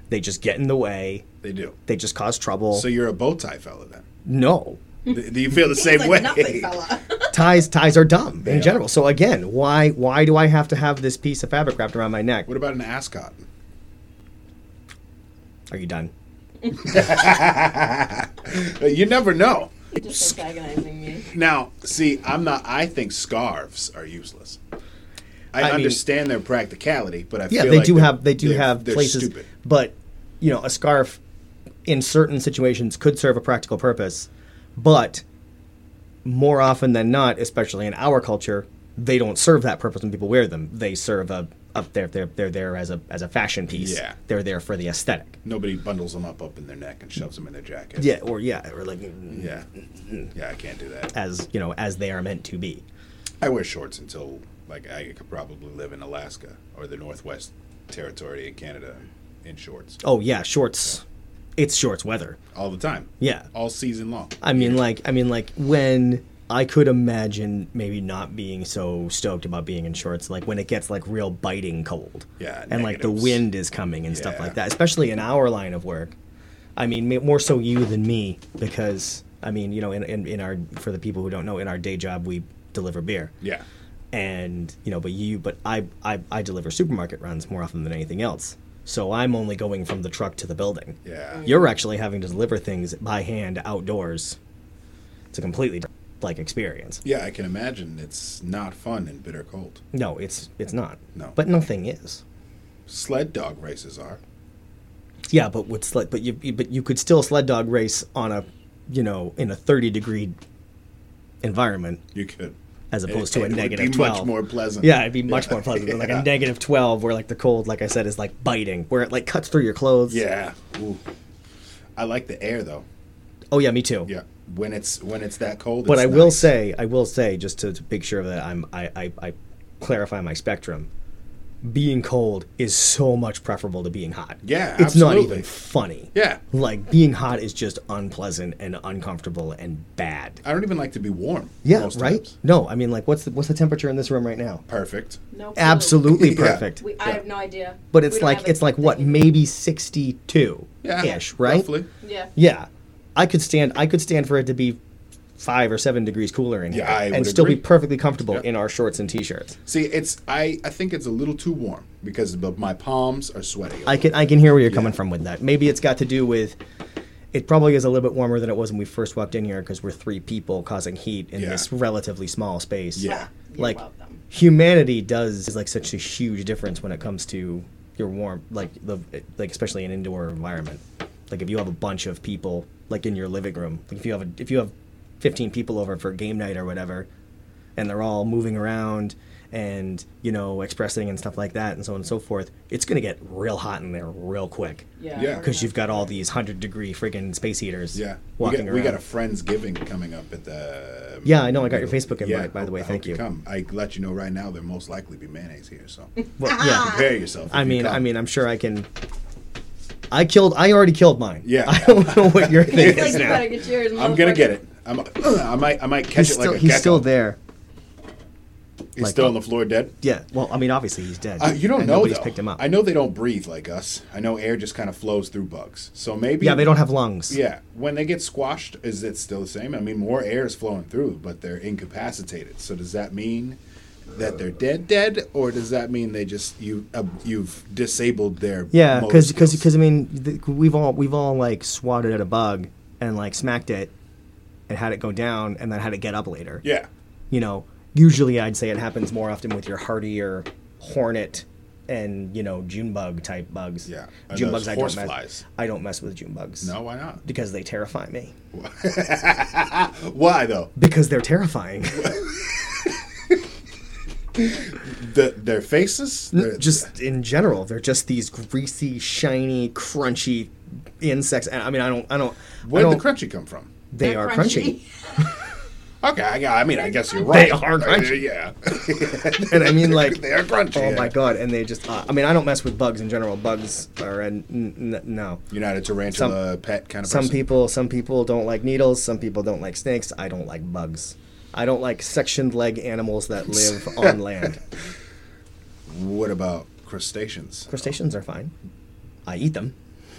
Speaker 3: They just get in the way.
Speaker 1: they do.
Speaker 3: They just cause trouble.
Speaker 1: So you're a bow tie fella then.
Speaker 3: no,
Speaker 1: Th- Do you feel the
Speaker 4: He's
Speaker 1: same
Speaker 4: like
Speaker 1: way?
Speaker 4: nothing, fella.
Speaker 3: ties ties are dumb in general. So again, why why do I have to have this piece of fabric wrapped around my neck?
Speaker 1: What about an ascot?
Speaker 3: Are you done?
Speaker 1: Uh, You never know.
Speaker 4: Just antagonizing me.
Speaker 1: Now, see, I'm not. I think scarves are useless. I,
Speaker 3: I mean-
Speaker 1: understand their practicality, but I
Speaker 3: Yeah,
Speaker 1: feel
Speaker 3: they
Speaker 1: like
Speaker 3: do
Speaker 1: they're-
Speaker 3: have they do
Speaker 1: they're-
Speaker 3: have
Speaker 1: they're
Speaker 3: places,
Speaker 1: Stupid.
Speaker 3: but you know, a scarf in certain situations could serve a practical purpose, but more often than not, especially in our culture, they don't serve that purpose when people wear them. They serve a up there they're they're there as a as a fashion piece.
Speaker 1: Yeah.
Speaker 3: They're there for the aesthetic.
Speaker 1: Nobody bundles them up up in their neck and shoves them in their jacket.
Speaker 3: Yeah, or yeah, or like
Speaker 1: yeah, yeah. I can't do that.
Speaker 3: as you know, as they are meant to be.
Speaker 1: I wear shorts until like I could probably live in Alaska or the Northwest Territory in Canada in shorts
Speaker 3: Oh yeah, shorts. It's shorts weather.
Speaker 1: all the time.
Speaker 3: Yeah.
Speaker 1: all season long.
Speaker 3: I mean, like, I mean, like when I could imagine maybe not being so stoked about being in shorts, like when it gets like real biting cold.
Speaker 1: Yeah,
Speaker 3: And like the
Speaker 1: negatives.
Speaker 3: wind is coming and stuff like
Speaker 1: Yeah.
Speaker 3: that, especially in our line of work. I mean, ma- more so you than me because I mean, you know, in, in, in our for the people who don't know, in our day job we deliver beer
Speaker 1: yeah,
Speaker 3: and you know but you but I, I i deliver supermarket runs more often than anything else so i'm only going from the truck to the building
Speaker 1: yeah.
Speaker 3: you're actually having to deliver things by hand outdoors it's a completely different, like experience
Speaker 1: yeah, I can imagine it's not fun in bitter cold.
Speaker 3: no it's it's not
Speaker 1: No.
Speaker 3: but nothing is
Speaker 1: Sled dog races are.
Speaker 3: yeah but with sled but you you- but you could still sled dog race on a you know in a 30 degree environment
Speaker 1: You could.
Speaker 3: as
Speaker 1: It-
Speaker 3: opposed to
Speaker 1: it
Speaker 3: a
Speaker 1: would be
Speaker 3: negative
Speaker 1: much
Speaker 3: 12
Speaker 1: more pleasant.
Speaker 3: yeah it'd be much more pleasant than like
Speaker 1: Yeah.
Speaker 3: a negative 12 where like the cold like i said is like biting where it like cuts through your clothes
Speaker 1: Yeah. Ooh. I like the air though.
Speaker 3: Oh yeah, me too.
Speaker 1: Yeah. When it's when it's that cold.
Speaker 3: But
Speaker 1: it's
Speaker 3: I will
Speaker 1: nice.
Speaker 3: say, I will say, just to, to make sure that I'm, I, I, I clarify my spectrum. Being cold is so much preferable to being hot.
Speaker 1: Yeah,
Speaker 3: it's not
Speaker 1: absolutely.
Speaker 3: even funny.
Speaker 1: Yeah.
Speaker 3: like being hot is just unpleasant and uncomfortable and bad.
Speaker 1: I don't even like to be warm.
Speaker 3: Yeah,
Speaker 1: most
Speaker 3: right.
Speaker 1: times.
Speaker 3: No, I mean, like, what's the what's the temperature in this room right now?
Speaker 1: Perfect.
Speaker 4: No. clue.
Speaker 3: Absolutely
Speaker 1: Yeah.
Speaker 3: perfect.
Speaker 4: We, I have no idea.
Speaker 3: but
Speaker 4: We
Speaker 3: it's
Speaker 4: don't
Speaker 3: like
Speaker 4: have a
Speaker 3: it's like what
Speaker 4: thing.
Speaker 3: maybe sixty two
Speaker 1: Yeah.
Speaker 3: ish, right?
Speaker 1: Roughly.
Speaker 4: Yeah.
Speaker 3: Yeah, I could stand. I could stand for it to be five or seven degrees cooler in
Speaker 1: Yeah,
Speaker 3: here,
Speaker 1: I
Speaker 3: and
Speaker 1: would
Speaker 3: still be
Speaker 1: agree.
Speaker 3: perfectly comfortable
Speaker 1: Yeah.
Speaker 3: in our shorts and t-shirts.
Speaker 1: See, it's I I think it's a little too warm because the, my palms are sweaty.
Speaker 3: I can I can hear where you're coming from with that. Maybe it's got to do with. It probably is a little bit warmer than it was when we first walked in here because we're three people causing heat in
Speaker 1: Yeah.
Speaker 3: this relatively small space.
Speaker 1: Yeah.
Speaker 4: You're
Speaker 3: like
Speaker 4: welcome.
Speaker 3: humanity does is like such a huge difference when it comes to your warm like the like especially an indoor environment. Like if you have a bunch of people like in your living room. Like if you have a, if you have 15 people over for game night or whatever, and they're all moving around and you know expressing and stuff like that and so on and so forth, it's gonna get real hot in there real quick.
Speaker 4: Yeah.
Speaker 1: Yeah.
Speaker 3: Because you've got all these hundred degree friggin' space heaters.
Speaker 1: Yeah, we
Speaker 3: walking
Speaker 1: got,
Speaker 3: around.
Speaker 1: we got a friendsgiving coming up at the.
Speaker 3: yeah, I know. I got your Facebook invite, by the
Speaker 1: hope-
Speaker 3: way.
Speaker 1: I hope
Speaker 3: Thank you.
Speaker 1: Come, I let you know right now. There most likely be mayonnaise here, so
Speaker 3: Well, yeah.
Speaker 1: prepare yourself. if
Speaker 3: I
Speaker 1: you
Speaker 3: mean,
Speaker 1: come.
Speaker 3: I mean, I'm sure I can. I killed. I already killed mine.
Speaker 1: Yeah.
Speaker 3: I don't know what your
Speaker 4: He's
Speaker 3: thing
Speaker 4: like,
Speaker 3: is
Speaker 4: you
Speaker 3: now.
Speaker 4: better get yours.
Speaker 1: I'm gonna get it. I'm, I might, I might catch
Speaker 3: He's
Speaker 1: it like
Speaker 3: still,
Speaker 1: a
Speaker 3: he's
Speaker 1: gecko.
Speaker 3: still there.
Speaker 1: He's
Speaker 3: like-
Speaker 1: still on the floor, dead.
Speaker 3: Yeah. Well, I mean, obviously he's dead.
Speaker 1: Uh, you don't
Speaker 3: and
Speaker 1: know
Speaker 3: Nobody's
Speaker 1: though.
Speaker 3: picked him up.
Speaker 1: I know they don't breathe like us. I know air just kind of flows through bugs. So maybe
Speaker 3: Yeah, they don't have lungs.
Speaker 1: Yeah, when they get squashed, is it still the same? I mean, more air is flowing through, but they're incapacitated. So does that mean that they're dead, dead, or does that mean they just you uh, you've disabled their
Speaker 3: Yeah,
Speaker 1: motor
Speaker 3: because
Speaker 1: skills?
Speaker 3: I mean th- we've all we've all like swatted at a bug and like smacked it and had it go down and then had it get up later.
Speaker 1: yeah,
Speaker 3: You know, usually I'd say it happens more often with your hardier hornet and you know June bug type bugs.
Speaker 1: Yeah, and
Speaker 3: June
Speaker 1: those
Speaker 3: bugs. I
Speaker 1: horse
Speaker 3: don't mess.
Speaker 1: flies.
Speaker 3: I don't mess with June bugs.
Speaker 1: no, why not?
Speaker 3: because they terrify me.
Speaker 1: Why though?
Speaker 3: Because they're terrifying.
Speaker 1: The, their faces, Their-
Speaker 3: just in general, they're just these greasy, shiny, crunchy insects. And I mean, I don't, I don't. I
Speaker 1: where
Speaker 3: don't
Speaker 1: did the crunchy come from?
Speaker 3: they are crunchy.
Speaker 1: Okay, I, I mean, I guess you're right. Uh,
Speaker 3: They are crunchy.
Speaker 1: Yeah,
Speaker 3: and I mean, like,
Speaker 1: they are crunchy.
Speaker 3: oh
Speaker 1: yeah.
Speaker 3: my god! And they just. Uh, I mean, I don't mess with bugs in general. Bugs are and n- n- no.
Speaker 1: You're not a tarantula pet kind of
Speaker 3: Some
Speaker 1: person.
Speaker 3: people, some people don't like needles. Some people don't like snakes. I don't like bugs. I don't like sectioned leg animals that live on land.
Speaker 1: What about crustaceans?
Speaker 3: Crustaceans are fine. I eat them.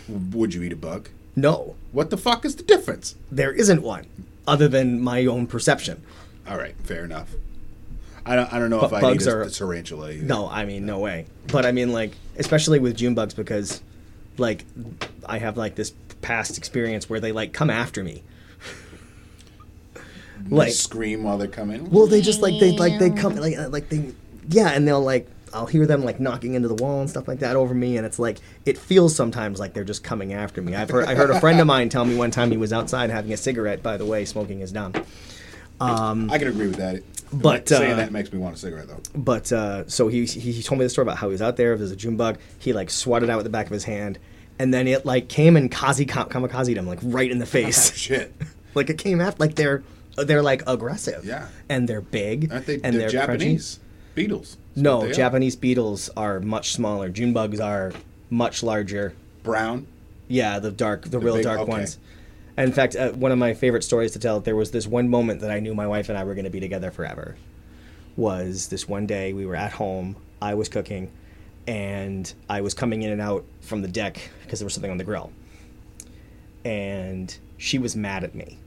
Speaker 1: Would you eat a bug?
Speaker 3: No,
Speaker 1: What the fuck is the difference?
Speaker 3: there isn't one, other than my own perception.
Speaker 1: All right, fair enough. I don't, I don't know if I
Speaker 3: bugs
Speaker 1: need
Speaker 3: are-
Speaker 1: a tarantula. Either.
Speaker 3: No, I mean no way. But I mean like especially with June bugs because like I have like this past experience where they like come after me.
Speaker 1: You
Speaker 3: like
Speaker 1: scream while they're coming.
Speaker 3: well they just like they like they come like uh, like they yeah and they'll like I'll hear them like knocking into the wall and stuff like that over me and it's like it feels sometimes like they're just coming after me. I've heard I heard a friend of mine tell me one time he was outside having a cigarette by the way smoking is dumb.
Speaker 1: I can agree with that.
Speaker 3: But,
Speaker 1: saying
Speaker 3: uh,
Speaker 1: that makes me want a cigarette though.
Speaker 3: But uh, so he, he he told me the story about how he was out there. There's a June bug. He like swatted out with the back of his hand, and then it like came and kazi kamikaze him like right in the face.
Speaker 1: Shit.
Speaker 3: like it came after like they're they're like aggressive.
Speaker 1: Yeah.
Speaker 3: And they're big.
Speaker 1: Aren't they?
Speaker 3: and
Speaker 1: they're,
Speaker 3: crunchy.
Speaker 1: Japanese beetles. That's what
Speaker 3: No,
Speaker 1: they are.
Speaker 3: Japanese beetles are much smaller. June bugs are much larger.
Speaker 1: Brown.
Speaker 3: Yeah, the dark, the, real
Speaker 1: big-
Speaker 3: dark
Speaker 1: okay.
Speaker 3: ones. In fact, uh, one of my favorite stories to tell. There was this one moment that I knew my wife and I were going to be together forever. Was this one day we were at home? I was cooking, and I was coming in and out from the deck because there was something on the grill, and she was mad at me.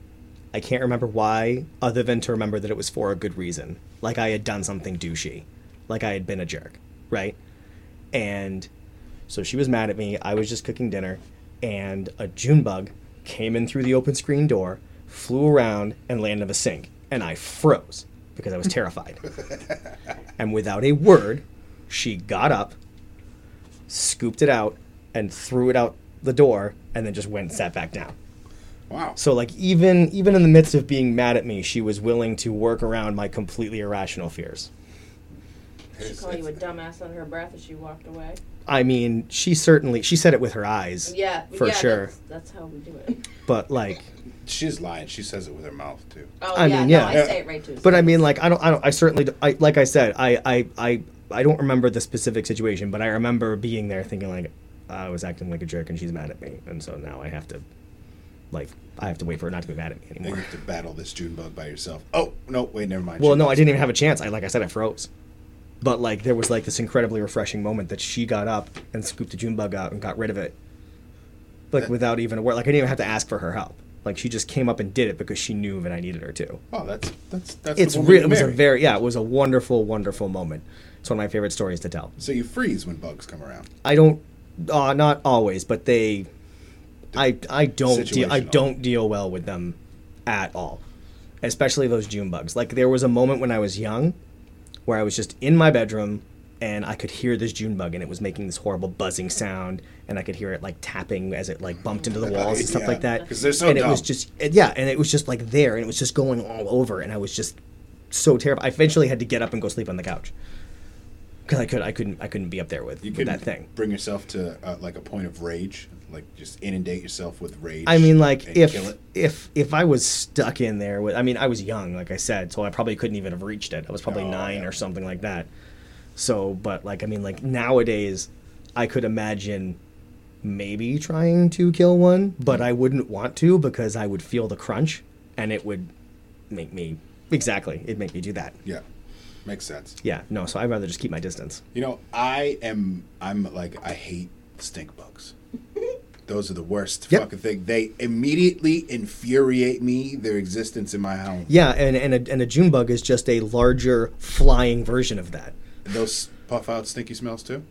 Speaker 3: I can't remember why, other than to remember that it was for a good reason. Like I had done something douchey, like I had been a jerk, right? And so she was mad at me. I was just cooking dinner, and a June bug came in through the open screen door, flew around, and landed on the sink. And I froze because I was terrified. and without a word, she got up, scooped it out, and threw it out the door, and then just went and sat back down.
Speaker 1: Wow.
Speaker 3: So like even even in the midst of being mad at me, she was willing to work around my completely irrational fears.
Speaker 4: She called you a dumbass on her breath as she walked away.
Speaker 3: I mean, she certainly she said it with her eyes.
Speaker 4: Yeah,
Speaker 3: for
Speaker 4: yeah,
Speaker 3: sure.
Speaker 4: That's, that's how we do it.
Speaker 3: But like
Speaker 1: She's lying. She says it with her mouth too.
Speaker 4: Oh,
Speaker 3: I
Speaker 4: yeah,
Speaker 3: mean,
Speaker 4: no,
Speaker 3: yeah.
Speaker 4: I say it right to his
Speaker 3: But I
Speaker 4: face.
Speaker 3: mean, like, I don't, I don't, I certainly, d- I, like I said, I, I, I, I don't remember the specific situation, but I remember being there thinking, like, I was acting like a jerk and she's mad at me. And so now I have to, like, I have to wait for her not to be mad at me
Speaker 1: You
Speaker 3: anymore.
Speaker 1: have to battle this June bug by yourself. Oh no! Wait, never mind.
Speaker 3: Well,
Speaker 1: She
Speaker 3: no, I
Speaker 1: does.
Speaker 3: didn't even have a chance. I, like I said, I froze. But, like, there was, like, this incredibly refreshing moment that she got up and scooped the June bug out and got rid of it. Like, without even a word. Like, I didn't even have to ask for her help. Like, she just came up and did it because she knew that I needed her to.
Speaker 1: Oh, that's that's that's.
Speaker 3: it's
Speaker 1: the woman
Speaker 3: real.
Speaker 1: you
Speaker 3: It was a
Speaker 1: marry.
Speaker 3: very yeah. It was a wonderful, wonderful moment. It's one of my favorite stories to tell.
Speaker 1: So you freeze when bugs come around.
Speaker 3: I don't, uh, not always, but they, I I don't deal I
Speaker 1: Situational.
Speaker 3: don't deal well with them at all, especially those June bugs. Like there was a moment when I was young, where I was just in my bedroom and I could hear this June bug, and it was making this horrible buzzing sound, and I could hear it like tapping as it like bumped into the walls and stuff
Speaker 1: Yeah,
Speaker 3: like that.
Speaker 1: 'cause they're so
Speaker 3: and it was
Speaker 1: dumb.
Speaker 3: just and yeah, and it was just like there, and it was just going all over, and I was just so terrified. I eventually had to get up and go sleep on the couch because I could I couldn't I couldn't be up there with,
Speaker 1: You
Speaker 3: with
Speaker 1: could
Speaker 3: that thing.
Speaker 1: bring yourself to uh, like a point of rage, like just inundate yourself with rage.
Speaker 3: I mean, like
Speaker 1: and kill
Speaker 3: if
Speaker 1: it.
Speaker 3: if if I was stuck in there with, I mean, I was young, like I said, so I probably couldn't even have reached it. I was probably
Speaker 1: No,
Speaker 3: nine
Speaker 1: Oh, yeah.
Speaker 3: or something like that. So, but like, I mean, like nowadays, I could imagine maybe trying to kill one, but I wouldn't want to because I would feel the crunch, and it would make me exactly. It'd make me do that.
Speaker 1: yeah, makes sense.
Speaker 3: Yeah, no. So I'd rather just keep my distance.
Speaker 1: You know, I am. I'm like I hate stink bugs. Those are the worst
Speaker 3: Yep.
Speaker 1: fucking thing. They immediately infuriate me. Their existence in my home.
Speaker 3: Yeah, and and a, and a June bug is just a larger flying version of that.
Speaker 1: Those puff out stinky smells too.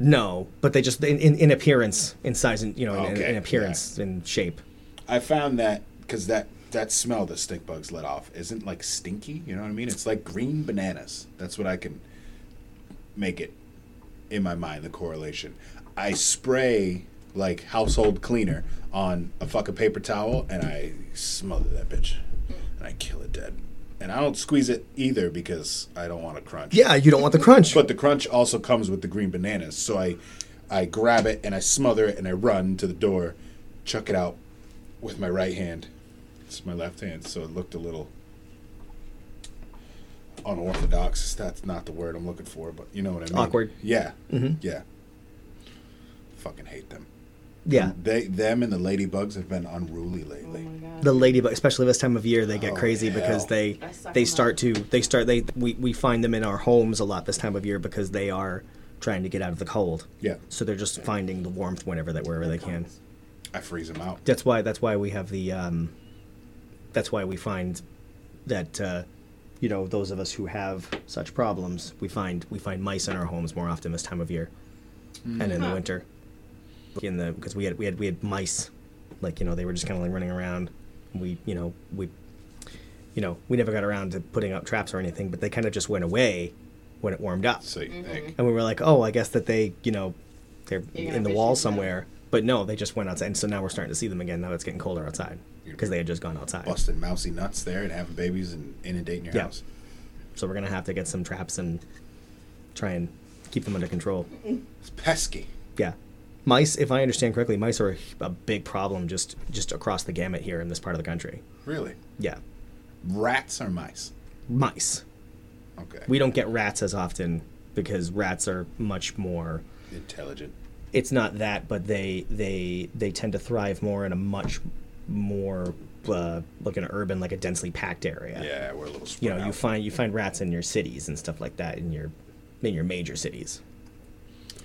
Speaker 3: No, but they just in, in, in appearance, in size, and you know, in, in-
Speaker 1: Okay,
Speaker 3: in appearance, in shape.
Speaker 1: I found that because that that smell that stink bugs let off isn't like stinky. You know what I mean? It's like green bananas. That's what I can make it in my mind. The correlation. I spray like household cleaner on a fucking paper towel and I smother that bitch and I kill it dead. And I don't squeeze it either because I don't want to crunch.
Speaker 3: Yeah, you don't want the crunch.
Speaker 1: But the crunch also comes with the green bananas. So I, I grab it and I smother it and I run to the door, chuck it out with my right hand. It's my left hand, so it looked a little unorthodox. That's not the word I'm looking for, but you know what I mean.
Speaker 3: Awkward. Mm-hmm.
Speaker 1: Yeah. Yeah. Fucking hate them.
Speaker 3: yeah,
Speaker 1: They, them, and the ladybugs have been unruly
Speaker 4: Oh
Speaker 1: lately.
Speaker 3: the ladybug, especially this time of year, they get
Speaker 1: Oh,
Speaker 3: crazy because
Speaker 1: hell.
Speaker 3: they
Speaker 4: I suck
Speaker 3: they
Speaker 4: them
Speaker 3: start
Speaker 4: up.
Speaker 3: to they start they we, we find them in our homes a lot this time of year because they are trying to get out of the cold.
Speaker 1: Yeah.
Speaker 3: So they're just finding the warmth whenever that wherever they can.
Speaker 1: I freeze them out.
Speaker 3: That's why that's why we have the um, that's why we find that uh, you know those of us who have such problems we find we find mice in our homes more often this time of year and in the
Speaker 4: Huh.
Speaker 3: winter in the because we had we had we had mice like you know they were just kind of like running around we you know we you know we never got around to putting up traps or anything but they kind of just went away when it warmed up
Speaker 1: So you think.
Speaker 3: and we were like, oh, I guess that they, you know, they're
Speaker 4: You're gonna
Speaker 3: in the
Speaker 4: fish
Speaker 3: wall
Speaker 4: with them.
Speaker 3: somewhere. But no, they just went outside, and so now we're starting to see them again. Now it's getting colder outside because they had just gone outside.
Speaker 1: Busting mousy nuts there and having babies and inundating your
Speaker 3: Yeah.
Speaker 1: house.
Speaker 3: So we're gonna have to get some traps and try and keep them under control.
Speaker 1: It's pesky.
Speaker 3: Yeah, mice. If I understand correctly, mice are a big problem just just across the gamut here in this part of the country.
Speaker 1: Really.
Speaker 3: Yeah,
Speaker 1: Rats or mice?
Speaker 3: mice.
Speaker 1: Okay.
Speaker 3: We don't get rats as often because rats are much more
Speaker 1: intelligent.
Speaker 3: it's not that, but they they they tend to thrive more in a much more uh, like an urban, like a densely packed area.
Speaker 1: Yeah, we're a little. Spread
Speaker 3: You know, you find you find rats in your cities and stuff like that in your in your major cities.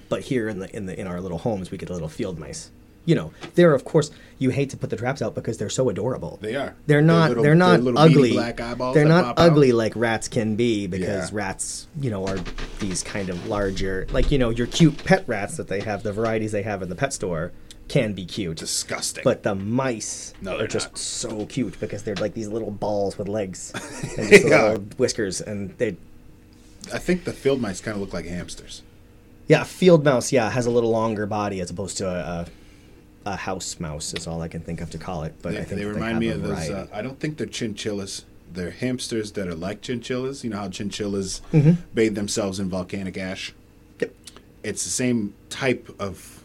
Speaker 3: But here in the in the in our little homes, we get little field mice. You know, they're of course you hate to put the traps out because they're so adorable.
Speaker 1: They are.
Speaker 3: They're
Speaker 1: They're
Speaker 3: not.
Speaker 1: little-
Speaker 3: They're not
Speaker 1: they're little beady
Speaker 3: ugly.
Speaker 1: black eyeballs
Speaker 3: they're
Speaker 1: that
Speaker 3: not
Speaker 1: pop out.
Speaker 3: ugly like rats can be because
Speaker 1: Yeah.
Speaker 3: rats, you know, are these kind of larger, like you know, your cute pet rats that they have, the varieties they have in the pet store, can be cute.
Speaker 1: disgusting.
Speaker 3: But the mice
Speaker 1: No,
Speaker 3: are
Speaker 1: they're
Speaker 3: just
Speaker 1: not.
Speaker 3: so cute because they're like these little balls with legs and just
Speaker 1: Yeah.
Speaker 3: little whiskers, and they,
Speaker 1: I think the field mice kind of look like hamsters.
Speaker 3: yeah, a field mouse, yeah, has a little longer body as opposed to a, a, a house mouse is all I can think of to call it. But
Speaker 1: They,
Speaker 3: I think
Speaker 1: they
Speaker 3: that
Speaker 1: remind
Speaker 3: have
Speaker 1: me
Speaker 3: a
Speaker 1: of those.
Speaker 3: variety.
Speaker 1: Uh, I don't think they're chinchillas. They're hamsters that are like chinchillas. You know how chinchillas bathe themselves in volcanic ash.
Speaker 3: Mm-hmm. Yep.
Speaker 1: It's the same type of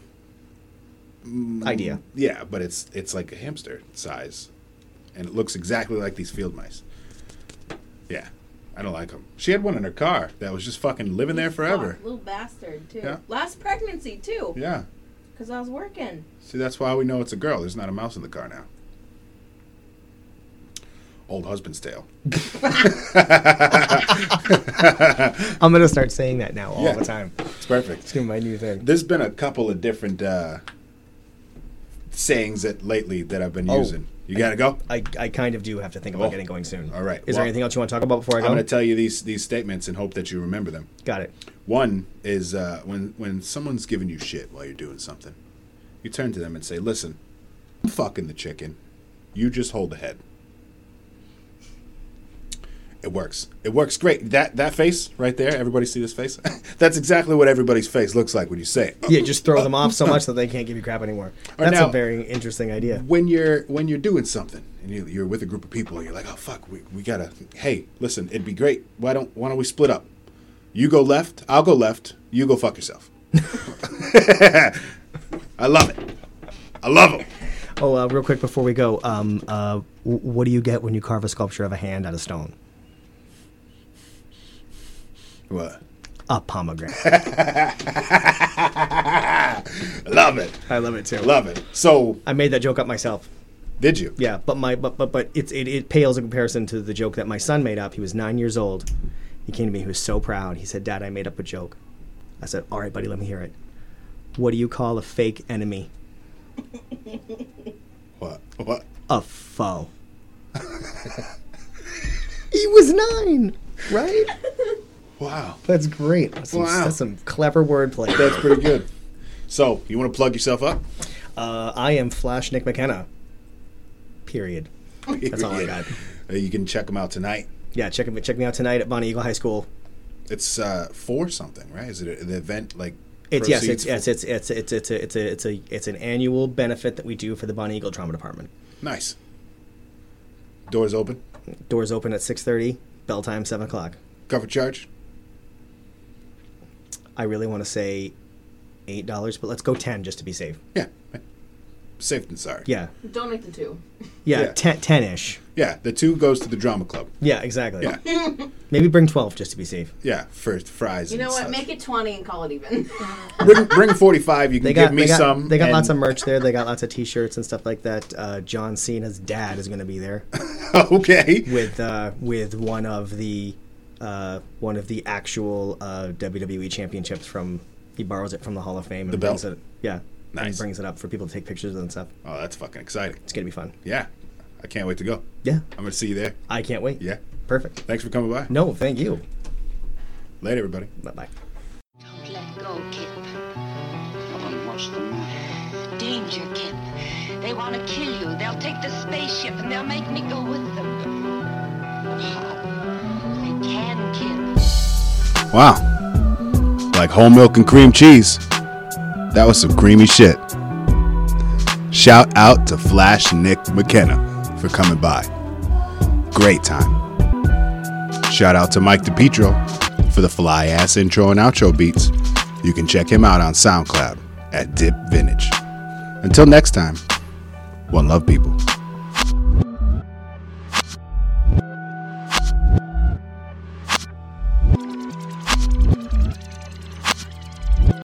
Speaker 3: idea.
Speaker 1: yeah, but it's it's like a hamster size, and it looks exactly like these field mice. Yeah, I don't like them. She had one in her car that was just fucking living there forever.
Speaker 4: Fuck, little bastard too.
Speaker 1: Yeah.
Speaker 4: Last pregnancy too.
Speaker 1: Yeah.
Speaker 4: Cause I was working.
Speaker 1: See, that's why we know it's a girl. There's not a mouse in the car now. Old husband's tale.
Speaker 3: I'm gonna start saying that now all
Speaker 1: Yeah.
Speaker 3: the time.
Speaker 1: It's perfect.
Speaker 3: Do my new thing.
Speaker 1: There's been a couple of different uh, sayings that lately that I've been
Speaker 3: Oh.
Speaker 1: using. You gotta go.
Speaker 3: I, I kind of do have to think about
Speaker 1: Oh,
Speaker 3: getting going soon.
Speaker 1: all right.
Speaker 3: Is there
Speaker 1: Well,
Speaker 3: anything else you want to talk about before I
Speaker 1: I'm
Speaker 3: go?
Speaker 1: gonna Uh, tell you these these statements and hope that you remember them.
Speaker 3: Got it.
Speaker 1: One is uh, when when someone's giving you shit while you're doing something, you turn to them and say, "Listen, I'm fucking the chicken. You just hold the head." It works. It works great. That that face right there. Everybody see this face? That's exactly what everybody's face looks like when you say it.
Speaker 3: Yeah, just
Speaker 1: uh,
Speaker 3: throw them off so much that they can't give you crap anymore.
Speaker 1: Or
Speaker 3: That's
Speaker 1: now-
Speaker 3: a very interesting idea.
Speaker 1: When you're when you're doing something and you, you're with a group of people and you're like, oh fuck, we, we gotta. Hey, listen, it'd be great. Why don't why don't we split up? You go left. I'll go left. You go fuck yourself. I love it. I love it.
Speaker 3: Oh, uh, real quick before we go, um, uh, w- what do you get when you carve a sculpture of a hand out of stone?
Speaker 1: What?
Speaker 3: A pomegranate.
Speaker 1: Love it.
Speaker 3: I love it too.
Speaker 1: Love it. So
Speaker 3: I made that joke up myself.
Speaker 1: did you?
Speaker 3: Yeah, but my but but but it's it, it pales in comparison to the joke that my son made up. He was nine years old. He came to me. He was so proud. He said, "Dad, I made up a joke." I said, "All right, buddy, let me hear it. What do you call a fake enemy?
Speaker 1: What? What?
Speaker 3: A foe." he was nine, right?
Speaker 1: Wow.
Speaker 3: That's great. That's, some,
Speaker 1: Wow.
Speaker 3: that's some clever wordplay.
Speaker 1: That's pretty good. So, you want to plug yourself up?
Speaker 3: Uh, I am Flash Nick McKenna. Period. That's all I got.
Speaker 1: Uh, You can check them out tonight.
Speaker 3: Yeah, check me check me out tonight at Bonnie Eagle High School.
Speaker 1: It's uh, for something, right? Is it the event like?
Speaker 3: It's yes, it's
Speaker 1: proceeds
Speaker 3: yes,
Speaker 1: for-
Speaker 3: it's it's it's it's a, it's a, it's a it's an annual benefit that we do for the Bonnie Eagle Trauma Department.
Speaker 1: nice. Doors open.
Speaker 3: Doors open at six thirty, bell time seven o'clock.
Speaker 1: Cover charge.
Speaker 3: I really want to say eight dollars, but let's go ten just to be safe.
Speaker 1: Yeah. Safe than sorry.
Speaker 3: Yeah,
Speaker 5: Donate the two.
Speaker 3: yeah,
Speaker 1: Yeah.
Speaker 3: ten ten ish.
Speaker 1: Yeah. The two goes to the drama club.
Speaker 3: Yeah, exactly.
Speaker 1: Yeah.
Speaker 3: Maybe bring twelve just to be safe.
Speaker 1: Yeah. For fries.
Speaker 5: You know
Speaker 1: and
Speaker 5: what?
Speaker 1: such.
Speaker 5: Make it 20 and call it even.
Speaker 1: Bring, bring forty-five. You can
Speaker 3: They got
Speaker 1: give me
Speaker 3: they got,
Speaker 1: some.
Speaker 3: They got
Speaker 1: and-
Speaker 3: lots of merch there. They got lots of T-shirts and stuff like that. Uh, John Cena's dad is going to be there.
Speaker 1: okay.
Speaker 3: with uh, with one of the uh, one of the actual uh, WWE championships from he borrows it from the Hall of Fame and
Speaker 1: The belt?
Speaker 3: brings it yeah and
Speaker 1: Nice.
Speaker 3: brings it up for people to take pictures and stuff.
Speaker 1: Oh, that's fucking exciting.
Speaker 3: It's gonna be fun.
Speaker 1: Yeah. I can't wait to go.
Speaker 3: Yeah,
Speaker 1: I'm gonna see you there.
Speaker 3: I can't wait.
Speaker 1: Yeah.
Speaker 3: perfect.
Speaker 1: Thanks for coming by.
Speaker 3: No, thank you.
Speaker 1: Later, everybody.
Speaker 3: Bye bye.
Speaker 6: Don't let go, Kip.
Speaker 7: Helen, what's the matter?
Speaker 6: Danger, Kip. They want to kill you. They'll take the spaceship and they'll make me go with them. They can, Kip.
Speaker 8: Wow. Like whole milk and cream cheese. That was some creamy shit. Shout out to Flash Nick McKenna for coming by. Great time. Shout out to Mike DiPietro for the fly ass intro and outro beats. You can check him out on SoundCloud at Dip Vintage. Until next time, one love people.